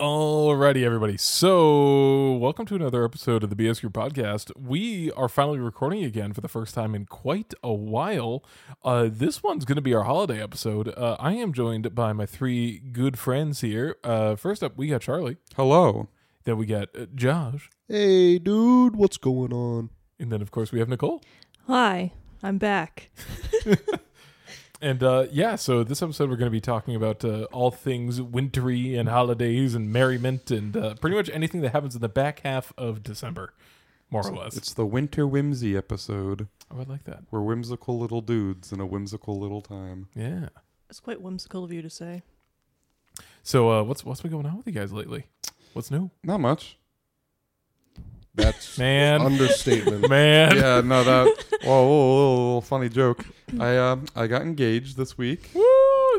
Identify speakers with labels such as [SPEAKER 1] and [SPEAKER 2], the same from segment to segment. [SPEAKER 1] Alrighty, everybody. So, welcome to another episode of the BS Group Podcast. We are finally recording again for the first time in quite a while. Uh, this one's going to be our holiday episode. Uh, I am joined by my three good friends here. Uh, first up, we got Charlie.
[SPEAKER 2] Hello.
[SPEAKER 1] Then we got uh, Josh,
[SPEAKER 3] Hey, dude, what's going on?
[SPEAKER 1] and then of course we have Nicole.
[SPEAKER 4] Hi, I'm back.
[SPEAKER 1] And uh, yeah, so this episode we're going to be talking about uh, all things wintry and holidays and merriment and uh, pretty much anything that happens in the back half of December, more or less.
[SPEAKER 2] It's the winter whimsy episode.
[SPEAKER 1] I would like that.
[SPEAKER 2] We're whimsical little dudes in a whimsical little time.
[SPEAKER 1] Yeah.
[SPEAKER 4] It's quite whimsical of you to say.
[SPEAKER 1] So uh, what's what's been going on with you guys lately? What's new,
[SPEAKER 2] Not much.
[SPEAKER 3] That's
[SPEAKER 1] man?
[SPEAKER 3] understatement.
[SPEAKER 1] man,
[SPEAKER 2] Yeah, no, that. Whoa, whoa, whoa, whoa, whoa, funny joke. I um, I got engaged this week.
[SPEAKER 1] woo!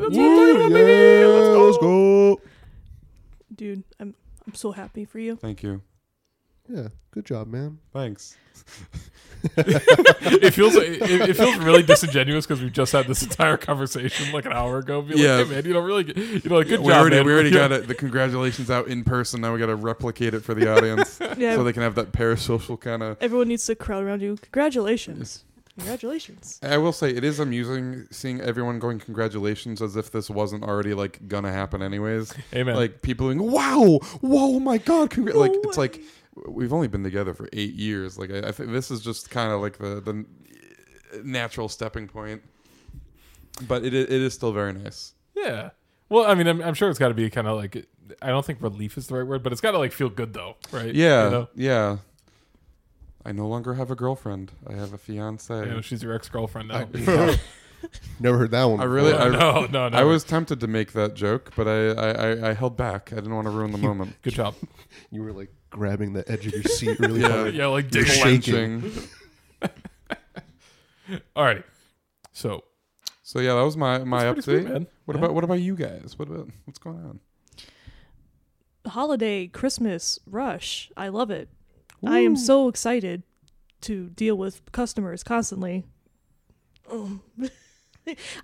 [SPEAKER 1] That's what I'm talking about, baby. Let's go.
[SPEAKER 3] let's go.
[SPEAKER 4] Dude, I'm I'm so happy for you.
[SPEAKER 2] Thank you.
[SPEAKER 3] Yeah, good job, man.
[SPEAKER 2] Thanks.
[SPEAKER 1] It feels it, it feels really disingenuous because we just had this entire conversation like an hour ago. Be like,
[SPEAKER 2] Yeah.
[SPEAKER 1] hey, man, you don't really, get, you know, like, good
[SPEAKER 2] we
[SPEAKER 1] job.
[SPEAKER 2] already,
[SPEAKER 1] man.
[SPEAKER 2] we already got it, the congratulations out in person. Now we got to replicate it for the audience
[SPEAKER 4] Yeah.
[SPEAKER 2] so they can have that parasocial kind of.
[SPEAKER 4] Everyone needs to crowd around you. Congratulations. Congratulations.
[SPEAKER 2] I will say it is amusing seeing everyone going congratulations as if this wasn't already like gonna happen anyways.
[SPEAKER 1] Amen.
[SPEAKER 2] like people going, "Wow, whoa, my God!" Congr-. Like
[SPEAKER 4] No
[SPEAKER 2] it's like we've only been together for eight years. Like I, I think this is just kind of like the the natural stepping point. But it i- it is still very nice.
[SPEAKER 1] Yeah. Well, I mean, I'm, I'm sure it's got to be kind of like I don't think relief is the right word, but it's got to like feel good though, right?
[SPEAKER 2] Yeah,
[SPEAKER 1] You know?
[SPEAKER 2] yeah. I no longer have a girlfriend. I have a fiance.
[SPEAKER 1] You know, she's your ex girlfriend now.
[SPEAKER 3] Never heard that one.
[SPEAKER 2] I
[SPEAKER 3] before.
[SPEAKER 2] really-
[SPEAKER 1] no, no, no,
[SPEAKER 2] I was tempted to make that joke, but I, I, I- I held back. I didn't want to ruin the moment.
[SPEAKER 1] Good job.
[SPEAKER 3] you were like grabbing the edge of your seat really
[SPEAKER 2] Yeah.
[SPEAKER 3] hard.
[SPEAKER 1] Yeah, like dig.
[SPEAKER 3] You're shaking.
[SPEAKER 2] Clenching.
[SPEAKER 1] Alrighty. So
[SPEAKER 2] So yeah, that was my my update.
[SPEAKER 1] that's pretty sweet, man.
[SPEAKER 2] What
[SPEAKER 1] Yeah.
[SPEAKER 2] about what about you guys? What about what's going on?
[SPEAKER 4] Holiday, Christmas, rush. I love it. I am so excited to deal with customers constantly. Um,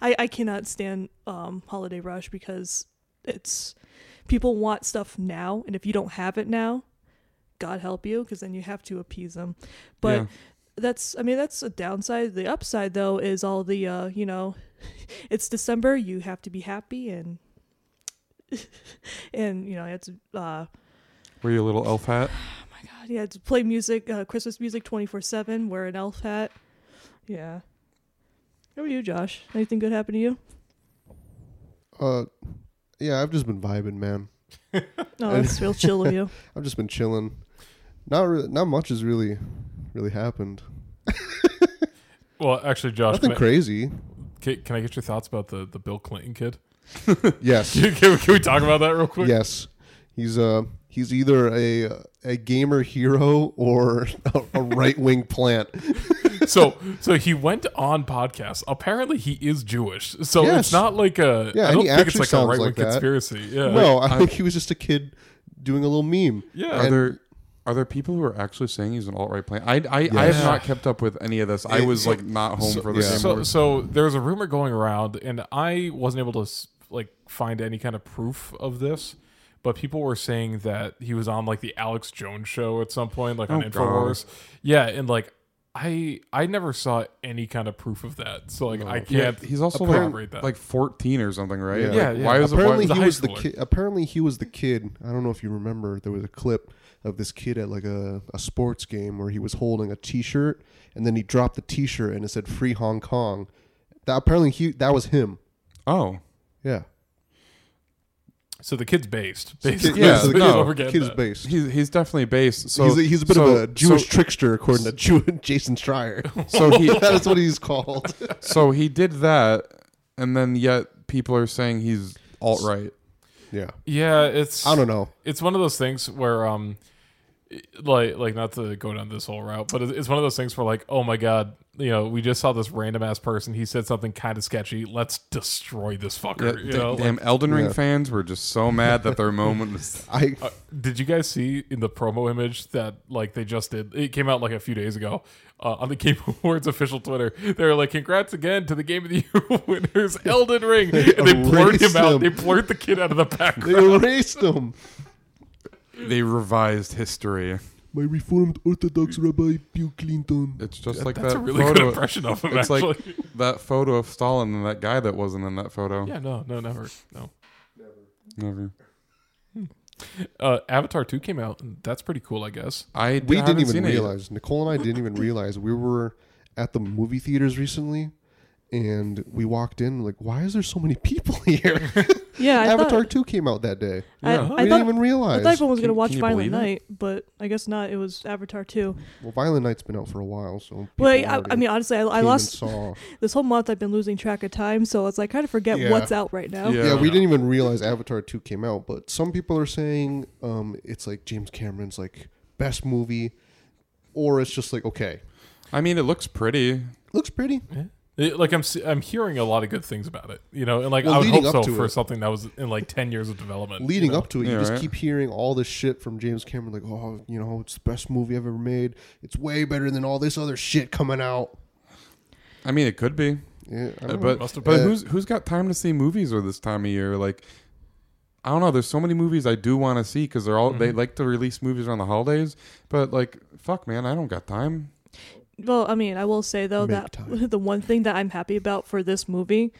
[SPEAKER 4] I I cannot stand um holiday rush because it's people want stuff now and if you don't have it now, God help you because then you have to appease them. But
[SPEAKER 2] Yeah.
[SPEAKER 4] that's I mean that's a downside. The upside though is all the uh, you know, it's December, you have to be happy and and you know, it's uh
[SPEAKER 2] Were you a little elf hat?
[SPEAKER 4] God, yeah, to play music, uh, Christmas music 24 7, wear an elf hat. Yeah. How about you, Josh? Anything good happen to you?
[SPEAKER 3] Uh, yeah, I've just been vibing, man.
[SPEAKER 4] No, Oh, that's real chill of you.
[SPEAKER 3] I've just been chilling. Not re- not much has really really happened.
[SPEAKER 1] Well, actually, Josh,
[SPEAKER 3] Nothing
[SPEAKER 1] can I,
[SPEAKER 3] crazy.
[SPEAKER 1] can, can I get your thoughts about the, the Bill Clinton kid?
[SPEAKER 3] yes,
[SPEAKER 1] Can, can we- can we talk about that real quick?
[SPEAKER 3] yes. He's uh he's either a a gamer hero or a, a right wing plant.
[SPEAKER 1] So, so he went on podcasts. Apparently, he is Jewish. So it's
[SPEAKER 3] Yes.
[SPEAKER 1] not like a.
[SPEAKER 3] Yeah,
[SPEAKER 1] I
[SPEAKER 3] and
[SPEAKER 1] don't think
[SPEAKER 3] he
[SPEAKER 1] it's
[SPEAKER 3] actually
[SPEAKER 1] like a
[SPEAKER 3] sounds
[SPEAKER 1] right wing
[SPEAKER 3] like that.
[SPEAKER 1] conspiracy. Yeah.
[SPEAKER 3] No, I think he was just a kid doing a little meme.
[SPEAKER 1] Yeah.
[SPEAKER 2] Are
[SPEAKER 3] And-
[SPEAKER 2] there are there people who are actually saying he's an alt right player? I I, I
[SPEAKER 3] Yes.
[SPEAKER 2] have not kept up with any of this. I
[SPEAKER 3] It-
[SPEAKER 2] was like not home
[SPEAKER 1] so,
[SPEAKER 2] for the
[SPEAKER 3] yeah.
[SPEAKER 2] game.
[SPEAKER 1] So, so there's a rumor going around, and I wasn't able to s- like find any kind of proof of this, but people were saying that he was on like the Alex Jones show at some point, like on
[SPEAKER 2] Oh, God.
[SPEAKER 1] Infowars. Yeah, and like I I never saw any kind of proof of that, so like I
[SPEAKER 2] yeah,
[SPEAKER 1] can't.
[SPEAKER 2] he's also
[SPEAKER 1] corroborate that.
[SPEAKER 2] like, like 14 or something, right?
[SPEAKER 3] Yeah.
[SPEAKER 2] Like,
[SPEAKER 1] Yeah, yeah.
[SPEAKER 2] Why is it? Why,
[SPEAKER 3] apparently
[SPEAKER 1] was a
[SPEAKER 3] he
[SPEAKER 1] high
[SPEAKER 3] was the
[SPEAKER 1] schooler.
[SPEAKER 3] kid. Apparently he was the kid. I don't know if you remember. There was a clip of this kid at like a, a sports game where he was holding a T-shirt, and then he dropped the T-shirt and it said "Free Hong Kong." That apparently he that was him.
[SPEAKER 2] oh,
[SPEAKER 3] Yeah,
[SPEAKER 1] So the kid's based, basically.
[SPEAKER 2] yeah,
[SPEAKER 1] is what
[SPEAKER 2] the no,
[SPEAKER 1] we're getting
[SPEAKER 3] kid's
[SPEAKER 1] at.
[SPEAKER 3] based.
[SPEAKER 2] he's he's definitely based. So
[SPEAKER 3] he's, a, he's a bit
[SPEAKER 2] so-
[SPEAKER 3] of a Jewish
[SPEAKER 2] so-
[SPEAKER 3] trickster, according to Jew, Jason Schreier.
[SPEAKER 2] So, he
[SPEAKER 3] that is what he's called.
[SPEAKER 2] so he did that, and then yet people are saying he's alt right.
[SPEAKER 3] yeah,
[SPEAKER 1] Yeah, it's
[SPEAKER 3] I don't know.
[SPEAKER 1] it's one of those things where um like like not to go down this whole route but it's it's one of those things where like oh my god you know we just saw this random ass person he said something kind of sketchy let's destroy this fucker you know like,
[SPEAKER 2] damn, Elden Ring
[SPEAKER 3] Yeah.
[SPEAKER 2] fans were just so mad that their moment was.
[SPEAKER 3] I
[SPEAKER 1] uh, did you guys see in the promo image that like they just did it came out like a few days ago uh, on the game awards official twitter they were like congrats again to the game of the year winners elden ring and they blurred him
[SPEAKER 3] Erased
[SPEAKER 1] out
[SPEAKER 3] him.
[SPEAKER 1] they blurred the kid out of the
[SPEAKER 3] they
[SPEAKER 1] background
[SPEAKER 3] erased him.
[SPEAKER 2] they revised history.
[SPEAKER 3] My reformed Orthodox Rabbi Bill Clinton.
[SPEAKER 2] It's just like
[SPEAKER 1] That's
[SPEAKER 2] that
[SPEAKER 1] a really
[SPEAKER 2] photo,
[SPEAKER 1] good impression of him,
[SPEAKER 2] it's like-
[SPEAKER 1] actually.
[SPEAKER 2] that photo of Stalin and that guy that wasn't in that photo.
[SPEAKER 1] yeah, no, no, never. No.
[SPEAKER 2] Never.
[SPEAKER 1] Uh, Avatar 2 came out, and that's pretty cool, I guess.
[SPEAKER 2] I
[SPEAKER 3] we
[SPEAKER 2] haven't
[SPEAKER 3] didn't even
[SPEAKER 2] seen it yet.
[SPEAKER 3] realize nicole and i didn't even realize we were at the movie theaters recently and we walked in like why is there so many people here
[SPEAKER 4] Yeah, I
[SPEAKER 3] avatar
[SPEAKER 4] thought,
[SPEAKER 3] 2 came out that day
[SPEAKER 4] I,
[SPEAKER 1] Yeah.
[SPEAKER 4] I
[SPEAKER 3] we
[SPEAKER 4] thought
[SPEAKER 3] didn't even
[SPEAKER 4] I
[SPEAKER 3] realize
[SPEAKER 4] thought everyone was
[SPEAKER 2] Can-
[SPEAKER 4] gonna watch
[SPEAKER 2] can you
[SPEAKER 4] Violent
[SPEAKER 2] believe it?
[SPEAKER 4] Night, but I guess not. It was Avatar Two.
[SPEAKER 3] well violent night's been out for a while so people
[SPEAKER 4] Well, I,
[SPEAKER 3] already
[SPEAKER 4] I mean, honestly, I, I
[SPEAKER 3] came and
[SPEAKER 4] lost
[SPEAKER 3] saw.
[SPEAKER 4] this whole month. I've been losing track of time, so it's like I kind of forget
[SPEAKER 3] Yeah.
[SPEAKER 4] what's out right now.
[SPEAKER 2] Yeah.
[SPEAKER 3] yeah, we didn't even realize avatar 2 came out but some people are saying um, it's like james cameron's like best movie or it's just like okay
[SPEAKER 2] I mean, it looks pretty.
[SPEAKER 3] looks pretty
[SPEAKER 1] Yeah. It- like I'm, se- I'm hearing a lot of good things about it, you know, and like
[SPEAKER 3] Well,
[SPEAKER 1] I would
[SPEAKER 3] leading
[SPEAKER 1] hope so
[SPEAKER 3] up to
[SPEAKER 1] for
[SPEAKER 3] it.
[SPEAKER 1] something that was in like ten years of development.
[SPEAKER 3] leading
[SPEAKER 1] Uh, you know?
[SPEAKER 3] up to it,
[SPEAKER 2] Yeah,
[SPEAKER 3] you just
[SPEAKER 2] right.
[SPEAKER 3] keep hearing all this shit from James Cameron, like, oh, you know, it's the best movie I've ever made. It's way better than all this other shit coming out.
[SPEAKER 2] I mean, it could be,
[SPEAKER 3] Yeah, I
[SPEAKER 2] Uh,
[SPEAKER 3] don't
[SPEAKER 2] but
[SPEAKER 1] Must have
[SPEAKER 2] but
[SPEAKER 3] been.
[SPEAKER 2] who's who's got time to see movies or this time of year? Like, I don't know. There's so many movies I do want to see because they're all they like to release movies around the holidays. But like, fuck, man, I don't got time.
[SPEAKER 4] Well, I mean, I will say though
[SPEAKER 3] Make
[SPEAKER 4] that
[SPEAKER 3] time.
[SPEAKER 4] the one thing that I'm happy about for this movie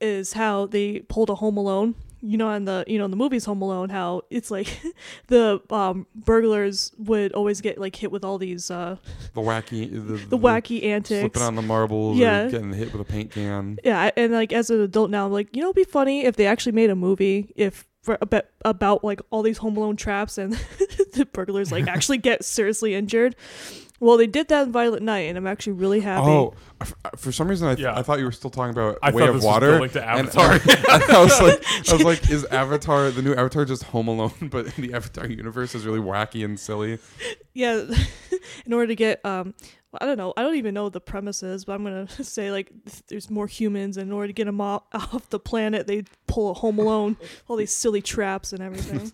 [SPEAKER 4] is how they pulled a Home Alone. You know, in the you know in the movies Home Alone, how it's like the um, burglars would always get like hit with all these uh,
[SPEAKER 2] The wacky, the,
[SPEAKER 4] the
[SPEAKER 3] Mm-hmm.
[SPEAKER 4] wacky antics.
[SPEAKER 2] slipping on the marbles,
[SPEAKER 4] Yeah.
[SPEAKER 2] or getting hit with a paint can.
[SPEAKER 4] Yeah, I- and like as an adult now, I'm like, you know, it'd be funny if they actually made a movie if for, about, about like all these Home Alone traps and the burglars like actually get seriously injured. Well, they did that in Violent Night, and I'm actually really happy.
[SPEAKER 2] Oh, f- for some reason I, th-
[SPEAKER 1] Yeah.
[SPEAKER 2] I thought you were still talking about
[SPEAKER 1] I
[SPEAKER 2] Way
[SPEAKER 1] thought
[SPEAKER 2] of
[SPEAKER 1] this
[SPEAKER 2] Water.
[SPEAKER 1] was building to
[SPEAKER 2] and- uh,
[SPEAKER 1] Avatar.
[SPEAKER 2] and I was like, I was like, is Avatar the new Avatar just Home Alone, but the Avatar universe is really wacky and silly?
[SPEAKER 4] Yeah, in order to get um, I don't know, I don't even know the premises, but I'm gonna say like there's more humans, and in order to get them off, off the planet, they pull a Home Alone, all these silly traps and everything.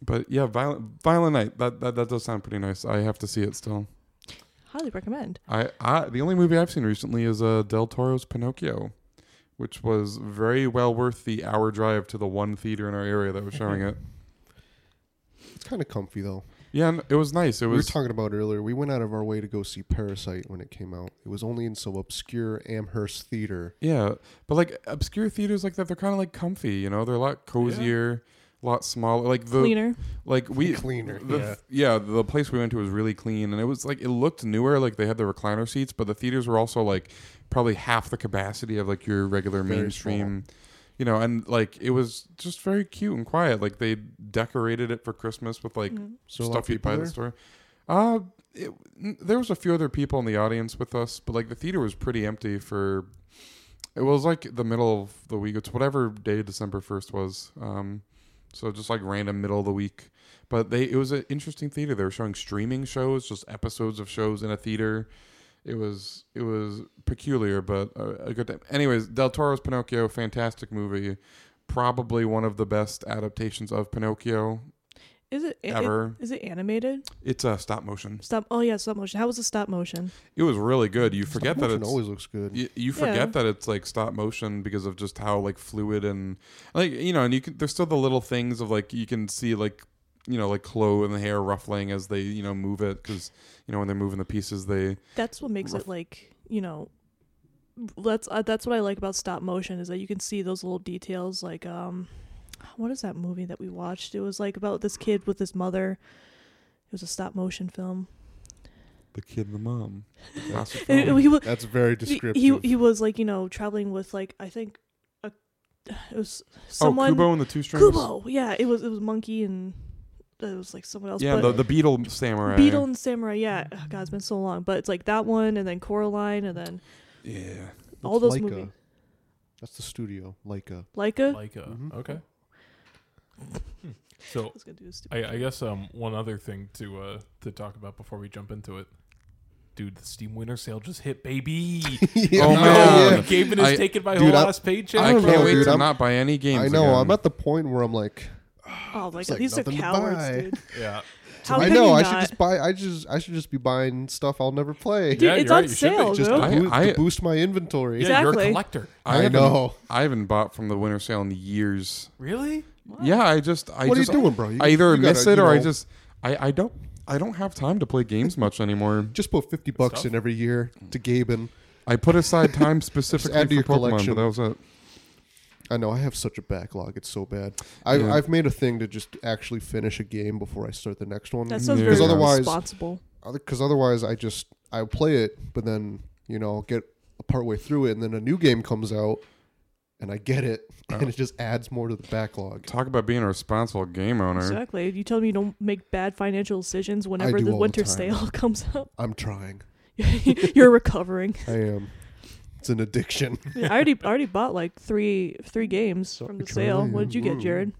[SPEAKER 2] But yeah, Violent, Violent Night. That, that that does sound pretty nice. I have to see it still.
[SPEAKER 4] Highly recommend.
[SPEAKER 2] I, I the only movie I've seen recently is uh, Del Toro's Pinocchio, which was very well worth the hour drive to the one theater in our area that was showing it.
[SPEAKER 3] it's kind of comfy though.
[SPEAKER 2] Yeah, and it was nice. It
[SPEAKER 3] we were
[SPEAKER 2] was
[SPEAKER 3] talking about earlier. We went out of our way to go see Parasite when it came out. It was only in some obscure Amherst theater.
[SPEAKER 2] Yeah, but like obscure theaters like that, they're kind of like comfy. You know, they're a lot cozier, a lot smaller. Like the
[SPEAKER 4] Cleaner.
[SPEAKER 2] like we
[SPEAKER 3] Cleaner,
[SPEAKER 2] The,
[SPEAKER 1] yeah.
[SPEAKER 2] yeah, the place we went to was really clean, and it was like it looked newer. Like they had the recliner seats, but the theaters were also like probably half the capacity of like your regular
[SPEAKER 3] Very
[SPEAKER 2] mainstream. You know, and like it was just very cute and quiet. Like they decorated it for Christmas with like
[SPEAKER 4] Mm.
[SPEAKER 3] So a lot of
[SPEAKER 2] stuff you
[SPEAKER 3] people
[SPEAKER 2] buy at
[SPEAKER 3] there?
[SPEAKER 2] the store. Uh, it, n- there was a few other people in the audience with us, but like the theater was pretty empty for. It was like the middle of the week. It's whatever day December first was. Um, so just like random middle of the week. But they it was an interesting theater. They were showing streaming shows, just episodes of shows in a theater. It was it was peculiar, but a, a good time. Anyways, Del Toro's Pinocchio, fantastic movie, probably one of the best adaptations of Pinocchio
[SPEAKER 4] Is it, it-
[SPEAKER 2] ever.
[SPEAKER 4] Is it animated?
[SPEAKER 2] It's a stop motion.
[SPEAKER 4] Stop. Oh yeah, stop motion. How was the stop motion?
[SPEAKER 2] It was really good. You
[SPEAKER 3] Stop
[SPEAKER 2] forget that
[SPEAKER 3] motion
[SPEAKER 2] it's
[SPEAKER 3] always looks good.
[SPEAKER 2] you, you forget
[SPEAKER 4] Yeah.
[SPEAKER 2] that it's like stop motion because of just how like fluid and like you know and you can there's still the little things of like you can see like you know like Chloe and the hair ruffling as they you know move it because you know when they're moving the pieces they
[SPEAKER 4] That's what makes
[SPEAKER 2] Rough.
[SPEAKER 4] it like you know. That's uh, that's what I like about stop motion is that you can see those little details. Like um, what is that movie that we watched? It was like about this kid with his mother. It was a stop motion film.
[SPEAKER 2] the kid and the mom. Classic
[SPEAKER 4] It-
[SPEAKER 2] film.
[SPEAKER 4] it- he, wa-
[SPEAKER 3] That's very
[SPEAKER 4] he,
[SPEAKER 3] descriptive.
[SPEAKER 4] he he was like you know traveling with like I think a it was someone
[SPEAKER 2] oh, Kubo and the two strings.
[SPEAKER 4] Kubo. Yeah, it was it was monkey and it was like someone else.
[SPEAKER 2] Yeah,
[SPEAKER 4] but
[SPEAKER 2] the, the beetle samurai.
[SPEAKER 4] Beetle and Samurai, yeah. Oh, God, it's been so long, but it's like that one, and then Coraline, and then
[SPEAKER 2] Yeah.
[SPEAKER 4] all those movies.
[SPEAKER 3] That's the studio, Leica.
[SPEAKER 4] Leica.
[SPEAKER 1] like uh,
[SPEAKER 3] Mhm.
[SPEAKER 2] mm-hmm.
[SPEAKER 1] okay. Hmm. So
[SPEAKER 4] I was gonna do a stupid.
[SPEAKER 1] I, I guess um one other thing to uh to talk about before we jump into it. Dude, the Steam Winter Sale just hit, baby.
[SPEAKER 2] Oh,
[SPEAKER 1] No,
[SPEAKER 2] man.
[SPEAKER 1] the Gavin is
[SPEAKER 2] I-
[SPEAKER 1] taking my
[SPEAKER 3] dude,
[SPEAKER 1] whole
[SPEAKER 3] I-
[SPEAKER 1] last paycheck.
[SPEAKER 2] I,
[SPEAKER 3] don't
[SPEAKER 2] can't
[SPEAKER 3] know,
[SPEAKER 2] wait
[SPEAKER 3] dude.
[SPEAKER 2] to
[SPEAKER 3] I'm-
[SPEAKER 2] not buy any games.
[SPEAKER 3] I know.
[SPEAKER 2] again.
[SPEAKER 3] I'm at the point where I'm like,
[SPEAKER 4] Oh my
[SPEAKER 3] There's,
[SPEAKER 4] God,
[SPEAKER 3] like,
[SPEAKER 4] these are
[SPEAKER 3] nothing to
[SPEAKER 4] cowards,
[SPEAKER 3] buy.
[SPEAKER 4] dude.
[SPEAKER 1] yeah.
[SPEAKER 4] How
[SPEAKER 3] I
[SPEAKER 4] can
[SPEAKER 3] know.
[SPEAKER 4] you
[SPEAKER 3] I
[SPEAKER 4] not?
[SPEAKER 3] should just buy. I just. I should just be buying stuff I'll never play.
[SPEAKER 4] Dude,
[SPEAKER 1] Yeah,
[SPEAKER 4] it's
[SPEAKER 1] you're
[SPEAKER 4] on
[SPEAKER 1] right, you should be.
[SPEAKER 4] sale,
[SPEAKER 3] just
[SPEAKER 4] bro.
[SPEAKER 3] to,
[SPEAKER 2] I-
[SPEAKER 3] boost,
[SPEAKER 2] I-
[SPEAKER 3] to boost my inventory.
[SPEAKER 1] Yeah, you're a
[SPEAKER 4] Exactly.
[SPEAKER 1] collector.
[SPEAKER 3] I
[SPEAKER 2] haven't-
[SPEAKER 3] know.
[SPEAKER 2] I haven't bought from the winter sale in years.
[SPEAKER 1] Really?
[SPEAKER 4] Wow.
[SPEAKER 2] Yeah, I just, I
[SPEAKER 3] what
[SPEAKER 2] just,
[SPEAKER 3] are you doing, bro? You,
[SPEAKER 2] I either
[SPEAKER 3] you gotta,
[SPEAKER 2] miss it
[SPEAKER 3] you
[SPEAKER 2] or I
[SPEAKER 3] know,
[SPEAKER 2] just, I, I don't, I don't have time to play games much anymore.
[SPEAKER 3] just put fifty bucks
[SPEAKER 1] stuff.
[SPEAKER 3] in every year
[SPEAKER 2] Mm.
[SPEAKER 3] to Gaben.
[SPEAKER 2] I put aside time specifically
[SPEAKER 3] add to
[SPEAKER 2] for
[SPEAKER 3] your
[SPEAKER 2] Pokemon,
[SPEAKER 3] collection.
[SPEAKER 2] but that was it.
[SPEAKER 3] I know I have such a backlog; it's so bad. I,
[SPEAKER 2] Yeah.
[SPEAKER 3] I've made a thing to just actually finish a game before I start the next one.
[SPEAKER 4] That sounds
[SPEAKER 2] Yeah.
[SPEAKER 4] very
[SPEAKER 2] 'Cause
[SPEAKER 3] otherwise-
[SPEAKER 4] responsible.
[SPEAKER 3] because otherwise I just I play it, but then you know get a part way through it, and then a new game comes out, and I get it, and it just adds more to the backlog.
[SPEAKER 2] Talk about being a responsible game owner.
[SPEAKER 4] Exactly. You tell me you don't make bad financial decisions whenever
[SPEAKER 3] do
[SPEAKER 4] the
[SPEAKER 3] all the
[SPEAKER 4] winter
[SPEAKER 3] time.
[SPEAKER 4] sale comes up.
[SPEAKER 3] I'm trying.
[SPEAKER 4] You're recovering.
[SPEAKER 3] I am. It's an addiction.
[SPEAKER 4] I already I already bought like three three games from the sale. What did you get, Jared?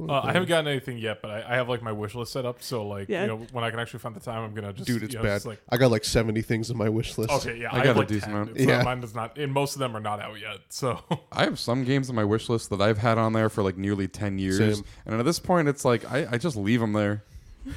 [SPEAKER 1] Uh, I haven't gotten anything yet, but I, I have like my wish list set up. So like,
[SPEAKER 4] Yeah.
[SPEAKER 1] you know, when I can actually find the time, I'm gonna just
[SPEAKER 3] Dude, it's
[SPEAKER 1] you know,
[SPEAKER 3] bad.
[SPEAKER 1] Just like,
[SPEAKER 3] I got like 70 things in my wish list.
[SPEAKER 1] okay, yeah, I,
[SPEAKER 2] I got
[SPEAKER 1] have
[SPEAKER 2] a
[SPEAKER 1] like
[SPEAKER 2] decent
[SPEAKER 1] 10.
[SPEAKER 2] amount.
[SPEAKER 1] It's not-
[SPEAKER 3] Yeah.
[SPEAKER 1] mine does not, and most of them are not out yet. So
[SPEAKER 2] I have some games on my wish list that I've had on there for like nearly 10 years.
[SPEAKER 3] Same.
[SPEAKER 2] And at this point, it's like, I, I just leave them there,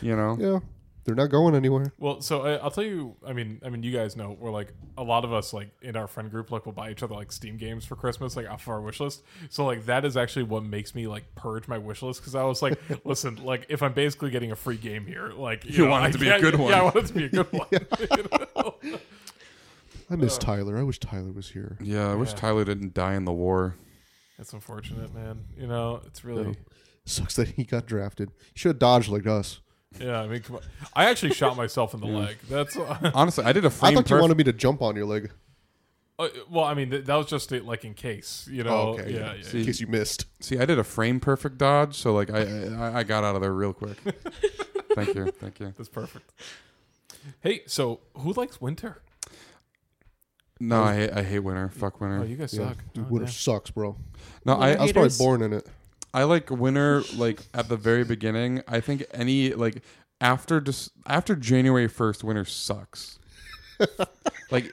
[SPEAKER 2] you know?
[SPEAKER 3] Yeah, they're not going anywhere.
[SPEAKER 1] Well, so I, I'll tell you. I mean, I mean, you guys know we're like a lot of us like in our friend group like will buy each other like Steam games for Christmas like off of our wish list. So like that is actually what makes me like purge my wish list because I was like, listen, like if I'm basically getting a free game here, like you,
[SPEAKER 2] You
[SPEAKER 1] know,
[SPEAKER 2] want it
[SPEAKER 1] I
[SPEAKER 2] to be a
[SPEAKER 1] can't-
[SPEAKER 2] good one.
[SPEAKER 1] Yeah, I want it to be a good one. You know?
[SPEAKER 3] I
[SPEAKER 1] Uh.
[SPEAKER 3] miss Tyler. I wish Tyler was here.
[SPEAKER 2] Yeah, I wish
[SPEAKER 1] Yeah.
[SPEAKER 2] Tyler didn't die in the war.
[SPEAKER 1] It's unfortunate, man. You know, it's really
[SPEAKER 3] Sucks that he got drafted. He should have dodged like us.
[SPEAKER 1] yeah. I mean, come on. I actually shot myself in the leg. That's
[SPEAKER 2] Honestly, I did a
[SPEAKER 3] I
[SPEAKER 2] frame
[SPEAKER 3] thought you
[SPEAKER 2] perf-
[SPEAKER 3] wanted me to jump on your leg
[SPEAKER 1] uh, well. I mean, th- that was just it, like in case you know.
[SPEAKER 3] Oh, okay,
[SPEAKER 1] yeah,
[SPEAKER 3] yeah.
[SPEAKER 1] yeah,
[SPEAKER 3] in case you missed.
[SPEAKER 2] See, I did a frame perfect dodge, so like I I, I got out of there real quick. thank you, thank you.
[SPEAKER 1] That's perfect. Hey, so who likes winter?
[SPEAKER 2] No, I hate, I hate winter. Fuck
[SPEAKER 1] Oh,
[SPEAKER 2] winter.
[SPEAKER 1] you guys
[SPEAKER 3] Yeah.
[SPEAKER 1] suck.
[SPEAKER 3] Dude,
[SPEAKER 1] Oh,
[SPEAKER 3] winter
[SPEAKER 1] damn.
[SPEAKER 3] sucks, bro.
[SPEAKER 2] No, I
[SPEAKER 3] I was probably
[SPEAKER 4] Haters.
[SPEAKER 3] born in it.
[SPEAKER 2] I like winter like at the very beginning. I think any like after just after January first, winter sucks. like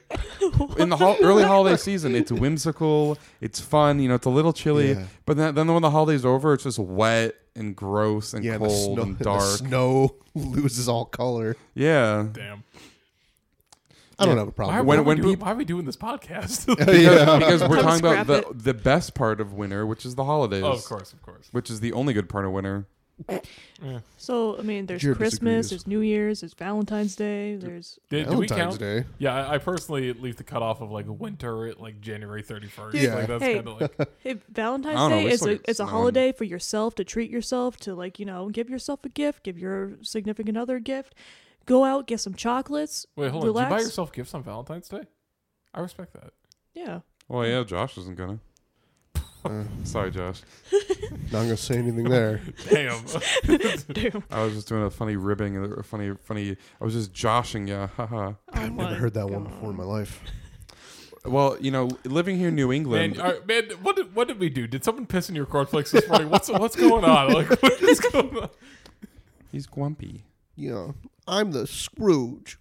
[SPEAKER 2] in the hol- early holiday season, it's whimsical, it's fun, you know, it's a little chilly.
[SPEAKER 3] Yeah.
[SPEAKER 2] But then, then when the holiday's over, it's just wet and gross and
[SPEAKER 3] Yeah, the
[SPEAKER 2] cold
[SPEAKER 3] snow,
[SPEAKER 2] and
[SPEAKER 3] the
[SPEAKER 2] dark.
[SPEAKER 3] snow loses all color.
[SPEAKER 2] yeah,
[SPEAKER 1] Damn.
[SPEAKER 3] I don't have a
[SPEAKER 1] Why,
[SPEAKER 3] problem.
[SPEAKER 1] why,
[SPEAKER 2] When-
[SPEAKER 1] are we
[SPEAKER 2] when
[SPEAKER 1] doing-
[SPEAKER 2] peop-
[SPEAKER 1] why are we doing this podcast?
[SPEAKER 2] because,
[SPEAKER 3] Yeah.
[SPEAKER 2] because we're
[SPEAKER 4] Don't
[SPEAKER 2] talking about
[SPEAKER 4] scrap
[SPEAKER 2] the, the best part of winter, which is the holidays.
[SPEAKER 1] oh, of course, of course.
[SPEAKER 2] Which is the only good part of winter.
[SPEAKER 4] So I mean, there's
[SPEAKER 3] Jared
[SPEAKER 4] Christmas,
[SPEAKER 3] disagrees.
[SPEAKER 4] there's New Year's, there's Valentine's Day, there's
[SPEAKER 1] Did, do we
[SPEAKER 3] Valentine's
[SPEAKER 1] count?
[SPEAKER 3] Day.
[SPEAKER 1] Yeah, I, I personally leave the cutoff of like winter at like January 31st.
[SPEAKER 3] Yeah.
[SPEAKER 1] Like, that's
[SPEAKER 4] Hey.
[SPEAKER 1] kind of like,
[SPEAKER 4] hey
[SPEAKER 2] I
[SPEAKER 4] Valentine's
[SPEAKER 2] don't know,
[SPEAKER 4] Day
[SPEAKER 2] we
[SPEAKER 4] is
[SPEAKER 2] still
[SPEAKER 4] a
[SPEAKER 2] get
[SPEAKER 4] it's a
[SPEAKER 2] snowing.
[SPEAKER 4] holiday for yourself to treat yourself to like you know give yourself a gift, give your significant other a gift, go out get some chocolates.
[SPEAKER 1] wait, hold on.
[SPEAKER 4] relax.
[SPEAKER 1] Do you buy yourself gifts on Valentine's Day? I respect that.
[SPEAKER 4] Yeah,
[SPEAKER 2] Well, yeah, Josh isn't gonna.
[SPEAKER 3] Uh,
[SPEAKER 2] Sorry, Josh.
[SPEAKER 3] not gonna say anything there.
[SPEAKER 4] Oh
[SPEAKER 1] Damn.
[SPEAKER 4] damn. Oh
[SPEAKER 2] I was just doing a funny ribbing, a funny, funny. I was just joshing you. Haha.
[SPEAKER 3] I've never heard that one before in my life.
[SPEAKER 2] Well, you know, living here in New England.
[SPEAKER 1] man, all right, man, what did, what did we do? Did someone piss in your cornflakes this morning? What's what's going on? Like, what is going on?
[SPEAKER 2] he's grumpy.
[SPEAKER 3] Yeah, I'm the Scrooge.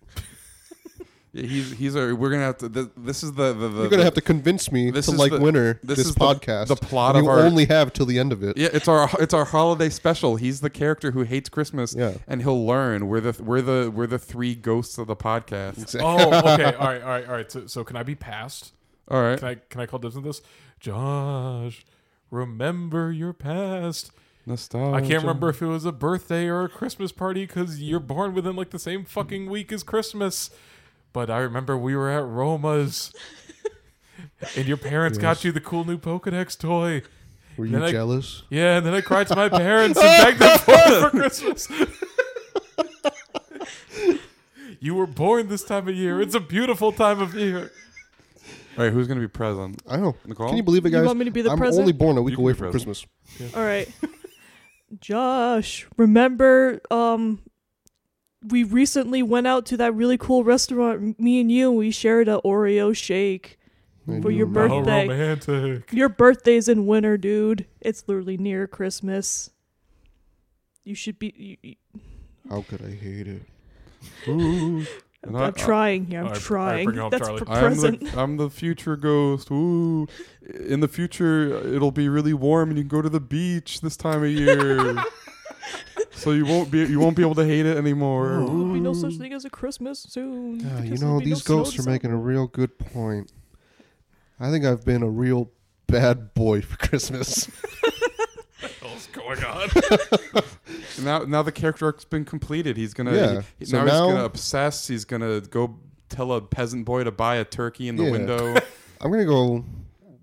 [SPEAKER 2] Yeah, he's he's a. We're gonna have to. th this is the the. the
[SPEAKER 3] You're gonna have to convince me
[SPEAKER 2] This
[SPEAKER 3] to
[SPEAKER 2] is
[SPEAKER 3] like
[SPEAKER 2] the-
[SPEAKER 3] winter.
[SPEAKER 2] this
[SPEAKER 3] This,
[SPEAKER 2] is the-
[SPEAKER 3] podcast.
[SPEAKER 2] the plot
[SPEAKER 3] you
[SPEAKER 2] of our-
[SPEAKER 3] only have till the end of it.
[SPEAKER 2] Yeah, it's our it's our holiday special. He's the character who hates Christmas,
[SPEAKER 3] Yeah.
[SPEAKER 2] and he'll learn. We're the we're the we're the three ghosts of the podcast.
[SPEAKER 1] Oh, okay. All right, all right, all right. So, so can I be passed?
[SPEAKER 2] All right.
[SPEAKER 1] Can I can I call dibs on this? Josh, remember your past.
[SPEAKER 2] Nostalgia.
[SPEAKER 1] I can't remember if it was a birthday or a Christmas party because you're born within like the same fucking week as Christmas. But I remember we were at Roma's, and your parents got you the cool new Pokedex toy.
[SPEAKER 3] Were you
[SPEAKER 1] Then I-
[SPEAKER 3] jealous?
[SPEAKER 1] Yeah, and then I cried to my parents and begged them for it for Christmas. you were born this time of year. It's a beautiful time of year.
[SPEAKER 2] All right, who's gonna be present?
[SPEAKER 3] I know.
[SPEAKER 2] Nicole?
[SPEAKER 3] Can you believe it,
[SPEAKER 4] You
[SPEAKER 3] guys?
[SPEAKER 4] want me to be the
[SPEAKER 3] I'm
[SPEAKER 4] president?
[SPEAKER 3] only born a
[SPEAKER 2] You
[SPEAKER 3] week
[SPEAKER 2] can
[SPEAKER 3] away
[SPEAKER 2] be
[SPEAKER 3] from
[SPEAKER 2] president.
[SPEAKER 3] Christmas.
[SPEAKER 4] All right. Josh, remember um we recently went out to that really cool restaurant m- me and you and we shared a Oreo shake.
[SPEAKER 3] I
[SPEAKER 4] For
[SPEAKER 3] do
[SPEAKER 4] your
[SPEAKER 3] remember.
[SPEAKER 1] How
[SPEAKER 4] Birthday.
[SPEAKER 1] romantic.
[SPEAKER 4] Your birthday's in winter, dude. It's literally near Christmas. You should be you, you-
[SPEAKER 3] How could I hate it?
[SPEAKER 2] Ooh.
[SPEAKER 4] I'm,
[SPEAKER 2] And I-
[SPEAKER 4] I'm trying here. I'm
[SPEAKER 1] All right,
[SPEAKER 4] trying.
[SPEAKER 1] all right, bring it home,
[SPEAKER 4] That's
[SPEAKER 1] Charlie.
[SPEAKER 4] for
[SPEAKER 2] I'm
[SPEAKER 4] present.
[SPEAKER 2] the, I'm the future ghost. Ooh. In the future, it'll be really warm and you can go to the beach this time of year. so you won't be you won't be able to hate it anymore.
[SPEAKER 4] There'll be no such
[SPEAKER 2] Ooh.
[SPEAKER 4] thing as a Christmas soon.
[SPEAKER 3] Yeah, Ah, you
[SPEAKER 4] because
[SPEAKER 3] know,
[SPEAKER 4] there'll be no
[SPEAKER 3] these
[SPEAKER 4] snow
[SPEAKER 3] ghosts
[SPEAKER 4] this
[SPEAKER 3] are making a real good point. I think I've been a real bad boy for Christmas.
[SPEAKER 1] That was going on?
[SPEAKER 2] Now, now the character arc's been completed. He's gonna
[SPEAKER 3] Yeah.
[SPEAKER 2] he-
[SPEAKER 3] So
[SPEAKER 2] now,
[SPEAKER 3] now-
[SPEAKER 2] he's gonna obsess. He's gonna go tell a peasant boy to buy a turkey in the
[SPEAKER 3] Yeah.
[SPEAKER 2] window.
[SPEAKER 3] I'm gonna go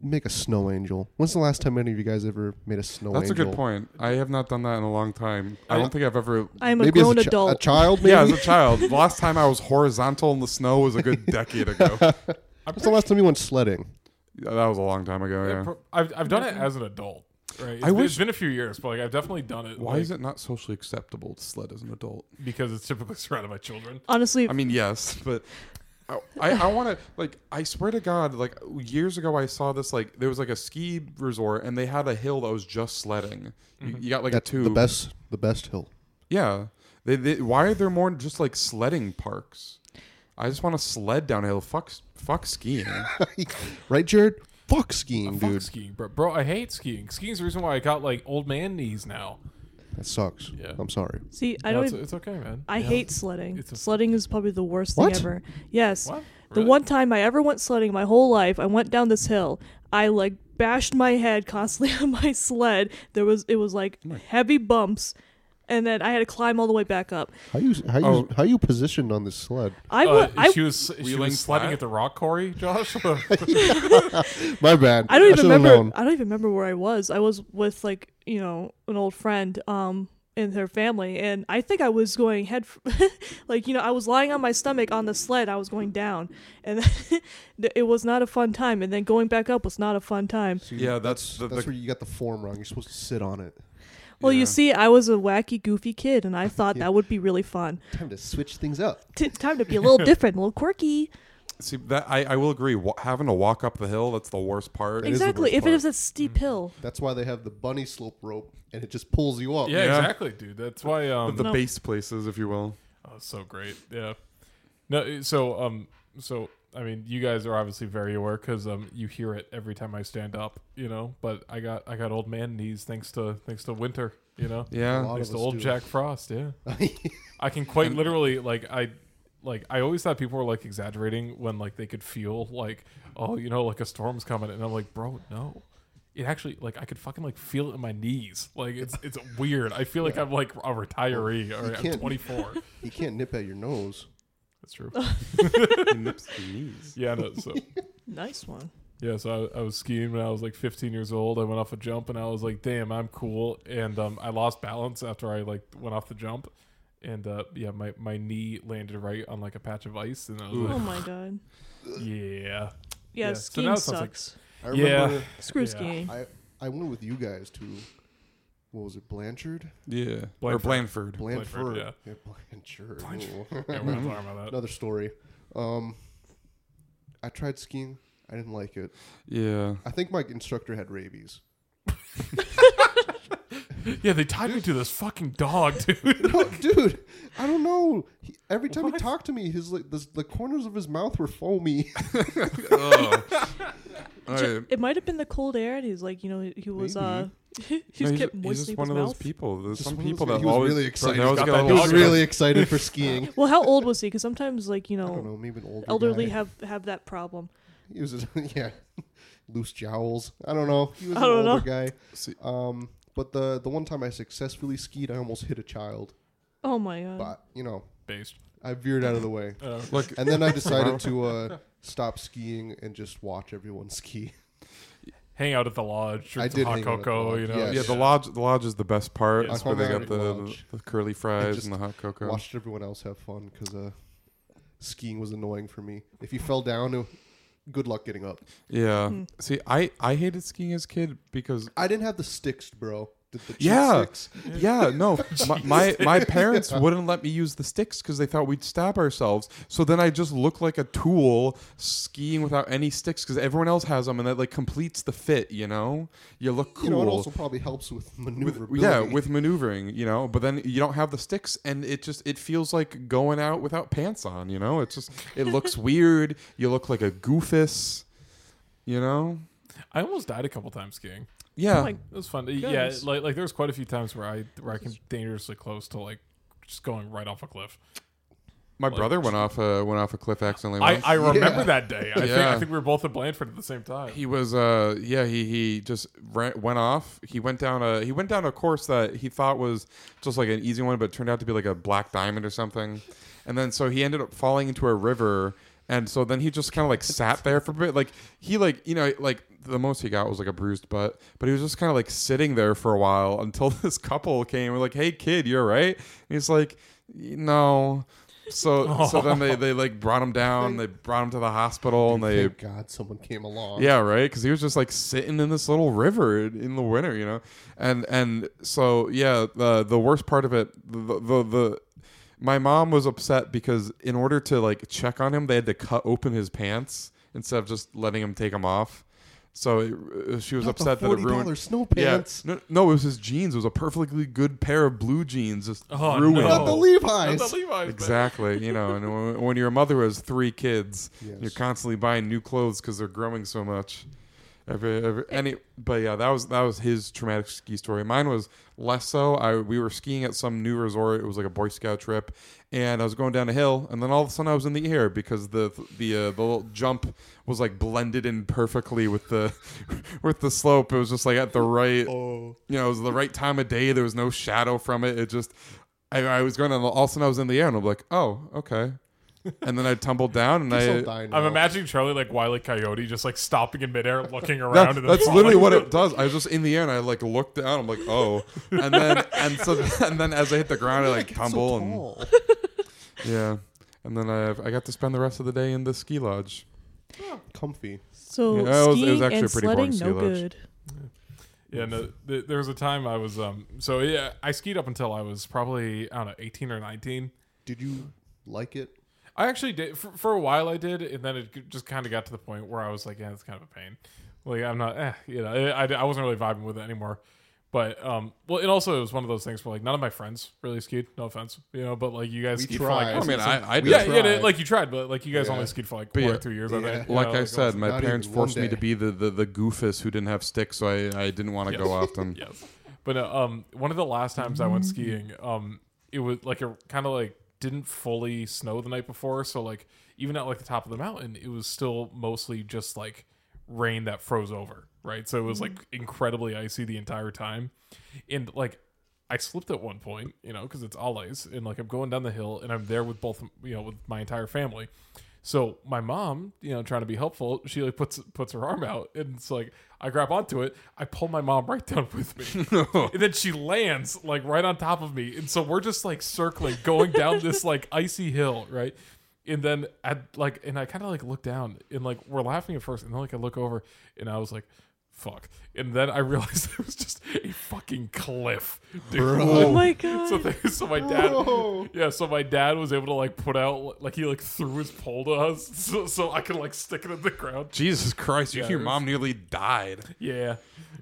[SPEAKER 3] make a snow angel. When's the last time any of you guys ever made a snow
[SPEAKER 2] That's a
[SPEAKER 3] angel?
[SPEAKER 2] good point. I have not done that in a long time. I,
[SPEAKER 3] I-
[SPEAKER 2] don't think I've ever.
[SPEAKER 4] I'm a
[SPEAKER 3] Maybe as
[SPEAKER 4] grown
[SPEAKER 3] a, chi-
[SPEAKER 4] adult.
[SPEAKER 3] a child. Maybe.
[SPEAKER 2] Yeah, as a child, the last time I was horizontal in the snow was a good decade ago. Yeah,
[SPEAKER 3] When's the last time you went sledding?
[SPEAKER 2] that was a long time ago. Yeah.
[SPEAKER 1] I've, I've done it as an adult. Right? It's,
[SPEAKER 2] I
[SPEAKER 1] been-
[SPEAKER 2] wish-
[SPEAKER 1] it's been a few years, but like I've definitely done it.
[SPEAKER 2] Why
[SPEAKER 1] like,
[SPEAKER 2] is it not socially acceptable to sled as an adult?
[SPEAKER 1] Because it's typically surrounded by children.
[SPEAKER 4] Honestly,
[SPEAKER 2] I mean, yes, but I I, I want to like I swear to God, like years ago I saw this like there was like a ski resort and they had a hill that was just sledding.
[SPEAKER 4] Mm-hmm.
[SPEAKER 2] You, you got like
[SPEAKER 3] That's
[SPEAKER 2] a tube.
[SPEAKER 3] the best. The best hill.
[SPEAKER 2] Yeah. They, they, why are there more just like sledding parks? I just want to sled downhill. Fuck, s- fuck skiing.
[SPEAKER 3] right, Jared? Fuck skiing,
[SPEAKER 1] Fuck
[SPEAKER 3] dude.
[SPEAKER 1] skiing, bro. Bro, I hate skiing. Skiing's the reason why I got like old man knees now.
[SPEAKER 3] That sucks.
[SPEAKER 1] Yeah.
[SPEAKER 3] I'm sorry.
[SPEAKER 4] see, I
[SPEAKER 1] No,
[SPEAKER 4] don't.
[SPEAKER 1] it's,
[SPEAKER 4] even-
[SPEAKER 1] it's okay, man.
[SPEAKER 4] I
[SPEAKER 1] Yeah.
[SPEAKER 4] hate sledding.
[SPEAKER 1] It's a-
[SPEAKER 4] sledding is probably the worst
[SPEAKER 3] What?
[SPEAKER 4] thing ever. Yes.
[SPEAKER 1] What?
[SPEAKER 4] The
[SPEAKER 1] Really?
[SPEAKER 4] one time I ever went sledding in my whole life, I went down this hill. I like bashed my head constantly on my sled. There was it was like
[SPEAKER 1] Oh
[SPEAKER 4] heavy bumps, and then I had to climb all the way back up.
[SPEAKER 3] How you how you
[SPEAKER 2] Oh.
[SPEAKER 3] how you positioned on this sled?
[SPEAKER 4] I
[SPEAKER 1] Uh,
[SPEAKER 4] wa- I
[SPEAKER 1] she was she
[SPEAKER 2] Wheeling
[SPEAKER 1] was sledding
[SPEAKER 2] flat?
[SPEAKER 1] at the rock quarry, Josh.
[SPEAKER 3] My bad.
[SPEAKER 4] I don't even
[SPEAKER 3] should've
[SPEAKER 4] remember.
[SPEAKER 3] known.
[SPEAKER 4] I don't even remember where I was. I was with like you know an old friend, um, and her family, and I think I was going head, f- like you know I was lying on my stomach on the sled. I was going down, and it was not a fun time. And then going back up was not a fun time.
[SPEAKER 3] See,
[SPEAKER 2] Yeah, that's the-
[SPEAKER 3] that's
[SPEAKER 2] the-
[SPEAKER 3] where you got the form wrong. You're supposed to sit on it.
[SPEAKER 4] Well,
[SPEAKER 2] Yeah.
[SPEAKER 4] you see, I was a wacky, goofy kid, and I thought that would be really fun.
[SPEAKER 3] Time to switch things up.
[SPEAKER 4] T- time to be a little different, a little quirky.
[SPEAKER 2] See that I, I will agree. Wa- having to walk up the hill that's the worst part. It is the
[SPEAKER 4] exactly.
[SPEAKER 2] worst
[SPEAKER 4] If it
[SPEAKER 2] part. Mm.
[SPEAKER 4] is a steep hill,
[SPEAKER 3] That's why they have the bunny slope rope, and it just pulls you up.
[SPEAKER 1] yeah,
[SPEAKER 2] Yeah.
[SPEAKER 1] exactly, dude. That's why um,
[SPEAKER 2] the
[SPEAKER 4] No.
[SPEAKER 2] base places, if you will.
[SPEAKER 1] Oh, so great. Yeah. No, it- so um so I mean, you guys are obviously very aware cuz um you hear it every time I stand up, you know, but I got I got old man knees thanks to thanks to winter, you know.
[SPEAKER 3] A
[SPEAKER 2] Yeah.
[SPEAKER 3] lot
[SPEAKER 1] Thanks
[SPEAKER 3] of
[SPEAKER 1] to
[SPEAKER 3] us
[SPEAKER 1] old
[SPEAKER 3] do.
[SPEAKER 1] Jack Frost, yeah. I can quite literally like I like I always thought people were like exaggerating when like they could feel like oh, you know, like a storm's coming and I'm like, "Bro, no." It actually like I could fucking like feel it in my knees. Like it's it's weird. I feel like I'm like a retiree or I'm
[SPEAKER 3] can't-
[SPEAKER 1] 24.
[SPEAKER 3] You can't nip at your nose.
[SPEAKER 1] That's true.
[SPEAKER 2] He nips the knees.
[SPEAKER 1] Yeah, no, so
[SPEAKER 4] nice one.
[SPEAKER 1] yeah, so I, I was skiing when I was like 15 years old. I went off a jump and I was like, "Damn, I'm cool." And um, I lost balance after I like went off the jump, and uh, yeah, my, my knee landed right on like a patch of ice, and I was
[SPEAKER 4] Oh
[SPEAKER 1] like,
[SPEAKER 4] my god.
[SPEAKER 1] "Yeah,
[SPEAKER 4] Yeah,
[SPEAKER 1] Yeah, so
[SPEAKER 4] skiing
[SPEAKER 1] now it sounds like-
[SPEAKER 4] sucks.
[SPEAKER 3] I
[SPEAKER 1] Yeah.
[SPEAKER 3] remember
[SPEAKER 4] Screw
[SPEAKER 1] Yeah.
[SPEAKER 4] skiing.
[SPEAKER 3] I I went with you guys to what was it Blanchard
[SPEAKER 2] Yeah. Or
[SPEAKER 1] Blanford.
[SPEAKER 2] Blanford.
[SPEAKER 3] Blanford,
[SPEAKER 1] Blanford, yeah.
[SPEAKER 3] Blanchard.
[SPEAKER 1] Blanchard.
[SPEAKER 3] Ooh.
[SPEAKER 1] yeah we're not talking about that."
[SPEAKER 3] Another story. Um, I tried skiing. I didn't like it.
[SPEAKER 2] Yeah.
[SPEAKER 3] I think my instructor had rabies.
[SPEAKER 1] Yeah, they tied me to this fucking dog, dude.
[SPEAKER 3] No, dude, I don't know. He, every time
[SPEAKER 1] What?
[SPEAKER 3] he talked to me, his like the, the corners of his mouth were foamy.
[SPEAKER 2] All
[SPEAKER 4] Ju-
[SPEAKER 2] right.
[SPEAKER 4] It might have been the cold air, and he's like, you know, he, he was
[SPEAKER 3] Maybe.
[SPEAKER 4] uh, he
[SPEAKER 2] No,
[SPEAKER 4] just kept
[SPEAKER 2] he's just
[SPEAKER 4] moistening
[SPEAKER 2] one
[SPEAKER 4] his
[SPEAKER 2] of
[SPEAKER 4] mouth.
[SPEAKER 2] those people. There's
[SPEAKER 3] Just
[SPEAKER 2] some
[SPEAKER 3] one of those
[SPEAKER 2] people
[SPEAKER 3] guy-
[SPEAKER 2] that
[SPEAKER 3] he was
[SPEAKER 2] always
[SPEAKER 3] really
[SPEAKER 2] they
[SPEAKER 3] excited.
[SPEAKER 2] always
[SPEAKER 1] Got
[SPEAKER 2] get a
[SPEAKER 1] that
[SPEAKER 3] he
[SPEAKER 2] little
[SPEAKER 3] was
[SPEAKER 1] dog.
[SPEAKER 3] really excited for skiing.
[SPEAKER 4] Well, how old was he? Because sometimes, like you
[SPEAKER 3] I
[SPEAKER 4] know,
[SPEAKER 3] don't know, maybe an older
[SPEAKER 4] elderly
[SPEAKER 3] guy.
[SPEAKER 4] have have that problem.
[SPEAKER 3] He was a, yeah, loose jowls. I don't know. He was
[SPEAKER 4] I
[SPEAKER 3] an
[SPEAKER 4] don't
[SPEAKER 3] older
[SPEAKER 4] know.
[SPEAKER 3] guy.
[SPEAKER 2] See-
[SPEAKER 3] Um, but the the one time I successfully skied, I almost hit a child.
[SPEAKER 4] Oh my god.
[SPEAKER 3] But you know,
[SPEAKER 1] Based.
[SPEAKER 3] I veered out of the way,
[SPEAKER 1] Uh,
[SPEAKER 2] Look,
[SPEAKER 3] and then I decided to uh, stop skiing and just watch everyone ski.
[SPEAKER 1] hang out at the lodge,
[SPEAKER 3] I
[SPEAKER 1] drink some
[SPEAKER 3] did
[SPEAKER 1] hot
[SPEAKER 3] hang out at the
[SPEAKER 1] cocoa,
[SPEAKER 3] lodge,
[SPEAKER 1] you know.
[SPEAKER 3] yes.
[SPEAKER 2] yeah, the lodge. The lodge is the best part.
[SPEAKER 1] Yeah, I
[SPEAKER 2] That's where
[SPEAKER 1] hung
[SPEAKER 2] they
[SPEAKER 1] out
[SPEAKER 2] got
[SPEAKER 1] at
[SPEAKER 2] the,
[SPEAKER 3] the
[SPEAKER 2] the,
[SPEAKER 3] lodge.
[SPEAKER 2] curly fries
[SPEAKER 3] just
[SPEAKER 2] and the hot cocoa.
[SPEAKER 3] Watched everyone else have fun because uh, skiing was annoying for me. If you fell down, it, good luck getting up.
[SPEAKER 2] Yeah. See,
[SPEAKER 4] Hmm.
[SPEAKER 2] I I hated skiing as a kid because
[SPEAKER 3] I didn't have the sticks, bro. The, the cheap
[SPEAKER 2] Yeah.
[SPEAKER 3] sticks.
[SPEAKER 2] yeah, no, my my, my parents wouldn't let me use the sticks because they thought we'd stab ourselves. So then I just look like a tool skiing without any sticks because everyone else has them, and that like completes the fit. You know, you look cool.
[SPEAKER 3] You know, it also probably helps with maneuverability.
[SPEAKER 2] yeah, with maneuvering, you know, but then you don't have the sticks, and it just it feels like going out without pants on, you know. It's just it looks weird. You look like a goofus, you know.
[SPEAKER 1] I almost died a couple times skiing.
[SPEAKER 3] Oh
[SPEAKER 2] Yeah,
[SPEAKER 4] my-
[SPEAKER 1] It was fun. Yeah,
[SPEAKER 4] Goodness.
[SPEAKER 1] like like there was quite a few times where I where I came dangerously close to like just going right off a cliff.
[SPEAKER 2] My
[SPEAKER 1] Like-
[SPEAKER 2] brother went off a went off a cliff accidentally.
[SPEAKER 1] I,
[SPEAKER 2] once.
[SPEAKER 1] I remember
[SPEAKER 3] Yeah.
[SPEAKER 1] that day. I, think, I
[SPEAKER 2] Yeah.
[SPEAKER 1] think we were both at Blanford at the same time.
[SPEAKER 2] he was uh yeah he he just ran, went off. He went down a he went down a course that he thought was just like an easy one, but turned out to be like a black diamond or something. And then so he ended up falling into a river. And so then he just kind of like sat there for a bit. Like he like you know like the most he got was like a bruised butt, but he was just kind of like sitting there for a while until this couple came. and were like, "Hey kid, you're right." And he's like, "No." So so then they they like brought him down. They brought him to the hospital and they
[SPEAKER 3] Thank God someone came along.
[SPEAKER 2] yeah, right. Because he was just like sitting in this little river in the winter, you know, and and so yeah, the the worst part of it, the the, the my mom was upset because in order to like check on him, they had to cut open his pants instead of just letting him take them off. So it, uh, she was
[SPEAKER 3] Not
[SPEAKER 2] upset
[SPEAKER 3] the
[SPEAKER 2] that it
[SPEAKER 3] forty
[SPEAKER 2] ruined.
[SPEAKER 3] dollar snow pants.
[SPEAKER 2] Yeah, no, no, it was his jeans. It was a perfectly good pair of blue jeans, just
[SPEAKER 1] Oh,
[SPEAKER 2] ruined.
[SPEAKER 1] no.
[SPEAKER 3] Not the Levi's.
[SPEAKER 1] Not the Levi's, but-
[SPEAKER 2] Exactly, you know, and when- when you're a mother has three kids,
[SPEAKER 3] Yes.
[SPEAKER 2] you're constantly buying new clothes because they're growing so much. Every, every, any, but yeah, that was that was his traumatic ski story. Mine was less so. I we were skiing at some new resort. It was like a Boy Scout trip, and I was going down a hill, and then all of a sudden I was in the air because the the uh, the little jump was like blended in perfectly with the with the slope. It was just like at the right
[SPEAKER 3] Oh,
[SPEAKER 2] you know, it was the right time of day. There was no shadow from it. It just, I, I was going, and all of a sudden I was in the air, and I'm like, oh, okay. And then I tumbled down, and
[SPEAKER 3] Please don't
[SPEAKER 2] I.
[SPEAKER 3] die
[SPEAKER 1] I'm
[SPEAKER 3] now.
[SPEAKER 1] imagining Charlie like Wiley Coyote just like stopping in midair, looking around.
[SPEAKER 2] That,
[SPEAKER 1] and then
[SPEAKER 2] that's
[SPEAKER 1] falling.
[SPEAKER 2] literally what it does. I was just in the air, and I like looked down. I'm like, oh, and then and so and then as I hit the ground, I like
[SPEAKER 3] It's so
[SPEAKER 2] tumble and
[SPEAKER 3] tall.
[SPEAKER 2] yeah, and then I I got to spend the rest of the day in the ski lodge.
[SPEAKER 3] comfy.
[SPEAKER 4] So
[SPEAKER 2] Yeah, it was- it was
[SPEAKER 4] skiing
[SPEAKER 2] actually
[SPEAKER 4] and
[SPEAKER 2] a pretty boring
[SPEAKER 4] sledding, no
[SPEAKER 2] ski lodge.
[SPEAKER 4] good.
[SPEAKER 1] Yeah, no, th- there was a time I was um so yeah, I skied up until I was probably I don't know, 18 or 19.
[SPEAKER 3] Did you like it?
[SPEAKER 1] I actually did for, for a while I did and then it g- just kind of got to the point where I was like, yeah, it's kind of a pain. Like I'm not eh, you know, I, I wasn't really vibing with it anymore. But um well, and also it was one of those things where like none of my friends really skied, no offense, you know, but like you guys
[SPEAKER 3] We
[SPEAKER 1] skied
[SPEAKER 3] tried.
[SPEAKER 1] for
[SPEAKER 2] I
[SPEAKER 1] like
[SPEAKER 2] mean, I I did.
[SPEAKER 3] We
[SPEAKER 1] yeah, yeah,
[SPEAKER 3] tried.
[SPEAKER 1] they- like you tried, but like you guys
[SPEAKER 3] Yeah.
[SPEAKER 1] only skied for like
[SPEAKER 2] But
[SPEAKER 1] one or
[SPEAKER 2] yeah,
[SPEAKER 1] two years, I
[SPEAKER 3] yeah.
[SPEAKER 1] think. you
[SPEAKER 2] like
[SPEAKER 1] know,
[SPEAKER 2] I
[SPEAKER 1] it
[SPEAKER 2] said,
[SPEAKER 1] was-
[SPEAKER 2] my
[SPEAKER 3] Not
[SPEAKER 2] parents
[SPEAKER 3] even one
[SPEAKER 2] forced me
[SPEAKER 3] day.
[SPEAKER 2] to be the, the, the goofus who didn't have sticks, so I, I didn't want to go off them.
[SPEAKER 1] Yes. But uh, um, one of the last times I went skiing, um, it was like a kind of like didn't fully snow the night before, so like even at like the top of the mountain, it was still mostly just like rain that froze over, right? So it was like incredibly icy the entire time, and like I slipped at one point, you know, because it's all ice, and like I'm going down the hill, and I'm there with both, you know, with my entire family. So my mom, you know, trying to be helpful, she like puts puts her arm out, and it's like I grab onto it. I pull my mom right down with me, and then she lands like right on top of me, and so we're just like circling, going down this like icy hill, right? And then I like, and I kind of like look down, and like we're laughing at first, and then like I look over, and I was like. Fuck. And then I realized there was just a fucking cliff. Dude.
[SPEAKER 4] Oh my god.
[SPEAKER 1] So, they, so my dad, yeah. So my dad was able to like put out, like he like threw his pole to us, so, so I could like stick it in the ground.
[SPEAKER 2] Jesus Christ, you
[SPEAKER 1] Yeah,
[SPEAKER 2] your
[SPEAKER 1] it was-
[SPEAKER 2] mom nearly died.
[SPEAKER 1] Yeah,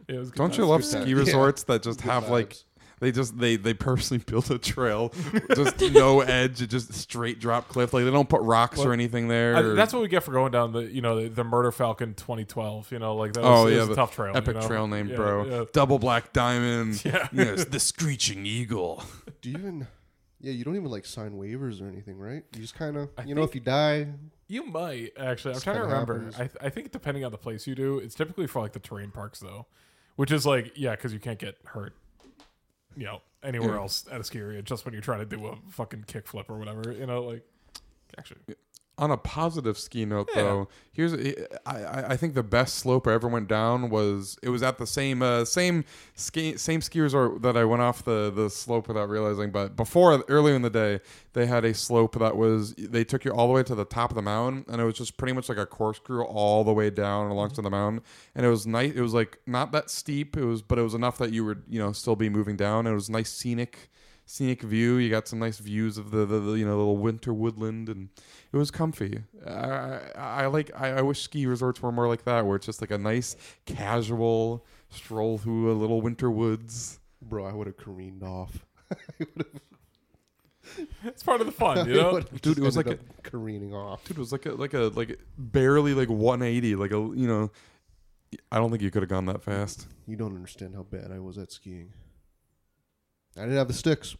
[SPEAKER 1] it was. good
[SPEAKER 2] Don't you
[SPEAKER 1] times.
[SPEAKER 2] love
[SPEAKER 3] good
[SPEAKER 2] ski
[SPEAKER 3] times.
[SPEAKER 2] resorts that just
[SPEAKER 3] Good
[SPEAKER 2] have like
[SPEAKER 3] vibes.
[SPEAKER 2] they just they they personally built a trail, just no edge, it just straight drop cliff. Like they don't put rocks or anything there.
[SPEAKER 1] I-
[SPEAKER 2] or-
[SPEAKER 1] that's what we get for going down the, you know, the, the Murder Falcon 2012. You know, like that was,
[SPEAKER 2] oh
[SPEAKER 1] it
[SPEAKER 2] yeah,
[SPEAKER 1] was a
[SPEAKER 2] the
[SPEAKER 1] tough trail, you
[SPEAKER 2] epic
[SPEAKER 1] know?
[SPEAKER 2] trail name,
[SPEAKER 1] Yeah,
[SPEAKER 2] bro.
[SPEAKER 1] yeah.
[SPEAKER 2] Double black diamond.
[SPEAKER 1] Yeah.
[SPEAKER 2] yes, the screeching eagle.
[SPEAKER 3] Do you even? Yeah, you don't even like sign waivers or anything, right? You just kind of,
[SPEAKER 1] I
[SPEAKER 3] you know,
[SPEAKER 1] think-
[SPEAKER 3] if you die,
[SPEAKER 1] You might actually. I'm
[SPEAKER 3] Just
[SPEAKER 1] trying to
[SPEAKER 3] kinda
[SPEAKER 1] remember.
[SPEAKER 3] happens.
[SPEAKER 1] I, th- I think depending on the place you do, it's typically for like the terrain parks though, which is like yeah, because you can't get hurt, you know, anywhere
[SPEAKER 2] Yeah.
[SPEAKER 1] else at a ski area just when you're trying to do a fucking kickflip or whatever. You know, like actually,
[SPEAKER 2] On a positive ski note, though, here's I- I, I think the best slope I ever went down was it was at the same uh, same ski same ski resort that I went off the the slope without realizing. But before earlier in the day, they had a slope that was they took you all the way to the top of the mountain, and it was just pretty much like a corkscrew all the way down along to the mountain. And it was nice. It was like not that steep. It was, but it was enough that you would you know still be moving down. It was nice scenic scenic view. You got some nice views of the, the, the you know little winter woodland, and it was comfy. I I, I like I, I wish ski resorts were more like that, where it's just like a nice casual stroll through a little winter woods.
[SPEAKER 3] bro, I would have careened off.
[SPEAKER 1] it's part of the fun. You
[SPEAKER 3] I
[SPEAKER 1] know,
[SPEAKER 3] would've
[SPEAKER 2] Dude,
[SPEAKER 3] just
[SPEAKER 2] it was like
[SPEAKER 3] ended up careening off.
[SPEAKER 2] Dude, it was like a like a like barely like 180, like a you know. I don't think you could have gone that fast.
[SPEAKER 3] You don't understand how bad I was at skiing. I didn't have the sticks.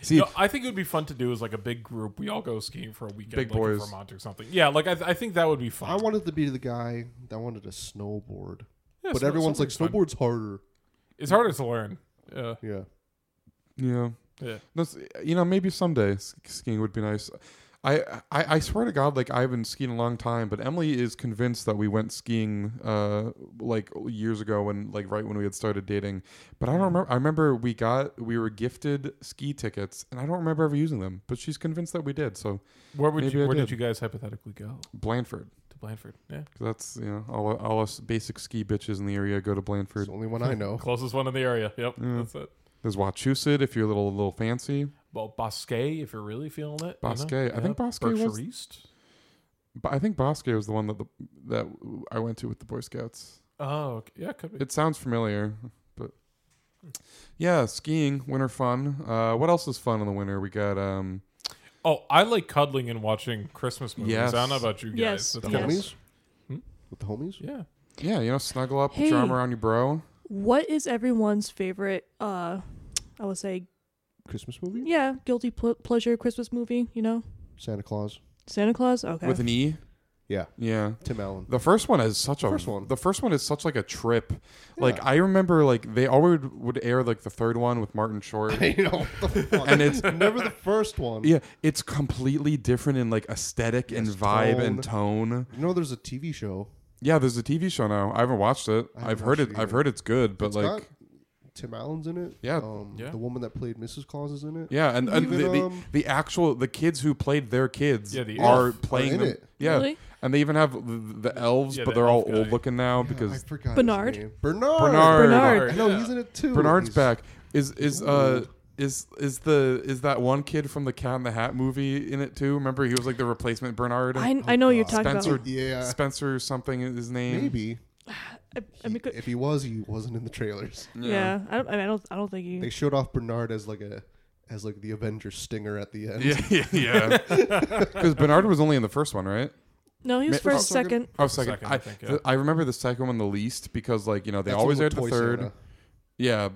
[SPEAKER 2] See,
[SPEAKER 1] No, I think it would be fun to do as like a big group. We all go skiing for a weekend,
[SPEAKER 2] Big
[SPEAKER 1] like
[SPEAKER 2] boys.
[SPEAKER 1] in Vermont or something. Yeah, like I, I think that would be fun.
[SPEAKER 3] I wanted to be the guy that wanted to snowboard,
[SPEAKER 1] Yeah,
[SPEAKER 3] but
[SPEAKER 1] snow-
[SPEAKER 3] everyone's like
[SPEAKER 1] snowboard's fun.
[SPEAKER 3] snowboard's harder.
[SPEAKER 1] It's harder to learn. Yeah,
[SPEAKER 3] Yeah,
[SPEAKER 2] yeah,
[SPEAKER 1] yeah.
[SPEAKER 2] That's, you know, maybe someday s- skiing would be nice. I, I I swear to God, like I haven't skied in a long time, but Emily is convinced that we went skiing uh like years ago when like right when we had started dating. But I don't remember. I remember we got we were gifted ski tickets, and I don't remember ever using them. But she's convinced that we did. So
[SPEAKER 1] Where would
[SPEAKER 2] Maybe
[SPEAKER 1] you,
[SPEAKER 2] I
[SPEAKER 1] where did
[SPEAKER 2] did.
[SPEAKER 1] you guys hypothetically go
[SPEAKER 2] Blandford,
[SPEAKER 1] to Blandford? Yeah,
[SPEAKER 2] 'Cause that's you know all all us basic ski bitches in the area go to
[SPEAKER 3] it's
[SPEAKER 2] Blandford.
[SPEAKER 3] the only one I know.
[SPEAKER 1] closest one in the area. Yep,
[SPEAKER 2] Yeah.
[SPEAKER 1] that's it.
[SPEAKER 2] There's Wachusett if you're a little little fancy.
[SPEAKER 1] Well, Bosque, if you're really feeling it.
[SPEAKER 2] Bosque. I think Bosque
[SPEAKER 1] Berkshire
[SPEAKER 2] was-
[SPEAKER 1] East.
[SPEAKER 2] But I think Bosque was the one that the, that I went to with the Boy Scouts.
[SPEAKER 1] Oh, okay. yeah, could be.
[SPEAKER 2] It sounds familiar, but yeah, skiing, winter fun. Uh, what else is fun in the winter? We got um,
[SPEAKER 1] Oh, I like cuddling and watching Christmas movies.
[SPEAKER 2] Yes.
[SPEAKER 1] I don't know about you guys.
[SPEAKER 4] Yes,
[SPEAKER 1] That's
[SPEAKER 3] The
[SPEAKER 1] kinda-
[SPEAKER 3] homies,
[SPEAKER 1] Hmm?
[SPEAKER 3] with the homies.
[SPEAKER 1] Yeah.
[SPEAKER 2] yeah, you know, snuggle up, put
[SPEAKER 4] Hey.
[SPEAKER 2] your arm around your bro.
[SPEAKER 4] What is everyone's favorite? Uh, I would say,
[SPEAKER 3] Christmas movie.
[SPEAKER 4] yeah, guilty pl- pleasure Christmas movie. You know,
[SPEAKER 3] Santa Claus.
[SPEAKER 4] Santa Claus. Okay.
[SPEAKER 2] with an E.
[SPEAKER 3] Yeah.
[SPEAKER 2] Yeah.
[SPEAKER 3] Tim Allen.
[SPEAKER 2] The first one is such a
[SPEAKER 3] First one.
[SPEAKER 2] The first one is such like a trip. Like
[SPEAKER 3] Yeah.
[SPEAKER 2] I remember, like they always would air like the third one with Martin Short.
[SPEAKER 3] you know, what the fuck?
[SPEAKER 2] And it's-
[SPEAKER 3] never the first one.
[SPEAKER 2] yeah, it's completely different in like aesthetic and
[SPEAKER 3] Yes,
[SPEAKER 2] vibe and tone.
[SPEAKER 3] You know, there's a TV show.
[SPEAKER 2] Yeah, there's a TV show now. I haven't watched it.
[SPEAKER 3] I haven't
[SPEAKER 2] I've heard
[SPEAKER 3] watched
[SPEAKER 2] it.
[SPEAKER 3] it
[SPEAKER 2] I've
[SPEAKER 3] either.
[SPEAKER 2] heard it's good, but
[SPEAKER 3] It's
[SPEAKER 2] like,
[SPEAKER 3] got Tim Allen's in it.
[SPEAKER 2] Yeah.
[SPEAKER 3] Um,
[SPEAKER 1] Yeah.
[SPEAKER 3] The woman that played Mrs. Claus is in it.
[SPEAKER 2] yeah, and, and
[SPEAKER 3] Even,
[SPEAKER 2] the, the,
[SPEAKER 3] um,
[SPEAKER 2] the actual the kids who played their kids
[SPEAKER 1] Yeah, the
[SPEAKER 2] are
[SPEAKER 1] elf
[SPEAKER 2] playing
[SPEAKER 3] in
[SPEAKER 2] them.
[SPEAKER 3] it.
[SPEAKER 2] Yeah,
[SPEAKER 4] Really?
[SPEAKER 2] and they even have the, the elves,
[SPEAKER 1] Yeah,
[SPEAKER 2] but
[SPEAKER 1] the
[SPEAKER 2] they're all
[SPEAKER 1] elf
[SPEAKER 2] old
[SPEAKER 1] guy.
[SPEAKER 2] looking now
[SPEAKER 3] Yeah, I
[SPEAKER 2] because
[SPEAKER 3] forgot his
[SPEAKER 4] Bernard?
[SPEAKER 3] name. Bernard.
[SPEAKER 2] Bernard.
[SPEAKER 4] Bernard.
[SPEAKER 3] I know he's in it too.
[SPEAKER 2] Bernard's
[SPEAKER 3] He's-
[SPEAKER 2] back. Is is uh
[SPEAKER 3] old.
[SPEAKER 2] is is the is that one kid from the Cat in the Hat movie in it too? Remember he was like the replacement Bernard.
[SPEAKER 4] I, I know you're
[SPEAKER 3] God.
[SPEAKER 4] talking
[SPEAKER 2] Spencer-
[SPEAKER 4] about.
[SPEAKER 3] Oh, Yeah.
[SPEAKER 2] Spencer something is his name.
[SPEAKER 3] Uh, Maybe.
[SPEAKER 4] I mean,
[SPEAKER 3] if he was, he wasn't in the trailers.
[SPEAKER 4] yeah. I don't. I, mean, I don't. I don't think
[SPEAKER 3] They
[SPEAKER 4] you.
[SPEAKER 3] showed off Bernard as like a as like the Avengers stinger at the end.
[SPEAKER 2] Yeah, yeah, yeah. Because Bernard was only in the first one, right?
[SPEAKER 4] No, he was
[SPEAKER 2] Ma-
[SPEAKER 4] first,
[SPEAKER 3] Second-
[SPEAKER 4] second.
[SPEAKER 2] Oh, second.
[SPEAKER 1] Second, I
[SPEAKER 2] I,
[SPEAKER 1] think,
[SPEAKER 2] the-
[SPEAKER 1] yeah.
[SPEAKER 2] I remember the second one the least because, like, you know, they
[SPEAKER 3] That's
[SPEAKER 2] always
[SPEAKER 3] a
[SPEAKER 2] aired
[SPEAKER 3] little
[SPEAKER 2] the
[SPEAKER 3] toy
[SPEAKER 2] third.
[SPEAKER 3] Santa.
[SPEAKER 2] Yeah,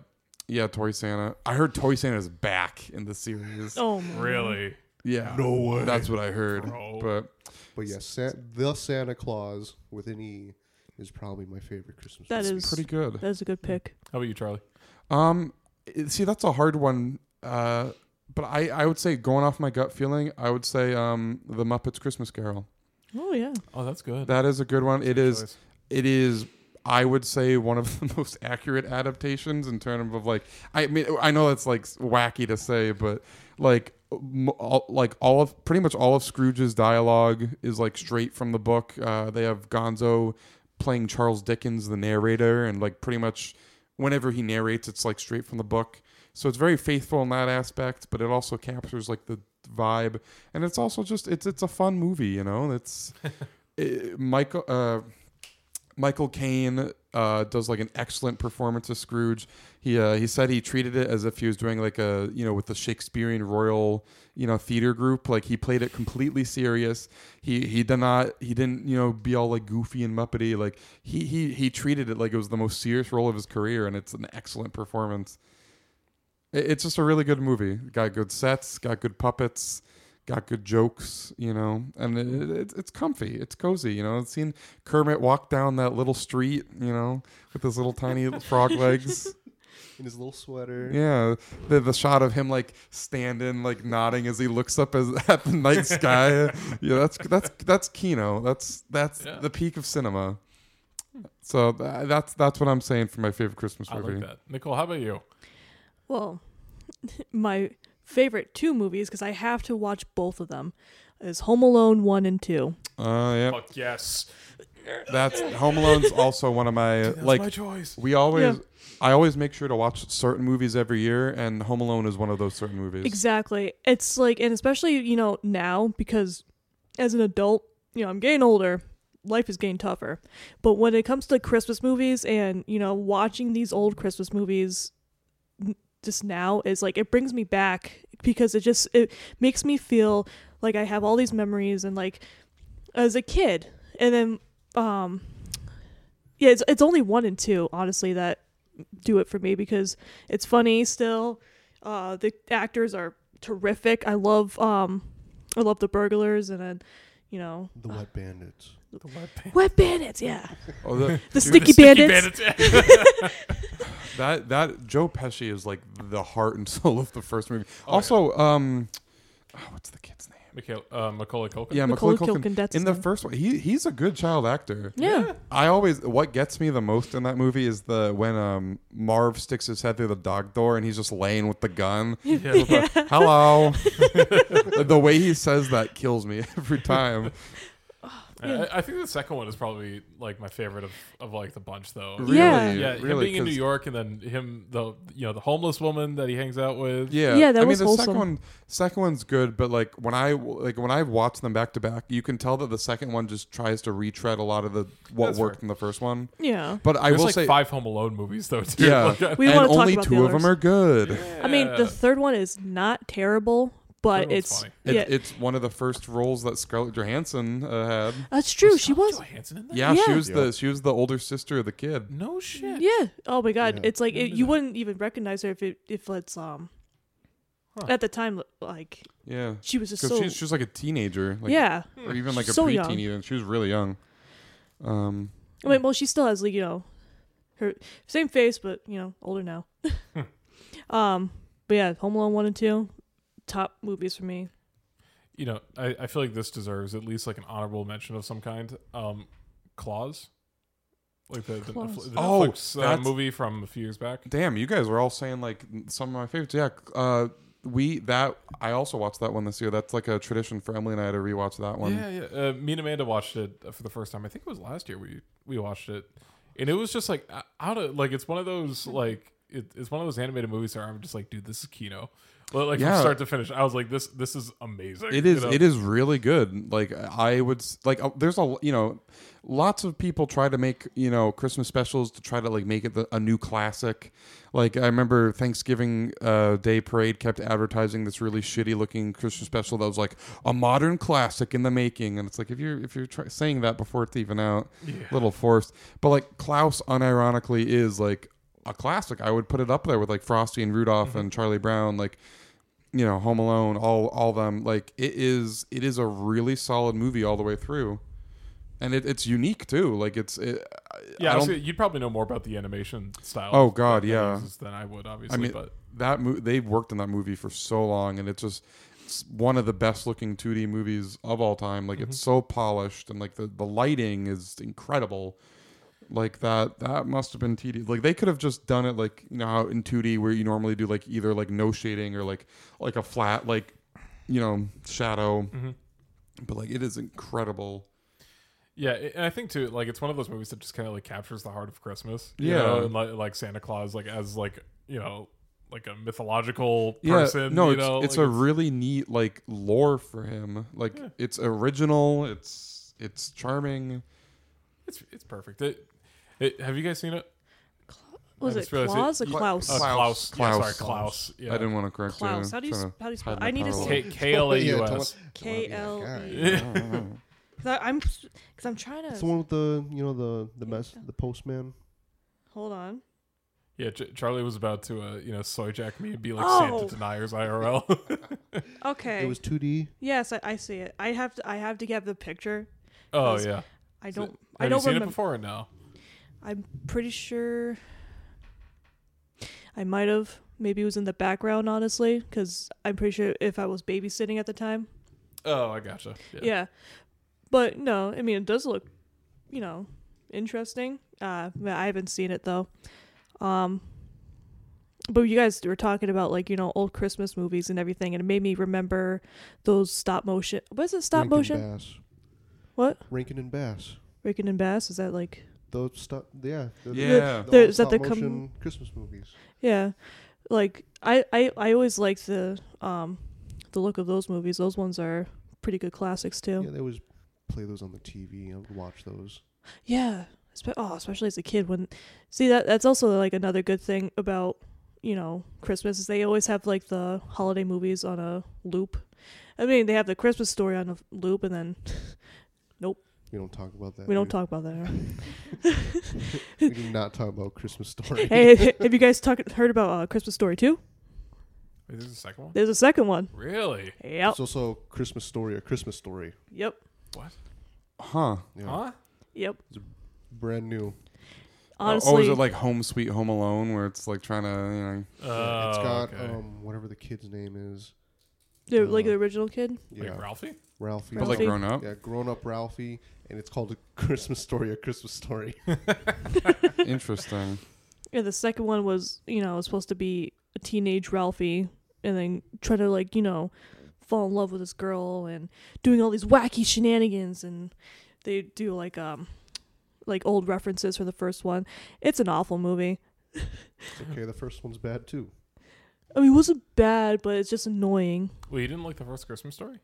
[SPEAKER 2] yeah. Toy Santa. I heard Toy Santa's back in the series.
[SPEAKER 4] Oh my.
[SPEAKER 1] Really?
[SPEAKER 2] Yeah,
[SPEAKER 3] No way.
[SPEAKER 2] That's what I heard.
[SPEAKER 1] Bro.
[SPEAKER 2] But
[SPEAKER 3] But yes, San- the Santa Claus with an E is probably my favorite Christmas.
[SPEAKER 4] That
[SPEAKER 3] movie.
[SPEAKER 4] is
[SPEAKER 2] pretty good.
[SPEAKER 4] That was a good pick.
[SPEAKER 1] How about you, Charlie?
[SPEAKER 2] Um, it- see, that's a hard one. Uh, but I, I would say going off my gut feeling, I would say um, the Muppets Christmas Carol.
[SPEAKER 4] Oh yeah.
[SPEAKER 1] Oh, that's good.
[SPEAKER 2] That is a good one. It
[SPEAKER 1] Good
[SPEAKER 2] is.
[SPEAKER 1] choice.
[SPEAKER 2] it is i would say one of the most accurate adaptations in terms of like i mean i know that's like wacky to say but like m- all, like all of pretty much all of scrooge's dialogue is like straight from the book uh, they have gonzo playing charles dickens the narrator and like pretty much whenever he narrates it's like straight from the book so it's very faithful in that aspect but it also captures like the vibe and it's also just it's it's a fun movie you know it's it, michael uh Michael Caine uh, does like an excellent performance of Scrooge. He uh, he said he treated it as if he was doing like a you know with the Shakespearean Royal you know theater group. Like he played it completely serious. He he did not he didn't you know be all like goofy and muppety. Like he he he treated it like it was the most serious role of his career, and it's an excellent performance. It- It's just a really good movie. Got good sets, got good puppets, got good jokes, you know, and it, it, it's- it's comfy, it's cozy, you know. It's seen Kermit walk down that little street, you know, with his little tiny frog legs.
[SPEAKER 3] in his little sweater.
[SPEAKER 2] Yeah, the the shot of him like standing, like nodding as he looks up as, at the night sky. Yeah, that's that's that's Kino. That's that's
[SPEAKER 1] Yeah.
[SPEAKER 2] the peak of cinema. So th- that's that's what I'm saying for my favorite Christmas
[SPEAKER 1] I
[SPEAKER 2] movie.
[SPEAKER 1] like that. Nicole, how about you?
[SPEAKER 4] Well, my favorite two movies because I have to watch both of them is Home Alone one and two.
[SPEAKER 2] Uh, yeah,
[SPEAKER 1] Fuck yes.
[SPEAKER 2] that's Home Alone's also one of my
[SPEAKER 1] That's
[SPEAKER 2] like
[SPEAKER 1] my choice.
[SPEAKER 2] We always,
[SPEAKER 4] Yeah.
[SPEAKER 2] I always make sure to watch certain movies every year, and Home Alone is one of those certain movies.
[SPEAKER 4] Exactly. It's like, and especially you know now because as an adult, you know I'm getting older. Life is getting tougher. But when it comes to Christmas movies and you know watching these old Christmas movies n- just now is like it brings me back because it just it makes me feel like I have all these memories and like as a kid and then um yeah it's it's only one and two honestly that do it for me because it's funny still uh the actors are terrific. I love um I love the burglars and then you know uh,
[SPEAKER 3] The Wet Bandits.
[SPEAKER 1] The wet pan-
[SPEAKER 4] wet bandits, yeah.
[SPEAKER 2] Oh, that,
[SPEAKER 4] The
[SPEAKER 2] Dude,
[SPEAKER 4] sticky, bandits.
[SPEAKER 2] that that Joe Pesci is like the heart and soul of the first movie.
[SPEAKER 4] Oh,
[SPEAKER 2] also, um, oh, what's the kid's name?
[SPEAKER 1] Mikhail, uh, Macaulay Culkin.
[SPEAKER 2] Yeah,
[SPEAKER 4] Macaulay
[SPEAKER 2] Macaulay Culkin.
[SPEAKER 4] Culkin, that's
[SPEAKER 2] in
[SPEAKER 4] his
[SPEAKER 2] the
[SPEAKER 4] name.
[SPEAKER 2] first one, he he's a good child actor.
[SPEAKER 4] Yeah.
[SPEAKER 2] I always what gets me the most in that movie is the when um Marv sticks his head through the dog door and he's just laying with the gun.
[SPEAKER 1] Yeah.
[SPEAKER 2] Hello. the way he says that kills me every time.
[SPEAKER 1] I, I think the second one is probably like my favorite of, of like the bunch though.
[SPEAKER 2] Really,
[SPEAKER 4] Yeah.
[SPEAKER 1] Yeah, him
[SPEAKER 2] really.
[SPEAKER 1] being in New
[SPEAKER 2] 'cause-
[SPEAKER 1] York and then him the you know the homeless woman that he hangs out with.
[SPEAKER 2] Yeah,
[SPEAKER 4] Yeah,
[SPEAKER 2] I
[SPEAKER 4] that
[SPEAKER 2] mean,
[SPEAKER 4] was
[SPEAKER 2] the
[SPEAKER 4] wholesome.
[SPEAKER 2] second one, second one's good, but like when I like when I watch them back to back, you can tell that the second one just tries to retread a lot of the what
[SPEAKER 1] That's
[SPEAKER 2] worked
[SPEAKER 1] fair.
[SPEAKER 2] in the first one.
[SPEAKER 4] Yeah.
[SPEAKER 2] But I
[SPEAKER 1] There's
[SPEAKER 2] will
[SPEAKER 1] like
[SPEAKER 2] say,
[SPEAKER 1] five Home Alone movies though too.
[SPEAKER 2] yeah,
[SPEAKER 1] Like, I-
[SPEAKER 4] We
[SPEAKER 2] and
[SPEAKER 4] wanna talk
[SPEAKER 2] only
[SPEAKER 4] about the
[SPEAKER 2] two of
[SPEAKER 4] others.
[SPEAKER 2] them are good.
[SPEAKER 4] I mean,
[SPEAKER 1] Yeah.
[SPEAKER 4] the third one is not terrible, but
[SPEAKER 1] Third one's
[SPEAKER 4] it's
[SPEAKER 1] funny.
[SPEAKER 2] It,
[SPEAKER 4] yeah,
[SPEAKER 2] It's one of the first roles that Scarlett Johansson uh, had.
[SPEAKER 4] that's true. She
[SPEAKER 1] Scarlett
[SPEAKER 4] was.
[SPEAKER 1] Johansson in that?
[SPEAKER 2] Yeah, she
[SPEAKER 4] Yeah.
[SPEAKER 2] was the she was the older sister of the kid.
[SPEAKER 1] No shit.
[SPEAKER 4] Yeah. Oh my God.
[SPEAKER 3] Yeah.
[SPEAKER 4] It's like it,
[SPEAKER 1] Remember
[SPEAKER 4] you
[SPEAKER 1] that.
[SPEAKER 4] wouldn't even recognize her if it if it's um.
[SPEAKER 1] Huh.
[SPEAKER 4] At the time, like
[SPEAKER 2] Yeah,
[SPEAKER 4] she was just
[SPEAKER 2] because
[SPEAKER 4] so
[SPEAKER 2] she's she was like a teenager, like,
[SPEAKER 4] yeah.
[SPEAKER 2] or even like a
[SPEAKER 4] So young.
[SPEAKER 2] preteen. Even she was really young. Um,
[SPEAKER 4] I mean, well, she still has like you know, her same face, but you know, older now.
[SPEAKER 1] Hmm.
[SPEAKER 4] um, but yeah, Home Alone one and two, top movies for me.
[SPEAKER 1] You know, I, I feel like this deserves at least like an honorable mention of some kind. Um, Claws, like the, the,
[SPEAKER 4] Claws.
[SPEAKER 1] Netflix, the
[SPEAKER 2] Oh,
[SPEAKER 1] Netflix, uh,
[SPEAKER 2] that's-
[SPEAKER 1] movie from a few years back.
[SPEAKER 2] Damn, you guys were all saying like some of my favorites. Yeah, uh, we that I also watched that one this year. That's like a tradition for Emily and I to rewatch that one.
[SPEAKER 1] Yeah, yeah. Uh, me and Amanda watched it uh, for the first time. I think it was last year we we watched it, and it was just like uh, out of like it's one of those like it, it's one of those animated movies where I'm just like, dude, this is Kino. Well, Like from
[SPEAKER 2] Yeah.
[SPEAKER 1] start to finish, I was like, this this is amazing.
[SPEAKER 2] It
[SPEAKER 1] you
[SPEAKER 2] is
[SPEAKER 1] know?
[SPEAKER 2] it is really good. Like I would s- like uh, there's a you know lots of people try to make you know Christmas specials to try to like make it the, a new classic. Like I remember Thanksgiving uh, Day Parade kept advertising this really shitty looking Christmas special that was like a modern classic in the making, and it's like if you're if you're try- saying that before it's even out, little forced. But like Klaus, unironically, is like a classic. I would put it up there with like Frosty and Rudolph
[SPEAKER 1] Mm-hmm.
[SPEAKER 2] and Charlie Brown. Like you know home alone all all them like it is it is a really solid movie all the way through and it, it's unique too like it's it,
[SPEAKER 1] Yeah,
[SPEAKER 2] i
[SPEAKER 1] I was
[SPEAKER 2] don't
[SPEAKER 1] gonna- you'd probably know more about the animation style.
[SPEAKER 2] Oh, God,
[SPEAKER 1] that
[SPEAKER 2] yeah.
[SPEAKER 1] it uses than I would obviously.
[SPEAKER 2] i mean
[SPEAKER 1] but
[SPEAKER 2] that mo- they've worked on that movie for so long and it's just it's one of the best looking 2d movies of all time like
[SPEAKER 1] Mm-hmm.
[SPEAKER 2] it's so polished and like the, the lighting is incredible like that that must have been tedious like they could have just done it like you know how in 2d where you normally do like either like no shading or like like a flat like you know shadow
[SPEAKER 1] Mm-hmm.
[SPEAKER 2] but like it is incredible
[SPEAKER 1] yeah, a- and I think too, like it's one of those movies that just kind of like captures the heart of Christmas. you
[SPEAKER 2] Yeah.
[SPEAKER 1] know, and like, like Santa Claus, like as like you know, like a mythological
[SPEAKER 2] yeah
[SPEAKER 1] person.
[SPEAKER 2] no
[SPEAKER 1] you
[SPEAKER 2] it's,
[SPEAKER 1] know,
[SPEAKER 2] it's
[SPEAKER 1] like,
[SPEAKER 2] a really neat like lore for him like
[SPEAKER 1] Yeah.
[SPEAKER 2] it's original it's it's charming
[SPEAKER 1] It's it's perfect. It, it, have you guys seen it?
[SPEAKER 4] Was
[SPEAKER 1] I
[SPEAKER 4] it
[SPEAKER 1] just realized
[SPEAKER 4] Claus or
[SPEAKER 1] it-
[SPEAKER 4] Klaus?
[SPEAKER 1] Uh,
[SPEAKER 2] Klaus.
[SPEAKER 1] Klaus. Yeah, sorry,
[SPEAKER 2] Klaus.
[SPEAKER 1] Klaus. Yeah.
[SPEAKER 2] i didn't want to correct
[SPEAKER 4] Klaus.
[SPEAKER 2] you
[SPEAKER 4] How do you
[SPEAKER 2] Trying
[SPEAKER 4] s- how do you
[SPEAKER 2] hide
[SPEAKER 4] spell-
[SPEAKER 2] my
[SPEAKER 4] I need to
[SPEAKER 2] power.
[SPEAKER 1] K
[SPEAKER 4] say-
[SPEAKER 1] K L A U
[SPEAKER 3] Yeah, tell
[SPEAKER 1] S.
[SPEAKER 4] K L E.
[SPEAKER 3] Yeah.
[SPEAKER 4] Because I'm because I'm trying to
[SPEAKER 3] It's the one with the you know the the mess the postman.
[SPEAKER 4] hold on.
[SPEAKER 1] Yeah, Ch- Charlie was about to uh, you know soy jack me and be like
[SPEAKER 4] Oh.
[SPEAKER 1] Santa deniers IRL.
[SPEAKER 4] Okay.
[SPEAKER 3] It was 2D.
[SPEAKER 4] yes, I, I see it. I have to. I have to get the picture.
[SPEAKER 1] oh
[SPEAKER 4] Is-
[SPEAKER 1] yeah.
[SPEAKER 4] I
[SPEAKER 1] Is
[SPEAKER 4] don't.
[SPEAKER 1] it-
[SPEAKER 4] I
[SPEAKER 1] Have
[SPEAKER 4] don't
[SPEAKER 1] you seen
[SPEAKER 4] remember.
[SPEAKER 1] it before or no?
[SPEAKER 4] I'm pretty sure I might have. Maybe it was in the background, honestly, because I'm pretty sure if I was babysitting at the time.
[SPEAKER 1] Oh, I gotcha.
[SPEAKER 4] Yeah. But no, I mean, it does look, you know, interesting. Uh, but I haven't seen it, though. Um, but you guys were talking about, like, you know, old Christmas movies and everything, and it made me remember those stop motion. What is it, stop
[SPEAKER 3] Rankin
[SPEAKER 4] motion?
[SPEAKER 3] Bass.
[SPEAKER 4] What?
[SPEAKER 3] Rankin and Bass.
[SPEAKER 4] Rickon and Bass? Is that like.
[SPEAKER 3] Those stop. Yeah. the-
[SPEAKER 2] yeah
[SPEAKER 3] the
[SPEAKER 4] There-
[SPEAKER 3] old
[SPEAKER 4] is that the com-
[SPEAKER 3] stop-motion Christmas movies?
[SPEAKER 4] Yeah. Like I I I always like the um the look of those movies. Those ones are pretty good classics
[SPEAKER 3] Yeah,
[SPEAKER 4] too.
[SPEAKER 3] they always play those on the TV. I would watch those.
[SPEAKER 4] Yeah. Espe- Oh, especially as a kid when see that that's also like another good thing about you know Christmas is they always have like the holiday movies on a loop. I mean they have the Christmas story on a loop and then
[SPEAKER 3] We don't talk about that.
[SPEAKER 4] we don't talk about that.
[SPEAKER 3] We do not talk about Christmas story.
[SPEAKER 4] hey, have you guys talk, heard about uh, Christmas Story too?
[SPEAKER 1] Wait, there's a second one?
[SPEAKER 4] There's a second one.
[SPEAKER 1] Really?
[SPEAKER 4] Yep.
[SPEAKER 3] It's also Christmas Story, a Christmas Story.
[SPEAKER 4] Yep.
[SPEAKER 1] What?
[SPEAKER 2] Huh. Oh,
[SPEAKER 3] Yeah.
[SPEAKER 1] Huh?
[SPEAKER 4] Yep.
[SPEAKER 3] Brand new.
[SPEAKER 4] Honestly,
[SPEAKER 2] or Oh, is it like Home Sweet Home Alone, where it's like trying to, you know,
[SPEAKER 1] Oh,
[SPEAKER 3] it's got
[SPEAKER 1] okay.
[SPEAKER 3] um, whatever the kid's name is.
[SPEAKER 4] the, like
[SPEAKER 2] Uh.
[SPEAKER 4] the original kid?
[SPEAKER 3] Yeah,
[SPEAKER 1] Like Ralphie?
[SPEAKER 3] Ralphie.
[SPEAKER 2] but like
[SPEAKER 4] Ralphie.
[SPEAKER 2] grown up?
[SPEAKER 3] yeah, grown up Ralphie, and it's called a Christmas Story, a Christmas Story.
[SPEAKER 2] Interesting.
[SPEAKER 4] Yeah, the second one was, you know, supposed to be a teenage Ralphie and then try to like, you know, fall in love with this girl and doing all these wacky shenanigans and they do like um like old references for the first one. It's an awful movie.
[SPEAKER 3] It's okay, the first one's bad too.
[SPEAKER 4] I mean, it wasn't bad, but it's just annoying.
[SPEAKER 1] Well, you didn't like the first Christmas story?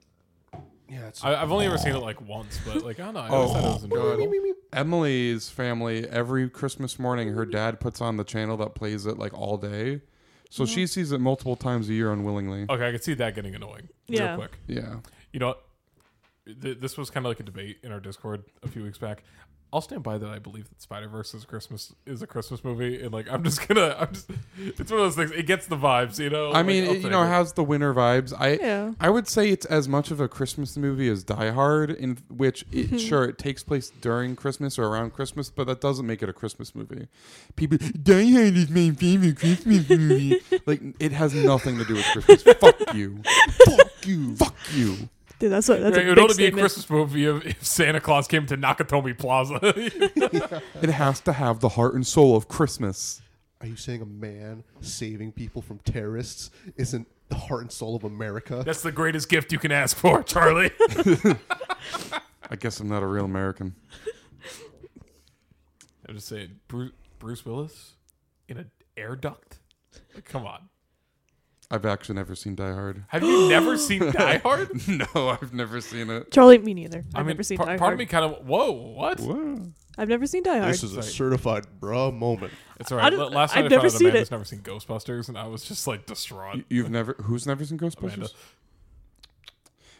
[SPEAKER 3] Yeah, it's.
[SPEAKER 1] I, I've only ever seen it like once, but like I don't know. I always
[SPEAKER 2] Oh.
[SPEAKER 1] thought it was enjoyable.
[SPEAKER 2] Emily's family every Christmas morning, her dad puts on the channel that plays it like all day, so
[SPEAKER 4] Mm-hmm.
[SPEAKER 2] she sees it multiple times a year unwillingly.
[SPEAKER 1] Okay, I could see that getting annoying
[SPEAKER 4] Yeah.
[SPEAKER 1] real quick.
[SPEAKER 2] Yeah.
[SPEAKER 1] You know, what? Th- this was kind of like a debate in our Discord a few weeks back. I'll stand by that. I believe that Spider Verse is Christmas is a Christmas movie, and like I'm just gonna, I'm just, it's one of those things. It gets the vibes, you know.
[SPEAKER 2] I mean,
[SPEAKER 1] oh, Like, I'll
[SPEAKER 2] it, you
[SPEAKER 1] take
[SPEAKER 2] know,
[SPEAKER 1] it.
[SPEAKER 2] has the winter vibes. I
[SPEAKER 4] Yeah.
[SPEAKER 2] I would say it's as much of a Christmas movie as Die Hard, in which it, sure it takes place during Christmas or around Christmas, but that doesn't make it a Christmas movie. People, Die Hard is my favorite Christmas movie. like it has nothing to do with Christmas. Fuck you. Fuck you. Fuck you.
[SPEAKER 4] Dude, that's what that's
[SPEAKER 1] Right,
[SPEAKER 4] a
[SPEAKER 1] it would
[SPEAKER 4] big
[SPEAKER 1] only be a
[SPEAKER 4] statement.
[SPEAKER 1] Christmas movie if, if Santa Claus came to Nakatomi Plaza.
[SPEAKER 2] It has to have the heart and soul of Christmas.
[SPEAKER 3] Are you saying a man saving people from terrorists isn't the heart and soul of America?
[SPEAKER 1] That's the greatest gift you can ask for, Charlie.
[SPEAKER 2] I guess I'm not a real American.
[SPEAKER 1] I'm just saying, Bruce, Bruce Willis in an air duct. Like, come on.
[SPEAKER 2] I've actually never seen Die Hard.
[SPEAKER 1] Have you never seen Die Hard?
[SPEAKER 2] no, I've never seen it.
[SPEAKER 4] Charlie, me neither. I've
[SPEAKER 1] I mean,
[SPEAKER 4] never seen
[SPEAKER 1] par-
[SPEAKER 4] Die
[SPEAKER 1] part of
[SPEAKER 4] Hard.
[SPEAKER 1] me kind of. Whoa, what?
[SPEAKER 2] Whoa.
[SPEAKER 4] I've never seen Die Hard.
[SPEAKER 3] This is a certified bruh moment.
[SPEAKER 1] It's all right.
[SPEAKER 4] don't-
[SPEAKER 1] L- Last night
[SPEAKER 4] I've
[SPEAKER 1] I
[SPEAKER 4] never
[SPEAKER 1] found out
[SPEAKER 4] seen
[SPEAKER 1] Amanda's
[SPEAKER 4] it.
[SPEAKER 1] never seen Ghostbusters, and I was just like distraught.
[SPEAKER 2] You- You've never who's never seen Ghostbusters?
[SPEAKER 1] Amanda.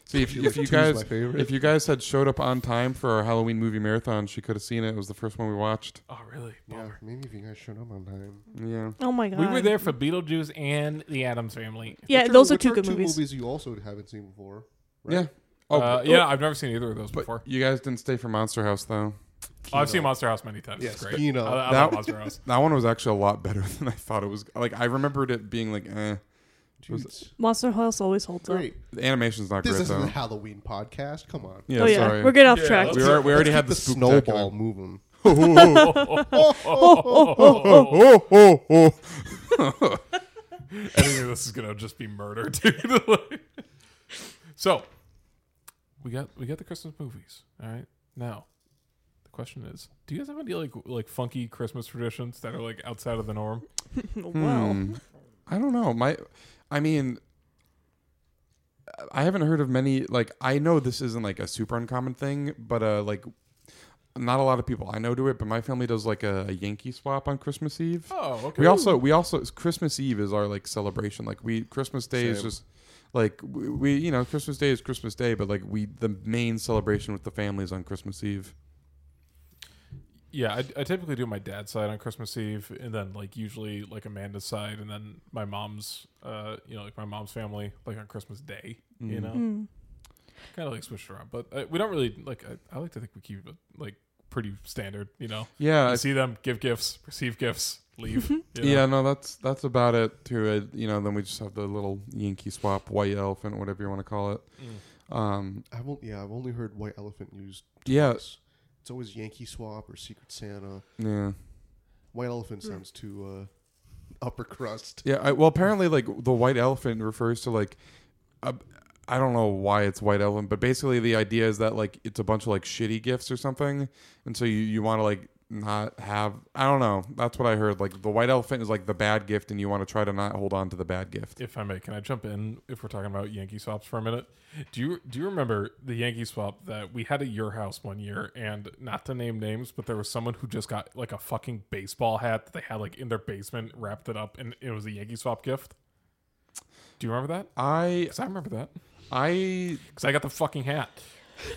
[SPEAKER 2] See if, if you
[SPEAKER 3] Two's
[SPEAKER 2] guys
[SPEAKER 3] my favorite.
[SPEAKER 2] if you guys had showed up on time for our Halloween movie marathon, she could have seen it. It was the first one we watched.
[SPEAKER 1] Oh, really?
[SPEAKER 3] Yeah, maybe if you guys showed up on time.
[SPEAKER 2] Yeah.
[SPEAKER 4] oh my god.
[SPEAKER 1] We were there for Beetlejuice and The Adams Family.
[SPEAKER 4] Yeah,
[SPEAKER 3] Which
[SPEAKER 4] those are
[SPEAKER 3] which
[SPEAKER 4] two good movies.
[SPEAKER 3] movies you also haven't seen before. right?
[SPEAKER 2] Yeah. Oh,
[SPEAKER 1] uh,
[SPEAKER 2] but-
[SPEAKER 1] yeah, I've never seen either of those
[SPEAKER 2] but
[SPEAKER 1] before.
[SPEAKER 2] you guys didn't stay for Monster House though.
[SPEAKER 1] Oh, I've seen Monster House many times.
[SPEAKER 3] Yes,
[SPEAKER 1] it's great.
[SPEAKER 3] Kino.
[SPEAKER 1] I, I
[SPEAKER 2] That-
[SPEAKER 1] love Monster House.
[SPEAKER 2] That one was actually a lot better than I thought it was. Like I remembered it being like, eh.
[SPEAKER 3] Dude, it's
[SPEAKER 4] Monster House always holds up.
[SPEAKER 3] great.
[SPEAKER 2] The animation's not
[SPEAKER 3] This
[SPEAKER 2] great
[SPEAKER 3] isn't
[SPEAKER 2] though.
[SPEAKER 3] a Halloween podcast. Come on.
[SPEAKER 2] Yeah,
[SPEAKER 4] oh yeah,
[SPEAKER 2] sorry.
[SPEAKER 4] we're getting off
[SPEAKER 1] Yeah,
[SPEAKER 4] track.
[SPEAKER 1] let's
[SPEAKER 2] We, were, we already
[SPEAKER 3] Keep
[SPEAKER 2] had the,
[SPEAKER 3] the
[SPEAKER 2] spooktacular.
[SPEAKER 3] snowball moving.
[SPEAKER 2] Oh, oh, oh.
[SPEAKER 1] I think this is gonna just be murder, dude. so we got we got the Christmas movies. All right, now the question is: Do you guys have any like like funky Christmas traditions that are like outside of the norm?
[SPEAKER 4] wow.
[SPEAKER 2] Hmm. I don't know. My, I mean, I haven't heard of many. Like, I know this isn't like a super uncommon thing, but uh, like, not a lot of people I know do it. But my family does like a, a Yankee swap on Christmas Eve.
[SPEAKER 1] Oh, okay.
[SPEAKER 2] We also we also Christmas Eve is our like celebration. Like we Christmas Day is
[SPEAKER 3] Same.
[SPEAKER 2] just like we, we you know Christmas Day is Christmas Day, but like we the main celebration with the family is on Christmas Eve.
[SPEAKER 1] yeah, I, I typically do my dad's side on Christmas Eve, and then like usually like Amanda's side, and then my mom's uh you know like my mom's family like on Christmas Day. You
[SPEAKER 2] Hmm.
[SPEAKER 1] know,
[SPEAKER 4] Mm.
[SPEAKER 1] kind of like switched around, but uh, we don't really like. I, I like to think we keep it like pretty standard. You know.
[SPEAKER 2] Yeah,
[SPEAKER 1] I
[SPEAKER 2] I
[SPEAKER 1] see them, give gifts, receive gifts, leave.
[SPEAKER 2] Yeah. no, that's that's about it too. Uh, you know, then we just have the little Yankee swap, white elephant, whatever you want to call it.
[SPEAKER 1] Mm.
[SPEAKER 2] Um,
[SPEAKER 3] I've only, yeah, I've only heard White Elephant used.
[SPEAKER 2] yeah,
[SPEAKER 3] twice. It's always Yankee Swap or Secret Santa.
[SPEAKER 2] yeah,
[SPEAKER 3] White
[SPEAKER 4] Hmm.
[SPEAKER 3] Elephant sounds too uh, upper crust.
[SPEAKER 2] yeah. I, well, apparently, like the white elephant refers to like, I I don't know why it's white elephant, but basically the idea is that like it's a bunch of like shitty gifts or something, and so you you want to like not have. I don't know. That's what I heard. Like the white elephant is like the bad gift, and you want to try to not hold on to the bad gift.
[SPEAKER 1] If I may, can I jump in? If we're talking about Yankee swaps for a minute, do you do you remember the Yankee swap that we had at your house one year? And not to name names, but there was someone who just got like a fucking baseball hat that they had like in their basement, wrapped it up, and it was a Yankee swap gift. Do you remember that?
[SPEAKER 2] I
[SPEAKER 1] Because I remember that.
[SPEAKER 2] I
[SPEAKER 1] Because I got the fucking hat.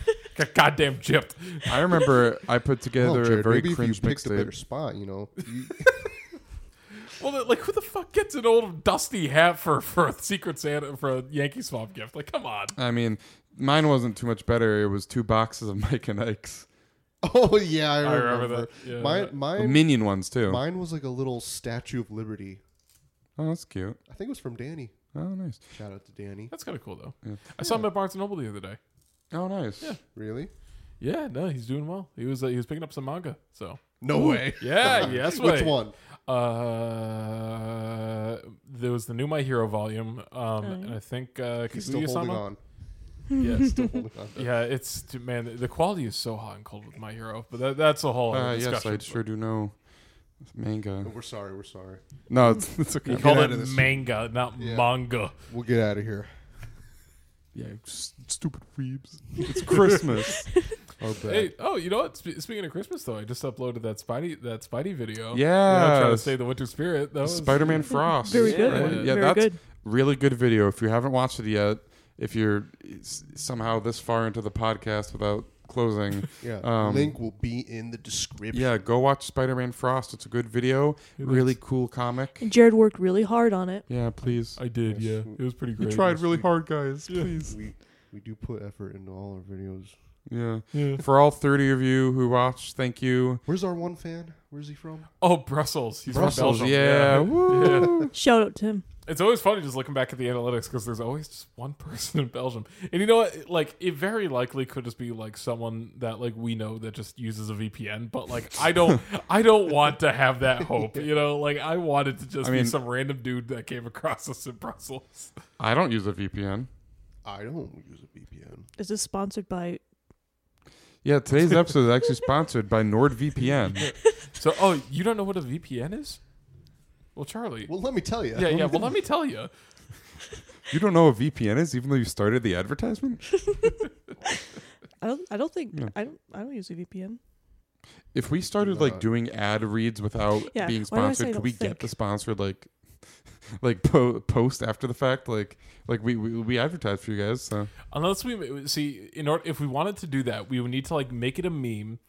[SPEAKER 1] got goddamn gypped.
[SPEAKER 2] I remember I put together
[SPEAKER 3] Well,
[SPEAKER 2] a
[SPEAKER 3] Jared,
[SPEAKER 2] very
[SPEAKER 3] maybe if you
[SPEAKER 2] cringe
[SPEAKER 3] picked a
[SPEAKER 2] mixtape.
[SPEAKER 3] better spot, you know. you-
[SPEAKER 1] Well, like who the fuck gets an old dusty hat for for a Secret Santa for a Yankee swap gift? Like, come on.
[SPEAKER 2] I mean, mine wasn't too much better. It was two boxes of Mike and Ike's.
[SPEAKER 3] Oh yeah, I
[SPEAKER 1] I
[SPEAKER 3] remember,
[SPEAKER 1] remember that. Yeah.
[SPEAKER 3] Mine,
[SPEAKER 2] The
[SPEAKER 3] mine,
[SPEAKER 2] Minion ones, too.
[SPEAKER 3] mine was like a little Statue of Liberty.
[SPEAKER 2] Oh, that's cute.
[SPEAKER 3] I think it was from Danny.
[SPEAKER 2] Oh, nice.
[SPEAKER 3] Shout out to Danny.
[SPEAKER 1] That's kind of cool though.
[SPEAKER 2] Yeah.
[SPEAKER 1] I saw him at Barnes and Noble the other day.
[SPEAKER 2] Oh, nice.
[SPEAKER 1] Yeah.
[SPEAKER 3] Really?
[SPEAKER 1] Yeah, no, he's doing well. He was uh, he was picking up some manga. So
[SPEAKER 3] No way.
[SPEAKER 1] yeah, yes,
[SPEAKER 3] Which
[SPEAKER 1] way.
[SPEAKER 3] one?
[SPEAKER 1] Uh, there was the new My Hero volume, um, and I think uh,
[SPEAKER 3] He's still holding
[SPEAKER 1] Kaguya-sama?
[SPEAKER 3] on.
[SPEAKER 1] Yes.
[SPEAKER 3] Still holding on.
[SPEAKER 1] Yeah, it's dude, man. The quality is so hot and cold with My Hero, but that, that's a whole other
[SPEAKER 2] Uh, yes,
[SPEAKER 1] discussion.
[SPEAKER 2] I sure do know manga.
[SPEAKER 3] We're sorry. We're sorry.
[SPEAKER 2] No, it's, it's okay.
[SPEAKER 1] You called
[SPEAKER 3] Get
[SPEAKER 1] it
[SPEAKER 3] out of this.
[SPEAKER 1] manga, not
[SPEAKER 3] Yeah.
[SPEAKER 1] manga.
[SPEAKER 3] We'll get out of here.
[SPEAKER 2] Yeah, st- stupid weebs. It's Christmas.
[SPEAKER 3] Our bad.
[SPEAKER 1] Hey, oh, you know what? Spe- speaking of Christmas, though, I just uploaded that Spidey that Spidey video. You know, trying to
[SPEAKER 2] Yes.
[SPEAKER 1] say the winter spirit. That was
[SPEAKER 2] Spider-Man Frost.
[SPEAKER 4] Very good.
[SPEAKER 1] Yeah.
[SPEAKER 2] Right?
[SPEAKER 1] Yeah,
[SPEAKER 2] Yeah,
[SPEAKER 4] Very
[SPEAKER 2] that's
[SPEAKER 4] good.
[SPEAKER 2] really good video. If you haven't watched it yet, if you're s- somehow this far into the podcast without closing,
[SPEAKER 3] Yeah.
[SPEAKER 2] um,
[SPEAKER 3] Link will be in the description.
[SPEAKER 2] yeah, go watch Spider-Man Frost. It's a good video.
[SPEAKER 1] It
[SPEAKER 2] really
[SPEAKER 1] is.
[SPEAKER 2] cool comic.
[SPEAKER 4] And Jared worked really hard on it.
[SPEAKER 2] Yeah, please.
[SPEAKER 1] I did. Yeah, it was pretty
[SPEAKER 2] We
[SPEAKER 1] great.
[SPEAKER 2] tried really hard, guys. Please.
[SPEAKER 3] We we do put effort into all our videos.
[SPEAKER 2] Yeah.
[SPEAKER 1] Yeah.
[SPEAKER 2] For all 30 of you who watched, thank you.
[SPEAKER 3] Where's our one fan? Where's he from?
[SPEAKER 1] Oh, Brussels. He's from
[SPEAKER 2] Brussels,
[SPEAKER 1] Belgium.
[SPEAKER 2] yeah.
[SPEAKER 1] Yeah.
[SPEAKER 2] Woo.
[SPEAKER 4] Shout out to him.
[SPEAKER 1] It's always funny just looking back at the analytics because there's always just one person in Belgium. And you know what? Like, it very likely could just be like someone that like we know that just uses a VPN. But like, I don't, I don't want to have that hope. You know, like I wanted to just
[SPEAKER 2] I
[SPEAKER 1] be
[SPEAKER 2] mean-
[SPEAKER 1] some random dude that came across us in Brussels.
[SPEAKER 2] I don't use a VPN.
[SPEAKER 3] I don't use a VPN.
[SPEAKER 4] Is this sponsored by?
[SPEAKER 2] Yeah, today's episode is actually sponsored by NordVPN.
[SPEAKER 1] So, oh, you don't know what a VPN is? Well, Charlie.
[SPEAKER 3] Well, let me tell you.
[SPEAKER 1] yeah, yeah. Well, let me tell you.
[SPEAKER 2] You don't know what VPN is, even though you started the advertisement?
[SPEAKER 4] I don't. I don't think.
[SPEAKER 2] Yeah.
[SPEAKER 4] I don't. I don't use a VPN.
[SPEAKER 2] If we started like
[SPEAKER 3] Not.
[SPEAKER 2] doing ad reads without
[SPEAKER 4] Yeah,
[SPEAKER 2] being
[SPEAKER 4] why did I say
[SPEAKER 2] sponsored, could
[SPEAKER 4] don't
[SPEAKER 2] we
[SPEAKER 4] think?
[SPEAKER 2] get the sponsored like, like po- post after the fact? Like, like we we, we advertise for you guys. So
[SPEAKER 1] Unless we see in order, if we wanted to do that, we would need to like make it a meme.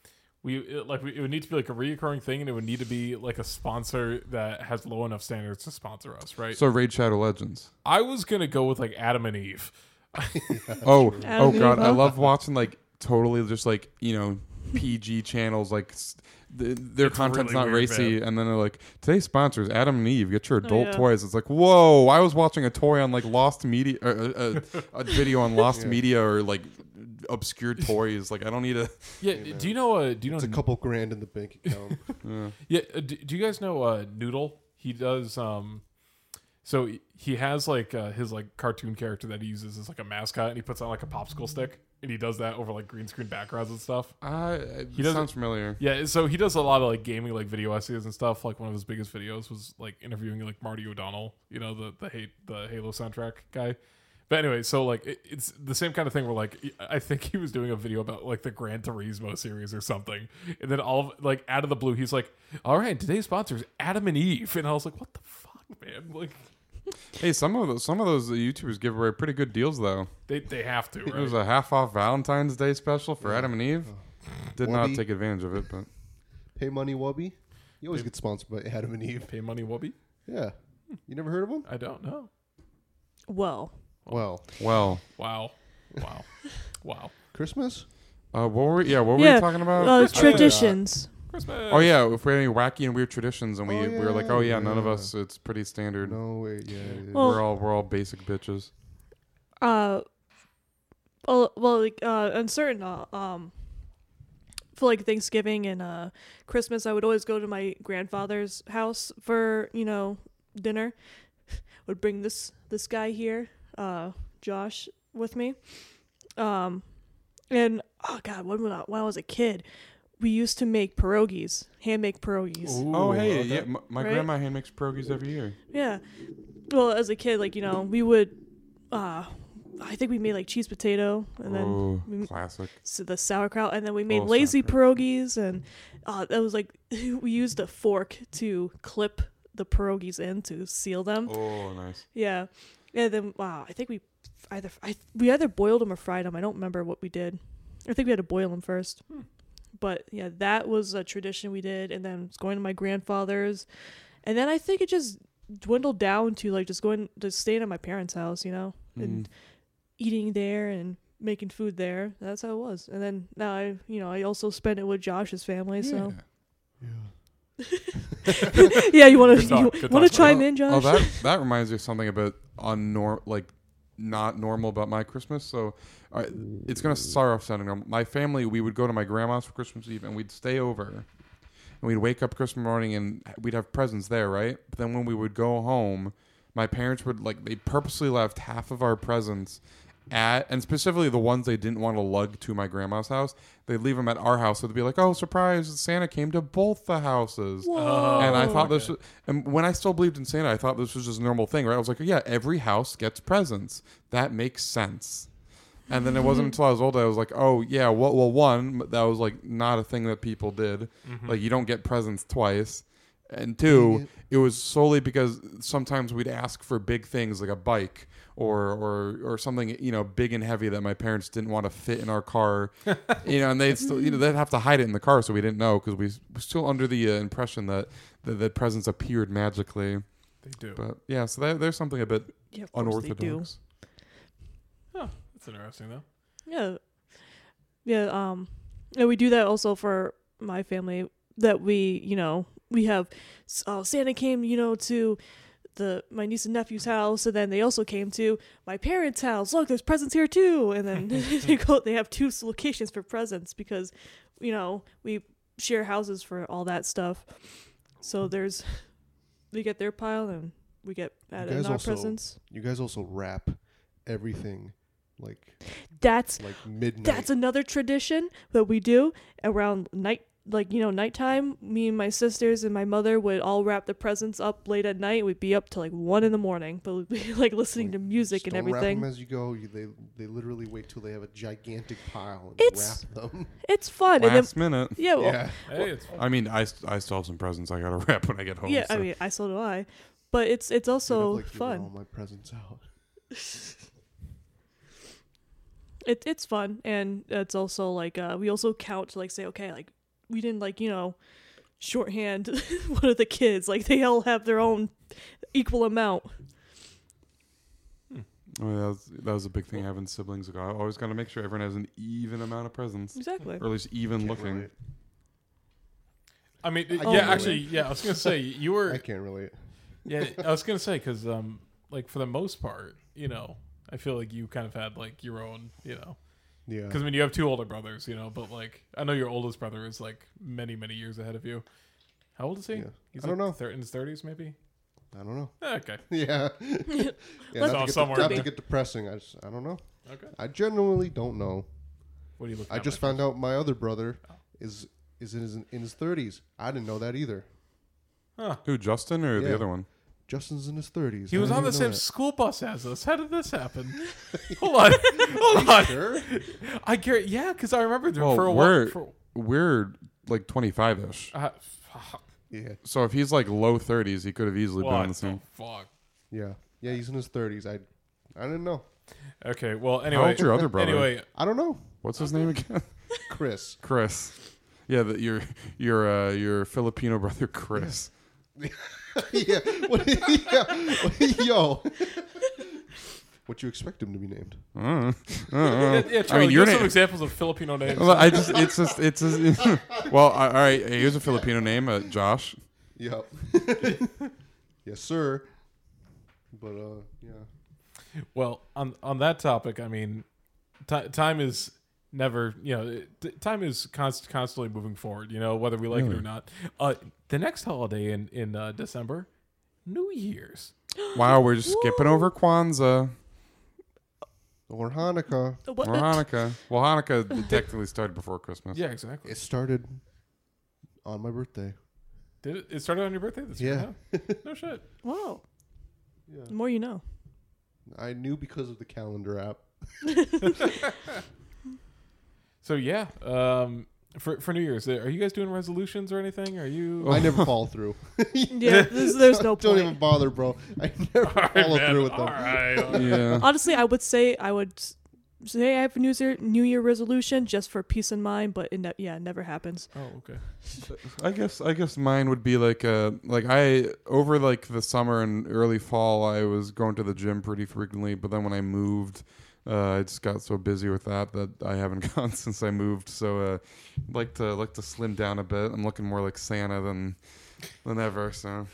[SPEAKER 1] We it, like we, it would need to be like a reoccurring thing, and it would need to be like a sponsor that has low enough standards to sponsor us, right?
[SPEAKER 2] so Raid Shadow Legends.
[SPEAKER 1] I was gonna go with like Adam and Eve.
[SPEAKER 2] Oh oh
[SPEAKER 4] Adam and
[SPEAKER 2] god, I
[SPEAKER 4] Eve.
[SPEAKER 2] love watching like totally just like you know PG channels like. s th- their
[SPEAKER 1] It's
[SPEAKER 2] content's
[SPEAKER 1] really
[SPEAKER 2] not
[SPEAKER 1] weird,
[SPEAKER 2] racy, and then they're like, "Today's sponsors Adam and Eve. Get your adult
[SPEAKER 4] yeah.
[SPEAKER 2] toys." It's like, whoa! I was watching a toy on like Lost Media, or, uh, uh, a video on Lost
[SPEAKER 3] Yeah.
[SPEAKER 2] Media, or like obscure toys. Like, I don't need a.
[SPEAKER 1] Yeah. do you know? Uh, do you know?
[SPEAKER 3] It's a couple grand in the bank account.
[SPEAKER 2] Yeah.
[SPEAKER 1] Yeah. uh, Do, do you guys know uh, Noodle? He does. um So he- he has like uh, his like cartoon character that he uses as like a mascot, and he puts on like a popsicle stick, and he does that over like green screen backgrounds and stuff.
[SPEAKER 2] Uh,
[SPEAKER 1] He
[SPEAKER 2] he
[SPEAKER 1] doesn't-
[SPEAKER 2] sounds familiar.
[SPEAKER 1] Yeah, so he does a lot of like gaming, like video essays and stuff. Like one of his biggest videos was like interviewing like Marty O'Donnell, you know, the the hate the Halo soundtrack guy. But anyway, so like it, it's the same kind of thing where like I think he was doing a video about like the Gran Turismo series or something, and then all of, like out of the blue he's like, "All right, today's sponsors Adam and Eve," and I was like, "What the fuck, man!" Like
[SPEAKER 2] Hey, some of those, some of those YouTubers give away pretty good deals though.
[SPEAKER 1] they they have to.
[SPEAKER 2] There was
[SPEAKER 1] Right? Oh.
[SPEAKER 2] a half off Valentine's Day special for Adam and Eve. Did not
[SPEAKER 3] Wubby.
[SPEAKER 2] take advantage of it, but
[SPEAKER 3] Pay money, Wubby. You always get sponsored by Adam and Eve.
[SPEAKER 1] Pay money, Wubby.
[SPEAKER 3] Yeah. You never heard of them?
[SPEAKER 1] I don't know.
[SPEAKER 4] Well,
[SPEAKER 3] Well,
[SPEAKER 2] well,
[SPEAKER 1] Wow, wow, wow.
[SPEAKER 3] Christmas.
[SPEAKER 2] uh, what were we, yeah? What were
[SPEAKER 4] Yeah,
[SPEAKER 2] we talking about?
[SPEAKER 4] uh,
[SPEAKER 1] Christmas.
[SPEAKER 4] traditions.
[SPEAKER 1] Christmas.
[SPEAKER 2] Oh yeah, if we had any wacky and weird traditions, and we,
[SPEAKER 3] Oh,
[SPEAKER 2] we were like,
[SPEAKER 3] yeah.
[SPEAKER 2] oh yeah, none of
[SPEAKER 3] Yeah.
[SPEAKER 2] us. It's pretty standard.
[SPEAKER 3] No way. Yeah. yeah.
[SPEAKER 4] Well-
[SPEAKER 2] We're all we're all basic bitches.
[SPEAKER 4] Uh, well, well, like uh, on certain uh, um, for like Thanksgiving and uh Christmas, I would always go to my grandfather's house for you know dinner. would bring this this guy here, uh, Josh, with me. Um, and oh god, when when I, when I was a kid, we used to make pierogies, hand make pierogies.
[SPEAKER 2] oh
[SPEAKER 1] Ooh,
[SPEAKER 2] hey,
[SPEAKER 1] okay.
[SPEAKER 2] yeah, my, my
[SPEAKER 4] Right?
[SPEAKER 2] grandma hand makes pierogies every year.
[SPEAKER 4] Yeah. Well, as a kid, like, you know, we would uh I think we made like cheese potato and then
[SPEAKER 2] oh,
[SPEAKER 4] we-
[SPEAKER 2] classic.
[SPEAKER 4] s the sauerkraut and then we made
[SPEAKER 2] Oh,
[SPEAKER 4] lazy
[SPEAKER 2] sauerkraut.
[SPEAKER 4] pierogies and uh that was like we used a fork to clip the pierogies in to seal them.
[SPEAKER 2] Oh, nice.
[SPEAKER 4] Yeah. And then wow, I think we either I we either boiled them or fried them. I don't remember what we did. I think we had to boil them first. But yeah, that was a tradition we did and then going to my grandfather's And then I think it just dwindled down to like just going to staying at my parents' house, you know,
[SPEAKER 2] Mm.
[SPEAKER 4] and eating there and making food there. That's how it was. And then now I, you know, I also spent it with Josh's family. So yeah, you want
[SPEAKER 1] Good talk,
[SPEAKER 4] to
[SPEAKER 1] good
[SPEAKER 4] want to
[SPEAKER 1] talk.
[SPEAKER 4] chime in,
[SPEAKER 2] Oh,
[SPEAKER 4] Josh?
[SPEAKER 2] that that reminds me of something a bit unnor like not normal about my Christmas. So, all right, it's gonna start off sounding normal. My family, we would go to my grandma's for Christmas Eve, and we'd stay over, and we'd wake up Christmas morning, and we'd have presents there, right? But then when we would go home, my parents would like they purposely left half of our presents. At, and specifically the ones they didn't want to lug to my grandma's house, they'd leave them at our house. So they'd be like, "Oh, surprise! Santa came to both the houses."
[SPEAKER 4] Whoa.
[SPEAKER 2] and I
[SPEAKER 1] Oh,
[SPEAKER 2] thought this
[SPEAKER 1] okay.
[SPEAKER 2] was, and when I still believed in Santa, I thought this was just a normal thing, right? I was like, yeah, every house gets presents. That makes sense. And then it wasn't until I was older I was like, oh yeah, well, well one that was like not a thing that people did. Like you don't get presents twice. And two,
[SPEAKER 3] Dang
[SPEAKER 2] it. was solely because sometimes we'd ask for big things like a bike or or or something you know big and heavy that my parents didn't want to fit in our car, you know, and they'd still you know they'd have to hide it in the car so we didn't know because we s- were still under the uh, impression that the, the presents appeared magically.
[SPEAKER 1] They do.
[SPEAKER 2] But yeah, so there, there's something a bit
[SPEAKER 4] yeah, of course they do.
[SPEAKER 2] unorthodox.
[SPEAKER 1] That's interesting though.
[SPEAKER 4] Yeah. Yeah, um and we do that also for my family that we, you know, we have s- uh, Santa came, you know, to the my niece and nephew's house and then they also came to my parents' house. Look, there's presents here too. And then they go they have two s- locations for presents because you know, we share houses for all that stuff. So there's they get their pile and we get added
[SPEAKER 3] guys
[SPEAKER 4] in our
[SPEAKER 3] also-
[SPEAKER 4] presents.
[SPEAKER 3] You guys also wrap everything like
[SPEAKER 4] That's
[SPEAKER 3] like midnight.
[SPEAKER 4] That's another tradition that we do around night, like you know, nighttime. Me and my sisters and my mother would all wrap the presents up late at night. We'd be up till like one in the morning, but we'd be like listening to music
[SPEAKER 3] Just
[SPEAKER 4] and
[SPEAKER 3] don't Wrap
[SPEAKER 4] everything.
[SPEAKER 3] them as you go. You, they they literally wait till they have a gigantic pile and
[SPEAKER 4] It's- Oh,
[SPEAKER 3] wrap them.
[SPEAKER 4] It's fun, and then
[SPEAKER 2] Last minute.
[SPEAKER 4] yeah, well, yeah.
[SPEAKER 3] yeah.
[SPEAKER 1] Hey, it's
[SPEAKER 2] I mean, I, st- I still have some presents I gotta wrap when I get home. so.
[SPEAKER 4] I mean, I so do I, but it's it's also
[SPEAKER 3] I've, like, given All
[SPEAKER 4] fun.
[SPEAKER 3] my presents out.
[SPEAKER 4] It it's fun, and it's also like uh, we also count to like say okay, like we didn't like you know shorthand one of the kids like they all have their own equal amount
[SPEAKER 2] Oh, yeah, that, was, that was a big thing having siblings. Like, I always got to make sure everyone has an even amount of presents,
[SPEAKER 4] exactly
[SPEAKER 2] or at least even
[SPEAKER 3] Can't
[SPEAKER 2] looking.
[SPEAKER 3] relate.
[SPEAKER 1] I mean,
[SPEAKER 3] I
[SPEAKER 1] yeah.
[SPEAKER 3] can't
[SPEAKER 1] Actually,
[SPEAKER 3] relate.
[SPEAKER 1] yeah. I was gonna say you
[SPEAKER 3] I
[SPEAKER 1] were.
[SPEAKER 3] can't relate.
[SPEAKER 1] Yeah, I was gonna say because, um, like for the most part, you know, I feel like you kind of had like your own, you know,
[SPEAKER 3] Yeah.
[SPEAKER 1] because I mean, you have two older brothers, you know, but like I know your oldest brother is like many, many years ahead of you. How old is he?
[SPEAKER 3] Yeah.
[SPEAKER 1] He's
[SPEAKER 3] I
[SPEAKER 1] like
[SPEAKER 3] don't know.
[SPEAKER 1] thir- in his thirties, maybe.
[SPEAKER 3] I don't know.
[SPEAKER 1] Eh, Okay,
[SPEAKER 3] Yeah. yeah
[SPEAKER 1] Let's-
[SPEAKER 3] not to, get,
[SPEAKER 1] Somewhere
[SPEAKER 3] not
[SPEAKER 1] in
[SPEAKER 3] to
[SPEAKER 1] there.
[SPEAKER 3] get depressing. I just I don't know.
[SPEAKER 1] okay.
[SPEAKER 3] I genuinely don't know.
[SPEAKER 1] What do you look?
[SPEAKER 3] I just found out my other brother is is in his in his thirties. I didn't know that either.
[SPEAKER 2] Who, Justin or
[SPEAKER 3] Yeah.
[SPEAKER 2] the other one?
[SPEAKER 3] Justin's in his thirties.
[SPEAKER 1] He was on the same school bus as us. How did this happen? hold on, hold on.
[SPEAKER 3] Sure.
[SPEAKER 1] I care. Yeah, because I remember there
[SPEAKER 2] Well,
[SPEAKER 1] for a while.
[SPEAKER 2] we're-
[SPEAKER 1] For,
[SPEAKER 2] We're like 25 ish.
[SPEAKER 1] uh,
[SPEAKER 3] Yeah.
[SPEAKER 2] So if he's like low 30s, he could have easily been
[SPEAKER 1] what
[SPEAKER 2] on
[SPEAKER 1] the
[SPEAKER 2] the same.
[SPEAKER 1] fuck?
[SPEAKER 3] Yeah. Yeah. He's in his thirties. I I didn't know.
[SPEAKER 1] Okay. Well,
[SPEAKER 2] How
[SPEAKER 1] anyway.
[SPEAKER 2] old's your other brother?
[SPEAKER 1] Anyway,
[SPEAKER 3] I don't know.
[SPEAKER 2] What's his name again?
[SPEAKER 3] Chris.
[SPEAKER 2] Chris. Yeah, the, your your uh, your Filipino brother Chris.
[SPEAKER 3] yeah. What, yeah. Yo. what you expect him to be named?
[SPEAKER 2] Uh, uh,
[SPEAKER 1] yeah,
[SPEAKER 2] uh.
[SPEAKER 1] yeah,
[SPEAKER 2] I
[SPEAKER 1] Charlie,
[SPEAKER 2] mean,
[SPEAKER 1] give
[SPEAKER 2] your
[SPEAKER 1] us some
[SPEAKER 2] name.
[SPEAKER 1] examples of Filipino names.
[SPEAKER 2] Well, I just it's just it's just, well. I- All right, here's a Filipino name, uh, Josh.
[SPEAKER 3] Yep. yes, sir. But uh, yeah.
[SPEAKER 1] Well, on on that topic, I mean, ti time is never, you know, t- time is const- constantly moving forward. You know, whether we like it or
[SPEAKER 2] Really?
[SPEAKER 1] not. Uh, the next holiday in in uh, December, New Year's.
[SPEAKER 2] Wow, we're just skipping over Kwanzaa
[SPEAKER 3] Or Hanukkah.
[SPEAKER 4] What-
[SPEAKER 2] or Hanukkah. Well, Hanukkah technically started before Christmas.
[SPEAKER 1] Yeah, exactly.
[SPEAKER 3] It started on my birthday.
[SPEAKER 1] Did it, it started on your birthday this
[SPEAKER 3] Yeah.
[SPEAKER 1] year? huh? No shit.
[SPEAKER 4] Wow.
[SPEAKER 3] Yeah.
[SPEAKER 4] The more you know.
[SPEAKER 3] I knew because of the calendar app.
[SPEAKER 1] So yeah, um, for for New Year's, are you guys doing resolutions or anything? Are you?
[SPEAKER 3] I never follow through.
[SPEAKER 4] Yeah, there's, there's no
[SPEAKER 3] Don't
[SPEAKER 4] point.
[SPEAKER 3] even bother, bro. I never
[SPEAKER 1] All right,
[SPEAKER 3] follow
[SPEAKER 1] man,
[SPEAKER 3] through with
[SPEAKER 1] all
[SPEAKER 3] them.
[SPEAKER 1] right.
[SPEAKER 2] Yeah.
[SPEAKER 4] Honestly, I would say I would s- say I have a New Year New Year resolution just for peace of mind, but it ne- yeah, it never happens.
[SPEAKER 1] Oh, okay.
[SPEAKER 2] I guess I guess mine would be like uh like I over like the summer and early fall I was going to the gym pretty frequently, but then when I moved, uh, I just got so busy with that that I haven't gone since I moved. So uh, like to like to slim down a bit. I'm looking more like Santa than than ever. So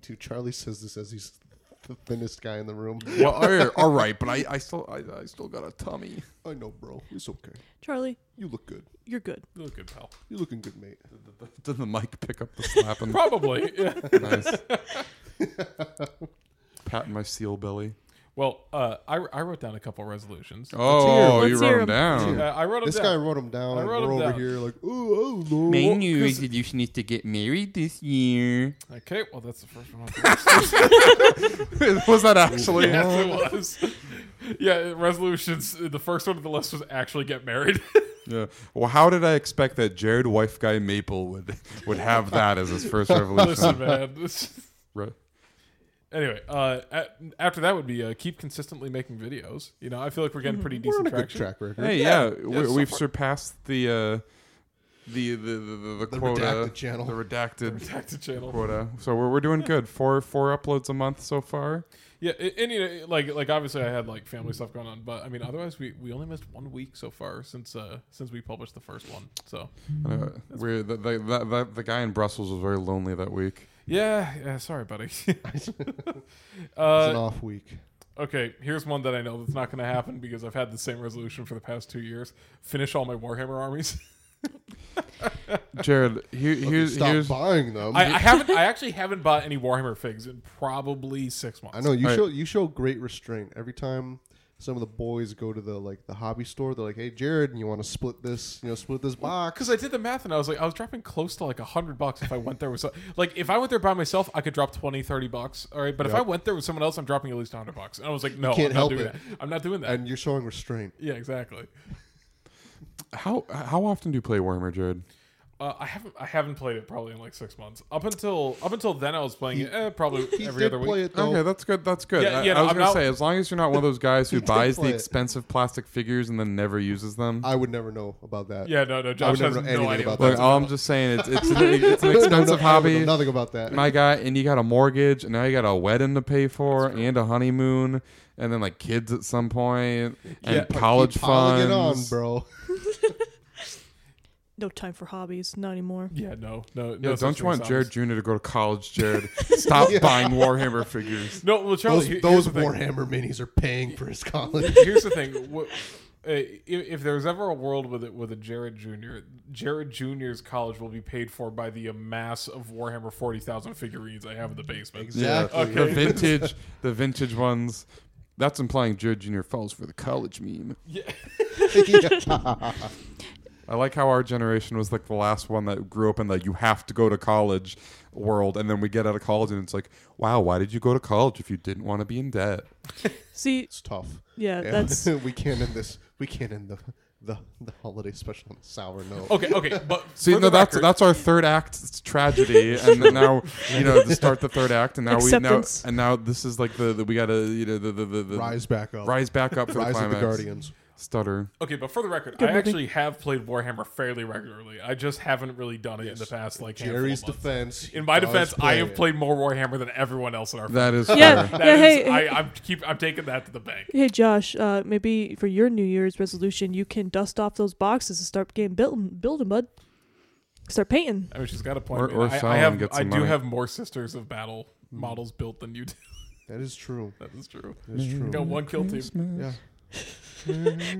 [SPEAKER 3] Dude, Charlie says this as he's the thinnest guy in the room.
[SPEAKER 2] well, all right, all right, but I I still I, I still got a tummy.
[SPEAKER 3] I know, bro. It's okay.
[SPEAKER 4] Charlie,
[SPEAKER 3] You look good.
[SPEAKER 4] you're good.
[SPEAKER 1] You're good pal.
[SPEAKER 3] You're looking good, mate.
[SPEAKER 2] Did the mic pick up the slapping?
[SPEAKER 1] Probably. yeah.
[SPEAKER 2] nice. Patting my seal belly.
[SPEAKER 1] Well, uh, I, I wrote down a couple resolutions.
[SPEAKER 2] Oh, you
[SPEAKER 4] Let's hear
[SPEAKER 2] wrote
[SPEAKER 4] 'em.
[SPEAKER 2] him down.
[SPEAKER 1] Uh, I wrote 'em
[SPEAKER 3] This guy
[SPEAKER 1] down.
[SPEAKER 3] wrote him down.
[SPEAKER 1] I
[SPEAKER 3] and
[SPEAKER 1] wrote
[SPEAKER 3] we're
[SPEAKER 1] 'em
[SPEAKER 3] over
[SPEAKER 1] down.
[SPEAKER 3] here like, oh, oh,
[SPEAKER 5] My
[SPEAKER 3] no.
[SPEAKER 5] new
[SPEAKER 1] 'cause-
[SPEAKER 5] resolution is to get married this year.
[SPEAKER 1] Okay, well that's the first one.
[SPEAKER 2] was that actually?
[SPEAKER 1] yes, it was. yeah, resolutions. The first one on the list was actually get married.
[SPEAKER 2] Yeah. Well, how did I expect that Jared Wife Guy Maple would would have that as his first revolution?
[SPEAKER 1] Listen, man. this-
[SPEAKER 2] Right.
[SPEAKER 1] Anyway, uh, a after that would be uh, keep consistently making videos. You know, I feel like we're getting pretty
[SPEAKER 3] Mm-hmm. We're on
[SPEAKER 1] decent
[SPEAKER 3] a good
[SPEAKER 1] traction.
[SPEAKER 3] track record.
[SPEAKER 2] Hey, yeah, we,
[SPEAKER 1] so
[SPEAKER 2] we've
[SPEAKER 1] far.
[SPEAKER 2] surpassed the uh, the the the, the, the
[SPEAKER 3] The
[SPEAKER 2] quota,
[SPEAKER 3] redacted channel.
[SPEAKER 2] the redacted
[SPEAKER 1] Redacted channel.
[SPEAKER 2] quota. So we're we're doing good. Four four uploads a month so far.
[SPEAKER 1] Yeah, a- and, you know, like like obviously I had like family stuff going on, but I mean otherwise we, we only missed one week so far since uh since we published the first one. So
[SPEAKER 3] Mm-hmm.
[SPEAKER 2] Uh, we're the, the, the, the, the guy in Brussels was very lonely that week.
[SPEAKER 1] yeah, yeah sorry, buddy.
[SPEAKER 3] It's
[SPEAKER 1] uh,
[SPEAKER 3] an off week.
[SPEAKER 1] Okay, here's one that I know that's not going to happen because I've had the same resolution for the past two years: finish all my Warhammer armies.
[SPEAKER 2] Jared, here,
[SPEAKER 3] But
[SPEAKER 2] here's
[SPEAKER 3] stop
[SPEAKER 2] here's
[SPEAKER 3] buying them.
[SPEAKER 1] I,
[SPEAKER 3] I,
[SPEAKER 1] I haven't. I actually haven't bought any Warhammer figs in probably six months.
[SPEAKER 3] know you
[SPEAKER 2] Alright.
[SPEAKER 3] show you show great restraint every time. Some of the boys go to the like the hobby store. They're like, "Hey, Jared, you want to split this? You know, split this box."
[SPEAKER 1] because I did the math and I was like, I was dropping close to like a hundred bucks if I went there with so- like if I went there by myself, I could drop 20, 30 bucks. All right, but if I went there with someone else, I'm dropping at least hundred bucks. And I was like, no,
[SPEAKER 3] can't
[SPEAKER 1] I'm not
[SPEAKER 3] help
[SPEAKER 1] doing
[SPEAKER 3] it.
[SPEAKER 1] that. I'm not doing that.
[SPEAKER 3] And you're showing restraint.
[SPEAKER 1] yeah, exactly.
[SPEAKER 2] how how often do you play Warhammer, Jared?
[SPEAKER 1] Uh, I haven't. I haven't played it probably in like six months. Up until up until then, I was playing it eh, probably
[SPEAKER 3] He
[SPEAKER 1] every
[SPEAKER 3] did
[SPEAKER 1] other week.
[SPEAKER 3] play it though.
[SPEAKER 2] Okay, that's good. That's good.
[SPEAKER 1] Yeah,
[SPEAKER 2] I,
[SPEAKER 1] yeah,
[SPEAKER 2] I was
[SPEAKER 1] I'm
[SPEAKER 2] gonna
[SPEAKER 1] not-
[SPEAKER 2] say, as long as you're not one of those guys who
[SPEAKER 3] did
[SPEAKER 2] buys the
[SPEAKER 3] play it.
[SPEAKER 2] expensive plastic figures and then never uses them.
[SPEAKER 3] I would never know about that.
[SPEAKER 1] Yeah, no, no. Josh has
[SPEAKER 3] never know
[SPEAKER 1] no
[SPEAKER 3] anything
[SPEAKER 1] idea
[SPEAKER 3] about
[SPEAKER 1] what
[SPEAKER 2] Look,
[SPEAKER 1] that's
[SPEAKER 2] all
[SPEAKER 1] about.
[SPEAKER 2] I'm just saying is it's an, it's an
[SPEAKER 3] No, no, no,
[SPEAKER 2] um, expensive
[SPEAKER 3] I would know
[SPEAKER 2] hobby,
[SPEAKER 3] Nothing about that.
[SPEAKER 2] my guy, and you got a mortgage, and now you got a wedding to pay for, and a honeymoon, and then like kids at some point, and
[SPEAKER 1] Yeah.
[SPEAKER 2] college
[SPEAKER 3] Keep piling
[SPEAKER 2] funds.
[SPEAKER 3] it on, bro.
[SPEAKER 4] No time for hobbies, not anymore.
[SPEAKER 1] Yeah, no, no,
[SPEAKER 2] Yo,
[SPEAKER 1] no. such
[SPEAKER 2] don't you
[SPEAKER 1] thing
[SPEAKER 2] want
[SPEAKER 1] as
[SPEAKER 2] Jared
[SPEAKER 1] honest.
[SPEAKER 2] Jr. to go to college, Jared? Stop buying Warhammer figures.
[SPEAKER 1] No, well, Charlie,
[SPEAKER 3] Those,
[SPEAKER 1] here-
[SPEAKER 3] those
[SPEAKER 1] here's the thing.
[SPEAKER 3] Warhammer minis are paying for his college.
[SPEAKER 1] Here's the thing. What, uh, if, if there's ever a world with it with a Jared Jr., Jared Jr.'s college will be paid for by the amass of Warhammer forty thousand figurines I have in the basement.
[SPEAKER 3] Exactly.
[SPEAKER 1] Okay.
[SPEAKER 2] The vintage, the vintage ones. That's implying Jared Jr. falls for the college meme.
[SPEAKER 1] Yeah.
[SPEAKER 2] I like how our generation was like the last one that grew up in the you have to go to college world, and then we get out of college and it's like, wow, why did you go to college if you didn't want to be in debt?
[SPEAKER 4] See,
[SPEAKER 3] It's tough.
[SPEAKER 4] yeah,
[SPEAKER 3] Yeah.
[SPEAKER 4] that's
[SPEAKER 3] we can't end this. We can't end the the, the holiday special on a sour note.
[SPEAKER 1] Okay. Okay. But
[SPEAKER 2] See,
[SPEAKER 1] for
[SPEAKER 2] no,
[SPEAKER 1] the
[SPEAKER 2] that's
[SPEAKER 1] record-
[SPEAKER 2] that's our third act tragedy, and then now you know to start the third act, and now
[SPEAKER 4] Acceptance.
[SPEAKER 2] we now and now this is like the, the we gotta you know the the, the, the
[SPEAKER 3] Rise back up.
[SPEAKER 2] rise back up for
[SPEAKER 3] Rise
[SPEAKER 2] the
[SPEAKER 3] of the
[SPEAKER 2] climax.
[SPEAKER 3] Guardians.
[SPEAKER 2] stutter.
[SPEAKER 1] okay. But for the record, I
[SPEAKER 4] movie.
[SPEAKER 1] actually have played Warhammer fairly regularly. I just haven't really done it in the past like handful of
[SPEAKER 3] Jerry's
[SPEAKER 1] months.
[SPEAKER 3] defense. he
[SPEAKER 1] In my
[SPEAKER 3] does
[SPEAKER 1] defense, I
[SPEAKER 3] play
[SPEAKER 1] have
[SPEAKER 3] it.
[SPEAKER 1] played more Warhammer than everyone else in our.
[SPEAKER 2] That is
[SPEAKER 4] yeah,
[SPEAKER 2] fair.
[SPEAKER 1] That
[SPEAKER 4] yeah.
[SPEAKER 1] is-
[SPEAKER 4] Hey, hey,
[SPEAKER 1] I, I'm keep. I'm taking that to the bank.
[SPEAKER 4] hey, Josh. Uh, maybe for your New Year's resolution, you can dust off those boxes and start getting built, building, bud. Start painting.
[SPEAKER 3] Uh,
[SPEAKER 1] I mean, she's got a point.
[SPEAKER 2] Or-
[SPEAKER 1] man.
[SPEAKER 2] or
[SPEAKER 1] I, I
[SPEAKER 2] sell
[SPEAKER 1] have.
[SPEAKER 2] and get
[SPEAKER 1] I
[SPEAKER 2] some
[SPEAKER 1] do
[SPEAKER 2] money.
[SPEAKER 1] have more Sisters of Battle models built than you do.
[SPEAKER 3] That is true.
[SPEAKER 1] That is true.
[SPEAKER 3] That is true.
[SPEAKER 1] Got one kill team.
[SPEAKER 3] Yeah.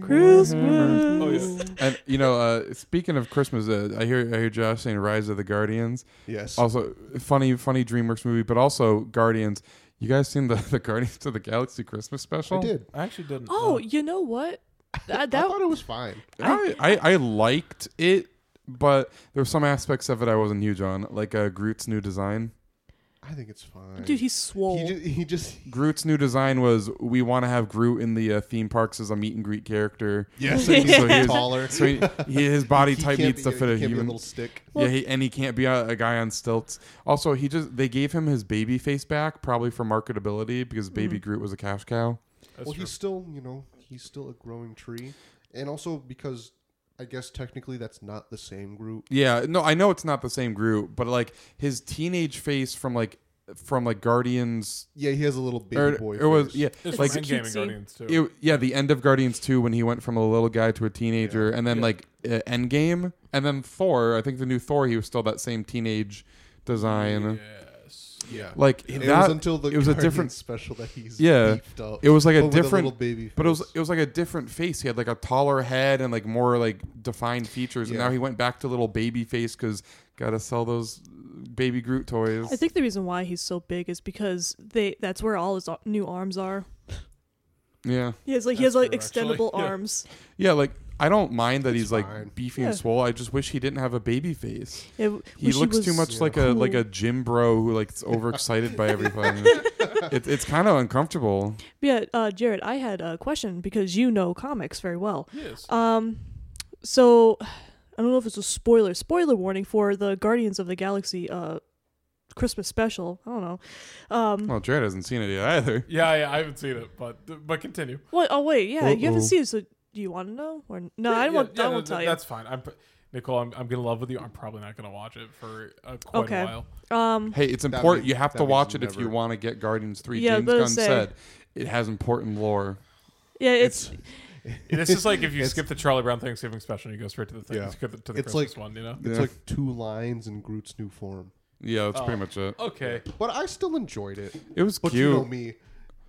[SPEAKER 4] Christmas.
[SPEAKER 1] Oh yeah.
[SPEAKER 2] And you know, uh, speaking of Christmas, uh, I hear I hear Josh saying Rise of the Guardians.
[SPEAKER 3] Yes.
[SPEAKER 2] Also, funny funny DreamWorks movie, but also Guardians. You guys seen the, the Guardians of the Galaxy Christmas
[SPEAKER 3] I
[SPEAKER 2] special?
[SPEAKER 3] did.
[SPEAKER 1] I actually didn't.
[SPEAKER 4] Oh, you know what? That,
[SPEAKER 3] I
[SPEAKER 4] that
[SPEAKER 3] thought it was fine.
[SPEAKER 2] I, I, I liked it, but there were some aspects of it I wasn't huge on, like uh, Groot's new design.
[SPEAKER 3] I think it's fine.
[SPEAKER 4] dude, Oh. he's swole.
[SPEAKER 3] he, ju- he just
[SPEAKER 2] Groot's new design was we want to have Groot in the uh, theme parks as a meet and greet character.
[SPEAKER 3] yes,
[SPEAKER 2] So
[SPEAKER 3] he's
[SPEAKER 2] he's-
[SPEAKER 3] taller.
[SPEAKER 2] So he, he- his body type
[SPEAKER 3] can't
[SPEAKER 2] needs
[SPEAKER 3] be,
[SPEAKER 2] to
[SPEAKER 3] he
[SPEAKER 2] fit a
[SPEAKER 3] can't be
[SPEAKER 2] human.
[SPEAKER 3] little stick.
[SPEAKER 2] yeah, he, and he can't be a, a guy on stilts. Also, he just they gave him his baby Hmm. face back, probably for marketability, because Baby Groot was a cash cow.
[SPEAKER 1] That's
[SPEAKER 3] well,
[SPEAKER 1] true.
[SPEAKER 3] he's still you know he's still a growing tree, and also because I guess technically that's not the same group.
[SPEAKER 2] Yeah, no, I know it's not the same group, but like his teenage face from like from like Guardians,
[SPEAKER 3] Yeah, he has a little baby
[SPEAKER 2] or,
[SPEAKER 3] boy.
[SPEAKER 2] it was
[SPEAKER 3] face.
[SPEAKER 2] yeah,
[SPEAKER 1] It's
[SPEAKER 2] like
[SPEAKER 1] like in Gaming
[SPEAKER 4] cutesy.
[SPEAKER 1] Guardians too.
[SPEAKER 2] it, yeah, the end of Guardians two when he went from a little guy to a teenager, and then
[SPEAKER 1] Yeah.
[SPEAKER 2] like uh, Endgame, and then Thor. I think the new Thor, he was still that same teenage design.
[SPEAKER 1] Yes. Yeah.
[SPEAKER 2] Like
[SPEAKER 3] It
[SPEAKER 2] that,
[SPEAKER 3] was until the
[SPEAKER 2] it was a
[SPEAKER 3] Guardians
[SPEAKER 2] different-
[SPEAKER 3] special that he's
[SPEAKER 2] Yeah.
[SPEAKER 3] beefed up.
[SPEAKER 2] it was like
[SPEAKER 3] but
[SPEAKER 2] a
[SPEAKER 3] with
[SPEAKER 2] different.
[SPEAKER 3] little baby.
[SPEAKER 2] But it was
[SPEAKER 3] face.
[SPEAKER 2] it was like a different face. He had like a taller head and like more like defined features. And
[SPEAKER 3] Yeah.
[SPEAKER 2] now he went back to little baby face because gotta sell those baby Groot toys.
[SPEAKER 4] I think the reason why he's so big is because they that's where all his a- new arms are.
[SPEAKER 2] yeah,
[SPEAKER 4] He has like he
[SPEAKER 1] That's
[SPEAKER 4] has like
[SPEAKER 1] true, actually.
[SPEAKER 4] extendable
[SPEAKER 1] Yeah.
[SPEAKER 4] arms.
[SPEAKER 2] yeah. Like I don't mind that he's
[SPEAKER 3] It's fine.
[SPEAKER 2] like beefy
[SPEAKER 4] Yeah.
[SPEAKER 2] and swole. I just wish he didn't have a baby face.
[SPEAKER 4] Yeah,
[SPEAKER 2] He
[SPEAKER 4] wish
[SPEAKER 2] looks too
[SPEAKER 4] was-
[SPEAKER 2] much
[SPEAKER 3] Yeah.
[SPEAKER 2] like a like a gym bro who like is overexcited by everything. It's it's kind of uncomfortable.
[SPEAKER 4] Yeah, uh, Jared, I had a question because you know comics very well.
[SPEAKER 1] Yes.
[SPEAKER 4] Um, so I don't know if it's a spoiler spoiler warning for the Guardians of the Galaxy uh Christmas special. I don't know. Um,
[SPEAKER 2] Well, Jared hasn't seen it yet either.
[SPEAKER 1] yeah, yeah, I haven't seen it, but but continue.
[SPEAKER 4] what? Oh wait, yeah, you haven't
[SPEAKER 2] Uh-oh.
[SPEAKER 4] seen it. So do you want to know or n- no?
[SPEAKER 1] Yeah,
[SPEAKER 4] I don't
[SPEAKER 1] yeah,
[SPEAKER 4] want.
[SPEAKER 1] yeah,
[SPEAKER 4] I
[SPEAKER 1] no,
[SPEAKER 4] won't
[SPEAKER 1] th-
[SPEAKER 4] tell you.
[SPEAKER 1] That's fine. I'm Nicole. I'm, I'm gonna love with you. I'm probably not gonna watch it for uh, quite
[SPEAKER 4] Okay.
[SPEAKER 1] a while.
[SPEAKER 4] Um,
[SPEAKER 2] Hey, it's
[SPEAKER 3] That
[SPEAKER 2] important.
[SPEAKER 3] means-
[SPEAKER 2] you have
[SPEAKER 3] that
[SPEAKER 2] to
[SPEAKER 3] means
[SPEAKER 2] watch it if
[SPEAKER 3] never.
[SPEAKER 2] you want to get Guardians three.
[SPEAKER 4] Yeah, I was
[SPEAKER 2] James
[SPEAKER 4] gonna
[SPEAKER 2] Gunn
[SPEAKER 4] say.
[SPEAKER 2] said it has important lore.
[SPEAKER 4] yeah, it's,
[SPEAKER 1] This is like if you
[SPEAKER 3] It's-
[SPEAKER 1] skip the Charlie Brown Thanksgiving special, and you go straight to the thing,
[SPEAKER 3] Yeah.
[SPEAKER 1] skip the- to the
[SPEAKER 3] It's
[SPEAKER 1] Christmas
[SPEAKER 3] like-
[SPEAKER 1] one. You know.
[SPEAKER 3] It's
[SPEAKER 2] Yeah.
[SPEAKER 3] like two lines in Groot's new form.
[SPEAKER 2] Yeah, that's
[SPEAKER 1] Oh.
[SPEAKER 2] pretty much it.
[SPEAKER 1] Okay.
[SPEAKER 3] But I still enjoyed it.
[SPEAKER 2] It was
[SPEAKER 3] But
[SPEAKER 2] cute.
[SPEAKER 3] you know me,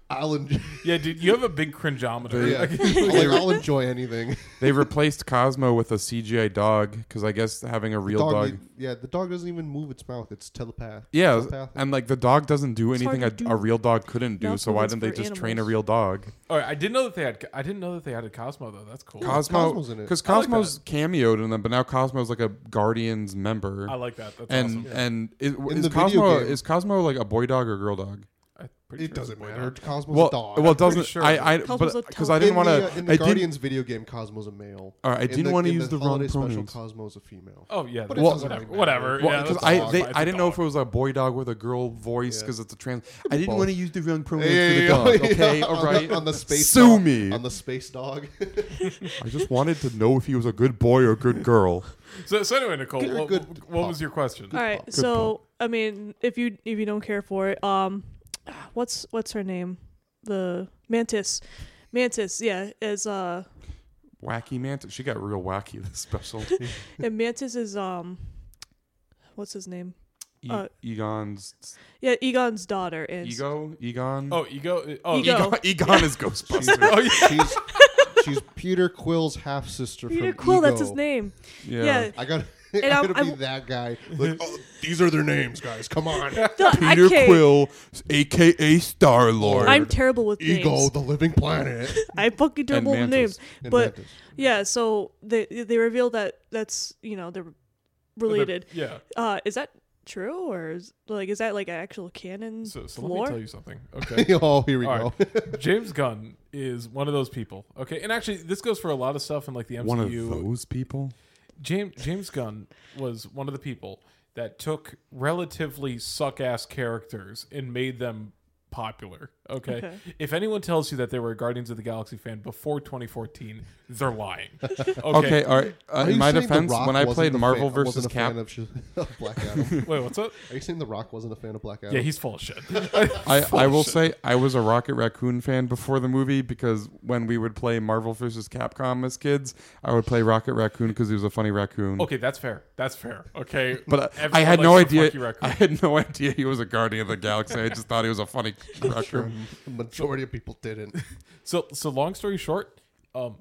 [SPEAKER 3] I'll enjoy.
[SPEAKER 1] Yeah, dude, you have a big cringeometer.
[SPEAKER 3] Yeah.
[SPEAKER 1] Like,
[SPEAKER 3] like, I'll enjoy anything.
[SPEAKER 2] they replaced Cosmo with a CGI dog because I guess having a real dog.
[SPEAKER 3] dog, Yeah, the dog doesn't even move its mouth. It's telepath.
[SPEAKER 2] yeah,
[SPEAKER 3] telepathic.
[SPEAKER 2] and like the dog doesn't do
[SPEAKER 4] It's hard
[SPEAKER 2] anything a,
[SPEAKER 4] to
[SPEAKER 2] a
[SPEAKER 4] do
[SPEAKER 2] real dog couldn't do.
[SPEAKER 4] mouth
[SPEAKER 2] So why
[SPEAKER 4] movements
[SPEAKER 2] didn't they
[SPEAKER 4] for
[SPEAKER 2] just train a
[SPEAKER 4] animals.
[SPEAKER 2] real dog?
[SPEAKER 1] all right, I didn't know that they had. I didn't know that they added Cosmo though. That's cool.
[SPEAKER 2] Cosmo,
[SPEAKER 3] Cosmo's in it.
[SPEAKER 2] because
[SPEAKER 1] I like
[SPEAKER 2] Cosmo's cameoed in them, but now Cosmo's like a Guardians member.
[SPEAKER 1] I like that. That's
[SPEAKER 2] and
[SPEAKER 1] awesome.
[SPEAKER 2] and is,
[SPEAKER 3] In
[SPEAKER 2] is
[SPEAKER 3] the video
[SPEAKER 2] Cosmo
[SPEAKER 3] game-
[SPEAKER 2] is Cosmo like a boy dog or girl dog?
[SPEAKER 1] I'm pretty
[SPEAKER 3] It
[SPEAKER 1] sure it's a
[SPEAKER 3] doesn't
[SPEAKER 1] boy
[SPEAKER 3] matter.
[SPEAKER 1] dog.
[SPEAKER 3] Cosmo's
[SPEAKER 2] Well,
[SPEAKER 3] a dog.
[SPEAKER 2] well, doesn't
[SPEAKER 1] sure.
[SPEAKER 2] I? I
[SPEAKER 4] Cosmo's a
[SPEAKER 2] but because I didn't
[SPEAKER 3] In
[SPEAKER 2] want
[SPEAKER 3] the,
[SPEAKER 2] to. I
[SPEAKER 3] uh, in the
[SPEAKER 2] didn't.
[SPEAKER 3] Guardians video game, Cosmo's a male.
[SPEAKER 2] All right, I
[SPEAKER 3] In
[SPEAKER 2] didn't
[SPEAKER 3] the-
[SPEAKER 2] want to
[SPEAKER 3] in
[SPEAKER 2] use the, wrong
[SPEAKER 3] holiday
[SPEAKER 2] pronouns.
[SPEAKER 3] Special, Cosmo's a female.
[SPEAKER 1] Oh yeah.
[SPEAKER 3] But
[SPEAKER 1] that-
[SPEAKER 3] it
[SPEAKER 2] Well-
[SPEAKER 3] doesn't really matter.
[SPEAKER 1] whatever.
[SPEAKER 2] Well,
[SPEAKER 1] yeah,
[SPEAKER 2] because
[SPEAKER 1] that's
[SPEAKER 2] I
[SPEAKER 1] dog.
[SPEAKER 2] they,
[SPEAKER 1] It's a
[SPEAKER 2] I didn't know
[SPEAKER 1] dog.
[SPEAKER 2] if it was a boy dog with a girl voice
[SPEAKER 3] Yeah.
[SPEAKER 2] because it's a trans. I didn't
[SPEAKER 3] both.
[SPEAKER 2] want to use the wrong pronoun for the
[SPEAKER 3] Hey,
[SPEAKER 2] dog.
[SPEAKER 3] oh, yeah,
[SPEAKER 2] Okay,
[SPEAKER 3] on
[SPEAKER 2] all
[SPEAKER 3] the-
[SPEAKER 2] right.
[SPEAKER 3] on the space
[SPEAKER 2] Sue
[SPEAKER 3] dog,
[SPEAKER 2] me.
[SPEAKER 3] on the space dog.
[SPEAKER 2] I just wanted to know if he was a good boy or a good girl.
[SPEAKER 1] So, so anyway, Nicole,
[SPEAKER 3] You're a
[SPEAKER 1] what,
[SPEAKER 3] good
[SPEAKER 1] what
[SPEAKER 3] pup.
[SPEAKER 1] was your question?
[SPEAKER 4] all right.
[SPEAKER 3] Good
[SPEAKER 4] so I mean, if you if you don't care for it, um, what's what's her name? The Mantis, Mantis. Yeah, is uh,
[SPEAKER 2] Wacky Mantis. She got real wacky this special. E,
[SPEAKER 4] and Mantis is um, what's his name?
[SPEAKER 2] E-
[SPEAKER 4] Uh,
[SPEAKER 2] Egon's
[SPEAKER 4] Yeah, Egon's daughter is.
[SPEAKER 2] ego. Egon.
[SPEAKER 1] Oh, ego. Oh,
[SPEAKER 4] Ego.
[SPEAKER 2] Egon, Egon is Ghostbusters.
[SPEAKER 1] Oh, yeah.
[SPEAKER 3] she's she's Peter Quill's half sister.
[SPEAKER 4] Peter
[SPEAKER 3] from
[SPEAKER 4] Quill, that's his
[SPEAKER 3] Ego.
[SPEAKER 4] name.
[SPEAKER 2] yeah.
[SPEAKER 4] Yeah.
[SPEAKER 3] I got.
[SPEAKER 4] And
[SPEAKER 3] I
[SPEAKER 4] I'm-
[SPEAKER 3] gotta be
[SPEAKER 4] I'm-
[SPEAKER 3] that guy. Like, oh, these are their names, guys. Come on.
[SPEAKER 4] No, I
[SPEAKER 2] Peter
[SPEAKER 4] can't-
[SPEAKER 2] Quill, aka Star Lord.
[SPEAKER 4] I'm terrible with
[SPEAKER 3] Ego,
[SPEAKER 4] names.
[SPEAKER 3] oh, the living planet.
[SPEAKER 4] I'm fucking terrible with names.
[SPEAKER 2] Mantis.
[SPEAKER 3] And
[SPEAKER 4] But
[SPEAKER 3] Mantis.
[SPEAKER 4] yeah, so they they reveal that that's you know they're related.
[SPEAKER 1] Yeah.
[SPEAKER 4] Uh, is that true or is like is that like an actual canon
[SPEAKER 1] So, so let me
[SPEAKER 4] lore?
[SPEAKER 1] tell you something. Okay.
[SPEAKER 3] oh, here we
[SPEAKER 1] All
[SPEAKER 3] go.
[SPEAKER 1] James Gunn is one of those people. Okay. And actually, this goes for a lot of stuff in like the MCU.
[SPEAKER 2] One of those people.
[SPEAKER 1] James James Gunn was one of the people that took relatively suck ass characters and made them popular. Okay?
[SPEAKER 4] Okay.
[SPEAKER 1] If anyone tells you that they were a Guardians of the Galaxy fan before 2014, they're lying. Okay.
[SPEAKER 2] Okay, all right. Uh,
[SPEAKER 3] Are
[SPEAKER 2] in
[SPEAKER 3] you
[SPEAKER 2] my
[SPEAKER 3] saying The
[SPEAKER 2] defense,
[SPEAKER 3] Rock
[SPEAKER 2] when I
[SPEAKER 3] wasn't
[SPEAKER 2] played
[SPEAKER 3] a
[SPEAKER 2] Marvel
[SPEAKER 3] fan-
[SPEAKER 2] versus
[SPEAKER 3] wasn't a
[SPEAKER 2] Cap,
[SPEAKER 3] fan of, Sh- of Black Adam.
[SPEAKER 1] Wait, what's up?
[SPEAKER 3] Are you saying The Rock wasn't a fan of Black Adam?
[SPEAKER 1] Yeah, he's full of shit.
[SPEAKER 2] I, I will say I was a Rocket Raccoon fan before the movie because when we would play Marvel versus Capcom as kids, I would play Rocket Raccoon because he was a funny raccoon.
[SPEAKER 1] Okay, that's fair. That's fair. Okay.
[SPEAKER 2] But I, I
[SPEAKER 1] Everyone
[SPEAKER 2] had no
[SPEAKER 1] likes the
[SPEAKER 2] idea.
[SPEAKER 1] funky raccoon.
[SPEAKER 2] I had no idea he was a Guardian of the Galaxy. I just thought he was a funny
[SPEAKER 3] Sure,
[SPEAKER 2] raccoon.
[SPEAKER 3] the majority of people didn't.
[SPEAKER 1] So so long story short, um,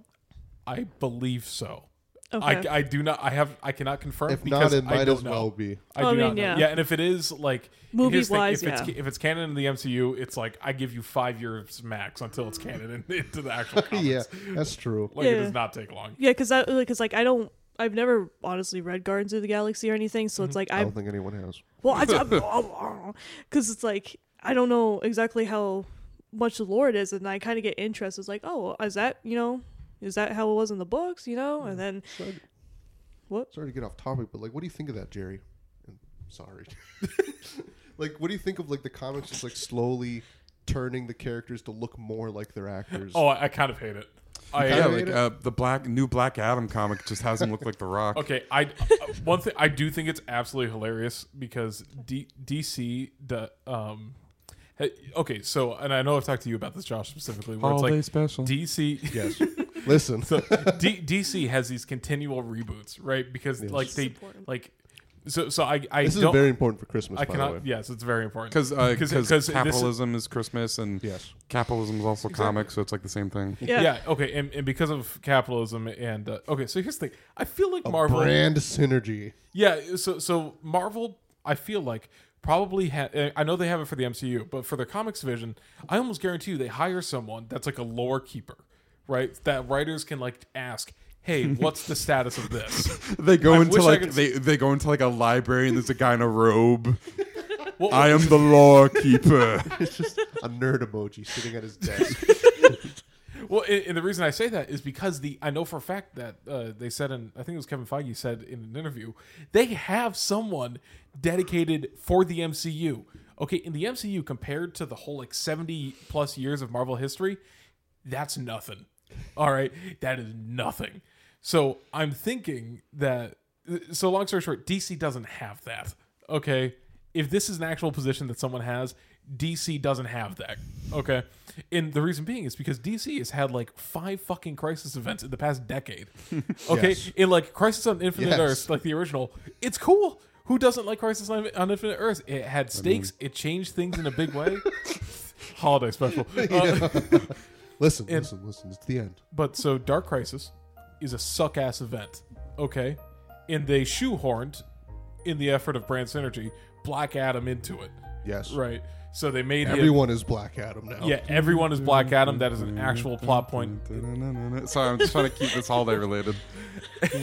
[SPEAKER 1] I believe so.
[SPEAKER 4] Okay.
[SPEAKER 1] I, I do not. I have. I cannot confirm.
[SPEAKER 3] If
[SPEAKER 1] because
[SPEAKER 3] not, it
[SPEAKER 1] I
[SPEAKER 3] might
[SPEAKER 1] don't
[SPEAKER 3] as
[SPEAKER 1] know.
[SPEAKER 3] well be.
[SPEAKER 1] I do
[SPEAKER 4] Well, I
[SPEAKER 1] not
[SPEAKER 4] mean,
[SPEAKER 1] know. Yeah.
[SPEAKER 4] yeah.
[SPEAKER 1] and if it is like
[SPEAKER 4] Movie
[SPEAKER 1] here's the thing,
[SPEAKER 4] wise,
[SPEAKER 1] if it's
[SPEAKER 4] yeah.
[SPEAKER 1] if it's canon in the MCU, it's like I give you five years max until it's canon in, into the actual comics.
[SPEAKER 3] yeah, that's true.
[SPEAKER 1] Like it
[SPEAKER 4] Yeah.
[SPEAKER 1] does not take long.
[SPEAKER 4] yeah, because I because like I don't. I've never honestly read Guardians of the Galaxy or anything, so it's like
[SPEAKER 3] I don't
[SPEAKER 4] I've
[SPEAKER 3] think anyone has.
[SPEAKER 4] well, I because it's like I don't know exactly how much the lore it is, and I kind of get interest. It's like, oh, is that you know, is that how it was in the books, you know? And then
[SPEAKER 3] Sorry,
[SPEAKER 4] What?
[SPEAKER 3] Sorry to get off topic, but like, what do you think of that, Jerry? And sorry. like, what do you think of like the comics just like slowly turning the characters to look more like their actors?
[SPEAKER 1] Oh, I, I kind of hate it. I
[SPEAKER 2] Yeah,
[SPEAKER 3] Animated?
[SPEAKER 2] like uh, the black new Black Adam comic just has him look like the Rock.
[SPEAKER 1] Okay, I uh, one thing I do think it's absolutely hilarious because D, DC the um hey, okay, so and I know I've talked to you about this Josh specifically where
[SPEAKER 2] Holiday
[SPEAKER 1] it's
[SPEAKER 2] special.
[SPEAKER 1] like DC yes.
[SPEAKER 3] Listen,
[SPEAKER 1] so D, DC has these continual reboots, right? Because like
[SPEAKER 4] This is
[SPEAKER 1] they
[SPEAKER 4] important.
[SPEAKER 1] like so so I I
[SPEAKER 3] this is
[SPEAKER 1] don't
[SPEAKER 3] very important for Christmas.
[SPEAKER 1] I
[SPEAKER 3] by the way.
[SPEAKER 1] cannot yes, it's very important.
[SPEAKER 2] Because uh,
[SPEAKER 1] 'Cause-
[SPEAKER 2] 'cause
[SPEAKER 1] 'cause this-
[SPEAKER 2] capitalism is Christmas and
[SPEAKER 3] Yes.
[SPEAKER 2] capitalism is also comics, so it's like the same thing.
[SPEAKER 1] yeah.
[SPEAKER 4] Yeah.
[SPEAKER 1] okay, and, and because of capitalism and uh, okay, so here's the thing. I feel like
[SPEAKER 3] A
[SPEAKER 1] Marvel
[SPEAKER 3] brand synergy.
[SPEAKER 1] Yeah, so so Marvel, I feel like probably ha- eh, I know they have it for the MCU, but for the comics division, I almost guarantee you they hire someone that's like a lore keeper, right? That writers can like ask, "Hey, what's the status of this?"
[SPEAKER 2] They go
[SPEAKER 1] I
[SPEAKER 2] into
[SPEAKER 1] wish I
[SPEAKER 2] like
[SPEAKER 1] could s-
[SPEAKER 2] they, they go into like a library and there's a guy in a robe.
[SPEAKER 1] What-
[SPEAKER 2] I am the law keeper.
[SPEAKER 3] It's just a nerd emoji sitting at his desk.
[SPEAKER 1] Well, and, and the reason I say that is because the I know for a fact that uh, they said, in I think it was Kevin Feige said in an interview, they have someone dedicated for the MCU. Okay, in the MCU, compared to the whole like seventy plus years of Marvel history, that's nothing. All right, that is nothing. So I'm thinking that. So long story short, DC doesn't have that. Okay, if this is an actual position that someone has, DC doesn't have that. Okay, and the reason being is because DC has had like five fucking crisis events in the past decade. Okay,
[SPEAKER 3] Yes.
[SPEAKER 1] in like Crisis on Infinite
[SPEAKER 3] Yes.
[SPEAKER 1] Earth, like the original, it's cool. Who doesn't like Crisis on on Infinite Earth? It had stakes. it changed things in a big way. Holiday special. Uh,
[SPEAKER 3] Listen, listen, listen. It's the end.
[SPEAKER 1] but so Dark Crisis is a suck ass event, okay? And they shoehorned, in the effort of brand synergy, Black Adam into it,
[SPEAKER 3] Yes.
[SPEAKER 1] right? So they made him-
[SPEAKER 3] Everyone is Black Adam now.
[SPEAKER 1] yeah, everyone is Black Adam. That is an actual plot point.
[SPEAKER 2] Sorry, I'm just trying to keep this holiday related.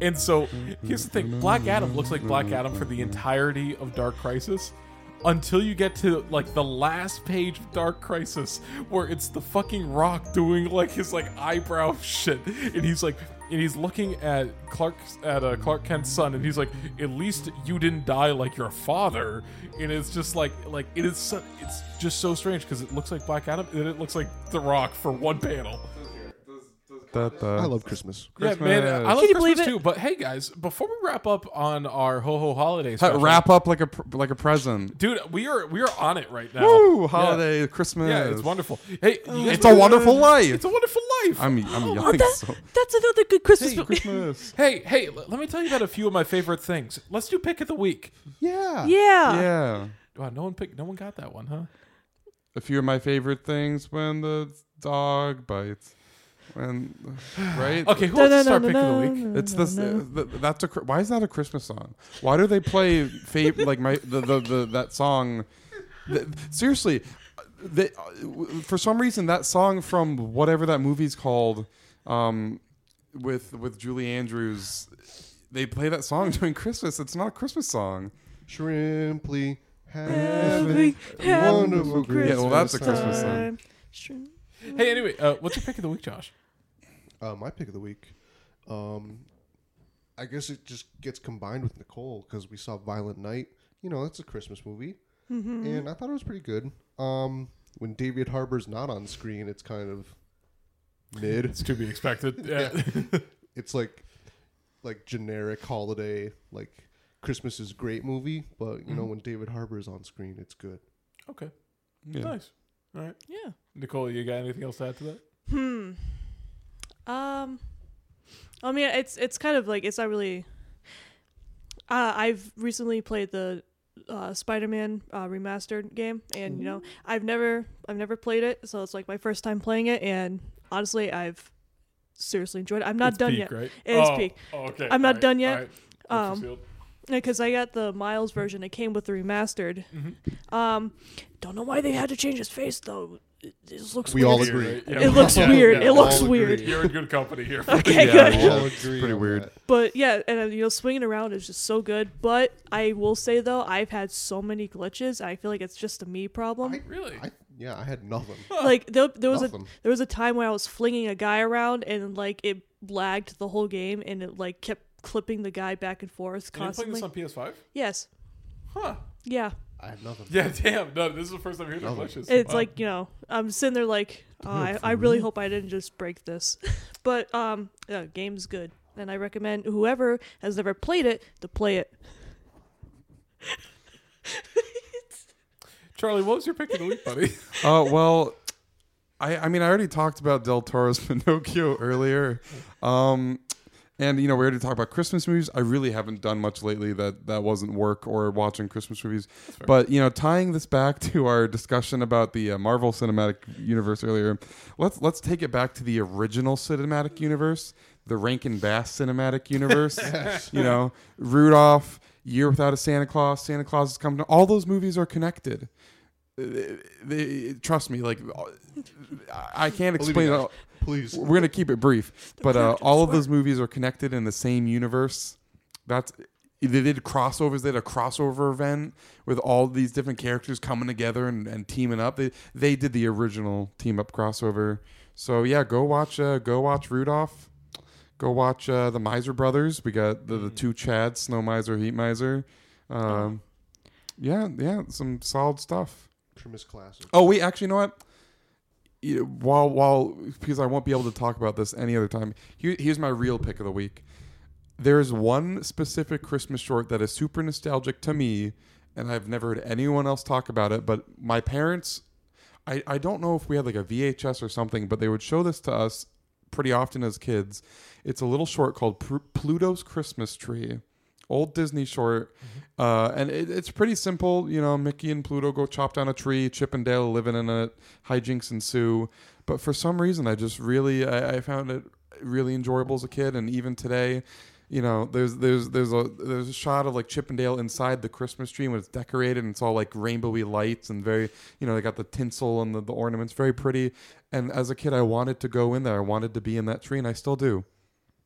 [SPEAKER 1] And so here's the thing: Black Adam looks like Black Adam for the entirety of Dark Crisis, until you get to like the last page of Dark Crisis, where it's the fucking Rock doing like his like eyebrow shit, and he's like, and he's looking at Clark at uh, Clark Kent's son, and he's like, "At least you didn't die like your father." And it's just like like it is so, it's just so strange because it looks like Black Adam, and then it looks like the Rock for one panel.
[SPEAKER 2] That, uh,
[SPEAKER 3] I love Christmas.
[SPEAKER 1] Yeah, man, I love
[SPEAKER 2] Christmas.
[SPEAKER 4] Can you
[SPEAKER 1] Christmas
[SPEAKER 4] believe it?
[SPEAKER 1] too. But hey, guys, before we wrap up on our ho ho holiday
[SPEAKER 2] Hey,
[SPEAKER 1] special,
[SPEAKER 2] wrap up like a pr- like a present.
[SPEAKER 1] dude, we are we are on it right now.
[SPEAKER 2] Woo! Holiday, Christmas.
[SPEAKER 1] Yeah, it's wonderful. Hey, you guys-
[SPEAKER 2] It's a wonderful life.
[SPEAKER 1] It's a wonderful life.
[SPEAKER 2] I'm I'm
[SPEAKER 4] Oh,
[SPEAKER 2] yelling
[SPEAKER 4] that-
[SPEAKER 2] so.
[SPEAKER 4] That's another good Christmas.
[SPEAKER 2] Hey,
[SPEAKER 4] mo-
[SPEAKER 2] Christmas.
[SPEAKER 1] hey, hey, l- let me tell you about a few of my favorite things. Let's do pick of the week.
[SPEAKER 3] Yeah.
[SPEAKER 4] yeah.
[SPEAKER 2] yeah.
[SPEAKER 1] Wow, no one picked, no one got that one, huh?
[SPEAKER 2] A few of my favorite things when the dog bites. When right?
[SPEAKER 1] Okay, who wants to start pick of the week?
[SPEAKER 2] It's this. uh, th- th- that's a. cr- Why is that a Christmas song? Why do they play fa- like my the, the, the that song? Th- seriously, uh, they, uh, w- for some reason that song from whatever that movie's called, um, with with Julie Andrews, they play that song during Christmas. It's not a Christmas song.
[SPEAKER 3] Shrimply.
[SPEAKER 4] Every
[SPEAKER 3] Happy.
[SPEAKER 4] wonderful
[SPEAKER 3] wonderful
[SPEAKER 4] Christmas.
[SPEAKER 2] Yeah, well, that's a Christmas song.
[SPEAKER 4] time. Shrim-
[SPEAKER 1] Hey, anyway, uh, what's your pick of the week, Josh?
[SPEAKER 3] Uh, my pick of the week. Um, I guess it just gets combined with Nicole because we saw Violent Night. You know, that's a Christmas movie,
[SPEAKER 4] Mm-hmm.
[SPEAKER 1] Mm-hmm.
[SPEAKER 3] and I thought it was pretty good. Um, when David Harbour's not on screen, it's kind of mid.
[SPEAKER 1] It's to be expected. Yeah.
[SPEAKER 3] It's like like generic holiday, like Christmas is great movie, but you
[SPEAKER 1] Mm-hmm.
[SPEAKER 3] know when David Harbour is on screen, it's good.
[SPEAKER 1] okay,
[SPEAKER 2] Yeah.
[SPEAKER 1] nice. All right,
[SPEAKER 4] Yeah.
[SPEAKER 1] Nicole, you got anything else to add to that?
[SPEAKER 4] Hmm. Um. I mean, it's it's kind of like it's not really. Uh, I've recently played the uh, Spider-Man uh, remastered game, and you know, I've never I've never played it, so it's like my first time playing it, and honestly, I've seriously enjoyed it. I'm not
[SPEAKER 1] It's
[SPEAKER 4] done
[SPEAKER 1] peak,
[SPEAKER 4] yet
[SPEAKER 1] Right?
[SPEAKER 4] It is
[SPEAKER 1] oh,
[SPEAKER 4] peak.
[SPEAKER 1] oh, okay.
[SPEAKER 4] I'm not
[SPEAKER 1] all right,
[SPEAKER 4] done yet.
[SPEAKER 1] all right. Lips
[SPEAKER 4] Um,
[SPEAKER 1] sealed.
[SPEAKER 4] because I got the Miles version. It came with the remastered. Um, don't know why they had to change his face though. It, it looks
[SPEAKER 3] We
[SPEAKER 4] weird.
[SPEAKER 3] all
[SPEAKER 1] Weird,
[SPEAKER 3] agree.
[SPEAKER 1] right? Yeah,
[SPEAKER 4] It
[SPEAKER 1] we
[SPEAKER 4] looks
[SPEAKER 1] all-
[SPEAKER 4] weird.
[SPEAKER 1] yeah,
[SPEAKER 4] It
[SPEAKER 1] we all
[SPEAKER 4] looks
[SPEAKER 3] agree.
[SPEAKER 4] weird.
[SPEAKER 1] You're in good company here.
[SPEAKER 4] Okay,
[SPEAKER 2] Yeah,
[SPEAKER 4] good.
[SPEAKER 2] we
[SPEAKER 3] All
[SPEAKER 2] all-
[SPEAKER 3] agree
[SPEAKER 2] pretty
[SPEAKER 3] on
[SPEAKER 2] weird.
[SPEAKER 3] that.
[SPEAKER 4] But yeah, and uh, you know, swinging around is just so good. But I will say though, I've had so many glitches. I feel like it's just a me problem.
[SPEAKER 1] Really?
[SPEAKER 3] I, yeah, I had nothing.
[SPEAKER 4] like there, there was
[SPEAKER 3] Nothing.
[SPEAKER 4] a there was a time where I was flinging a guy around and like it lagged the whole game and it like kept clipped clipping the guy back and forth
[SPEAKER 1] Are you playing
[SPEAKER 4] constantly.
[SPEAKER 1] this on PS5?
[SPEAKER 4] yes.
[SPEAKER 1] Huh.
[SPEAKER 4] Yeah.
[SPEAKER 3] I have nothing.
[SPEAKER 1] Yeah, damn. No, this is the first time hearing
[SPEAKER 3] Oh.
[SPEAKER 1] heard delicious.
[SPEAKER 4] It's
[SPEAKER 1] Wow.
[SPEAKER 4] like you know, I'm sitting there like, uh, I,
[SPEAKER 3] for
[SPEAKER 4] I really
[SPEAKER 3] real?
[SPEAKER 4] hope I didn't just break this. but um, yeah, game's good, and I recommend whoever has never played it to play it.
[SPEAKER 1] Charlie, what was your pick of the week, buddy?
[SPEAKER 2] Uh, well, I, I mean, I already talked about Del Toro's Pinocchio earlier. Um, and, you know, we already talked about Christmas movies. I really haven't done much lately that, that wasn't work or watching Christmas movies.
[SPEAKER 1] fair.
[SPEAKER 2] But, you know, tying this back to our discussion about the uh, Marvel Cinematic Universe earlier, let's, let's take it back to the original cinematic universe, the Rankin Bass Cinematic Universe. you know, Rudolph, Year Without a Santa Claus, Santa Claus is coming. to- All those movies are connected Uh, they, trust me, like uh, I- I can't
[SPEAKER 3] Believe
[SPEAKER 2] explain.
[SPEAKER 3] me,
[SPEAKER 2] it all.
[SPEAKER 3] Please.
[SPEAKER 2] We're gonna keep it brief, but uh,
[SPEAKER 4] characters
[SPEAKER 2] all of
[SPEAKER 4] were-
[SPEAKER 2] those movies are connected in the same universe. That's they did crossovers. They had a crossover event with all these different characters coming together and, and teaming up. They they did the original team up crossover. So yeah, go watch uh, go watch Rudolph. Go watch uh, the Miser Brothers. We got the, the two Chads, Snow Miser, Heat Miser.
[SPEAKER 4] Oh.
[SPEAKER 2] Um, yeah, yeah, some solid stuff.
[SPEAKER 3] Christmas classic.
[SPEAKER 2] Oh wait, actually, you know what? You- While while because I won't be able to talk about this any other time. Here, here's my real pick of the week. There is one specific Christmas short that is super nostalgic to me, and I've never heard anyone else talk about it. But my parents, I I don't know if we had like a VHS or something, but they would show this to us pretty often as kids. It's a little short called Pru- Pluto's Christmas Tree. Old Disney short, uh, and it, it's pretty simple. You know, Mickey and Pluto go chop down a tree. Chip and Dale living in it. Hijinks ensue. But for some reason, I just really I, I found it really enjoyable as a kid, and even today, you know, there's there's there's a there's a shot of like Chip and Dale inside the Christmas tree when it's decorated and it's all like rainbowy lights and very you know they got the tinsel and the, the ornaments very pretty. And as a kid, I wanted to go in there. I wanted to be in that tree, and I still do.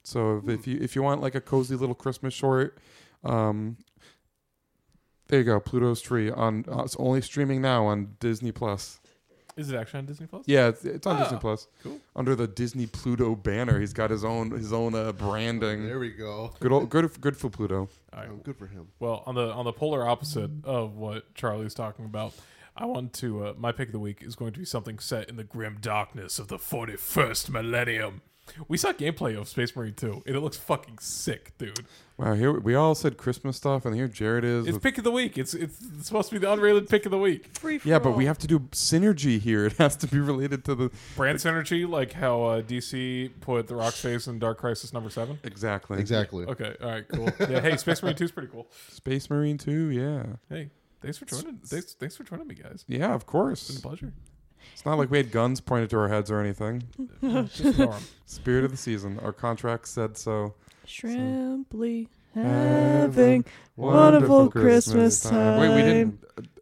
[SPEAKER 2] So if, if you if you want like a cozy little Christmas short, um, there you go. Pluto's Tree on uh, it's only streaming now on Disney Plus.
[SPEAKER 1] Is it actually on Disney Plus?
[SPEAKER 2] Yeah, it's, it's on
[SPEAKER 1] Ah,
[SPEAKER 2] Disney Plus
[SPEAKER 1] cool.
[SPEAKER 2] under the Disney Pluto banner. He's got his own his own uh, branding.
[SPEAKER 3] There we go.
[SPEAKER 2] Good old, good good for Pluto.
[SPEAKER 1] All right.
[SPEAKER 3] Oh, good for him.
[SPEAKER 1] Well, on the on the polar opposite of what Charlie's talking about, I want to. Uh, my pick of the week is going to be something set in the grim darkness of the forty first millennium. We saw gameplay of Space Marine 2, and it looks fucking sick, dude.
[SPEAKER 2] Wow, here we all said Christmas stuff, and here Jared is.
[SPEAKER 1] It's
[SPEAKER 2] with-
[SPEAKER 1] pick of the week. It's it's, it's supposed to be the unrated pick of the week.
[SPEAKER 4] Free for
[SPEAKER 2] yeah, but we
[SPEAKER 4] all.
[SPEAKER 2] have to do synergy here. It has to be related to the
[SPEAKER 1] Brand synergy, like how uh, DC put the Rock's face in Dark Crisis number seven.
[SPEAKER 2] exactly
[SPEAKER 3] Exactly.
[SPEAKER 1] Okay, all right, cool. Yeah, hey, Space Marine 2 is pretty cool.
[SPEAKER 2] Space Marine Two. Yeah,
[SPEAKER 1] Hey, thanks for joining. Thanks, thanks for joining me, guys.
[SPEAKER 2] yeah,
[SPEAKER 1] It's been
[SPEAKER 2] of
[SPEAKER 1] a
[SPEAKER 2] course.
[SPEAKER 1] pleasure.
[SPEAKER 2] It's not like we had guns pointed to our heads or anything.
[SPEAKER 1] Just ignore 'em.
[SPEAKER 2] Spirit of the season. Our contract said so.
[SPEAKER 4] Shrimply
[SPEAKER 2] Have a
[SPEAKER 4] having wonderful Christmas time.
[SPEAKER 2] Wait, we didn't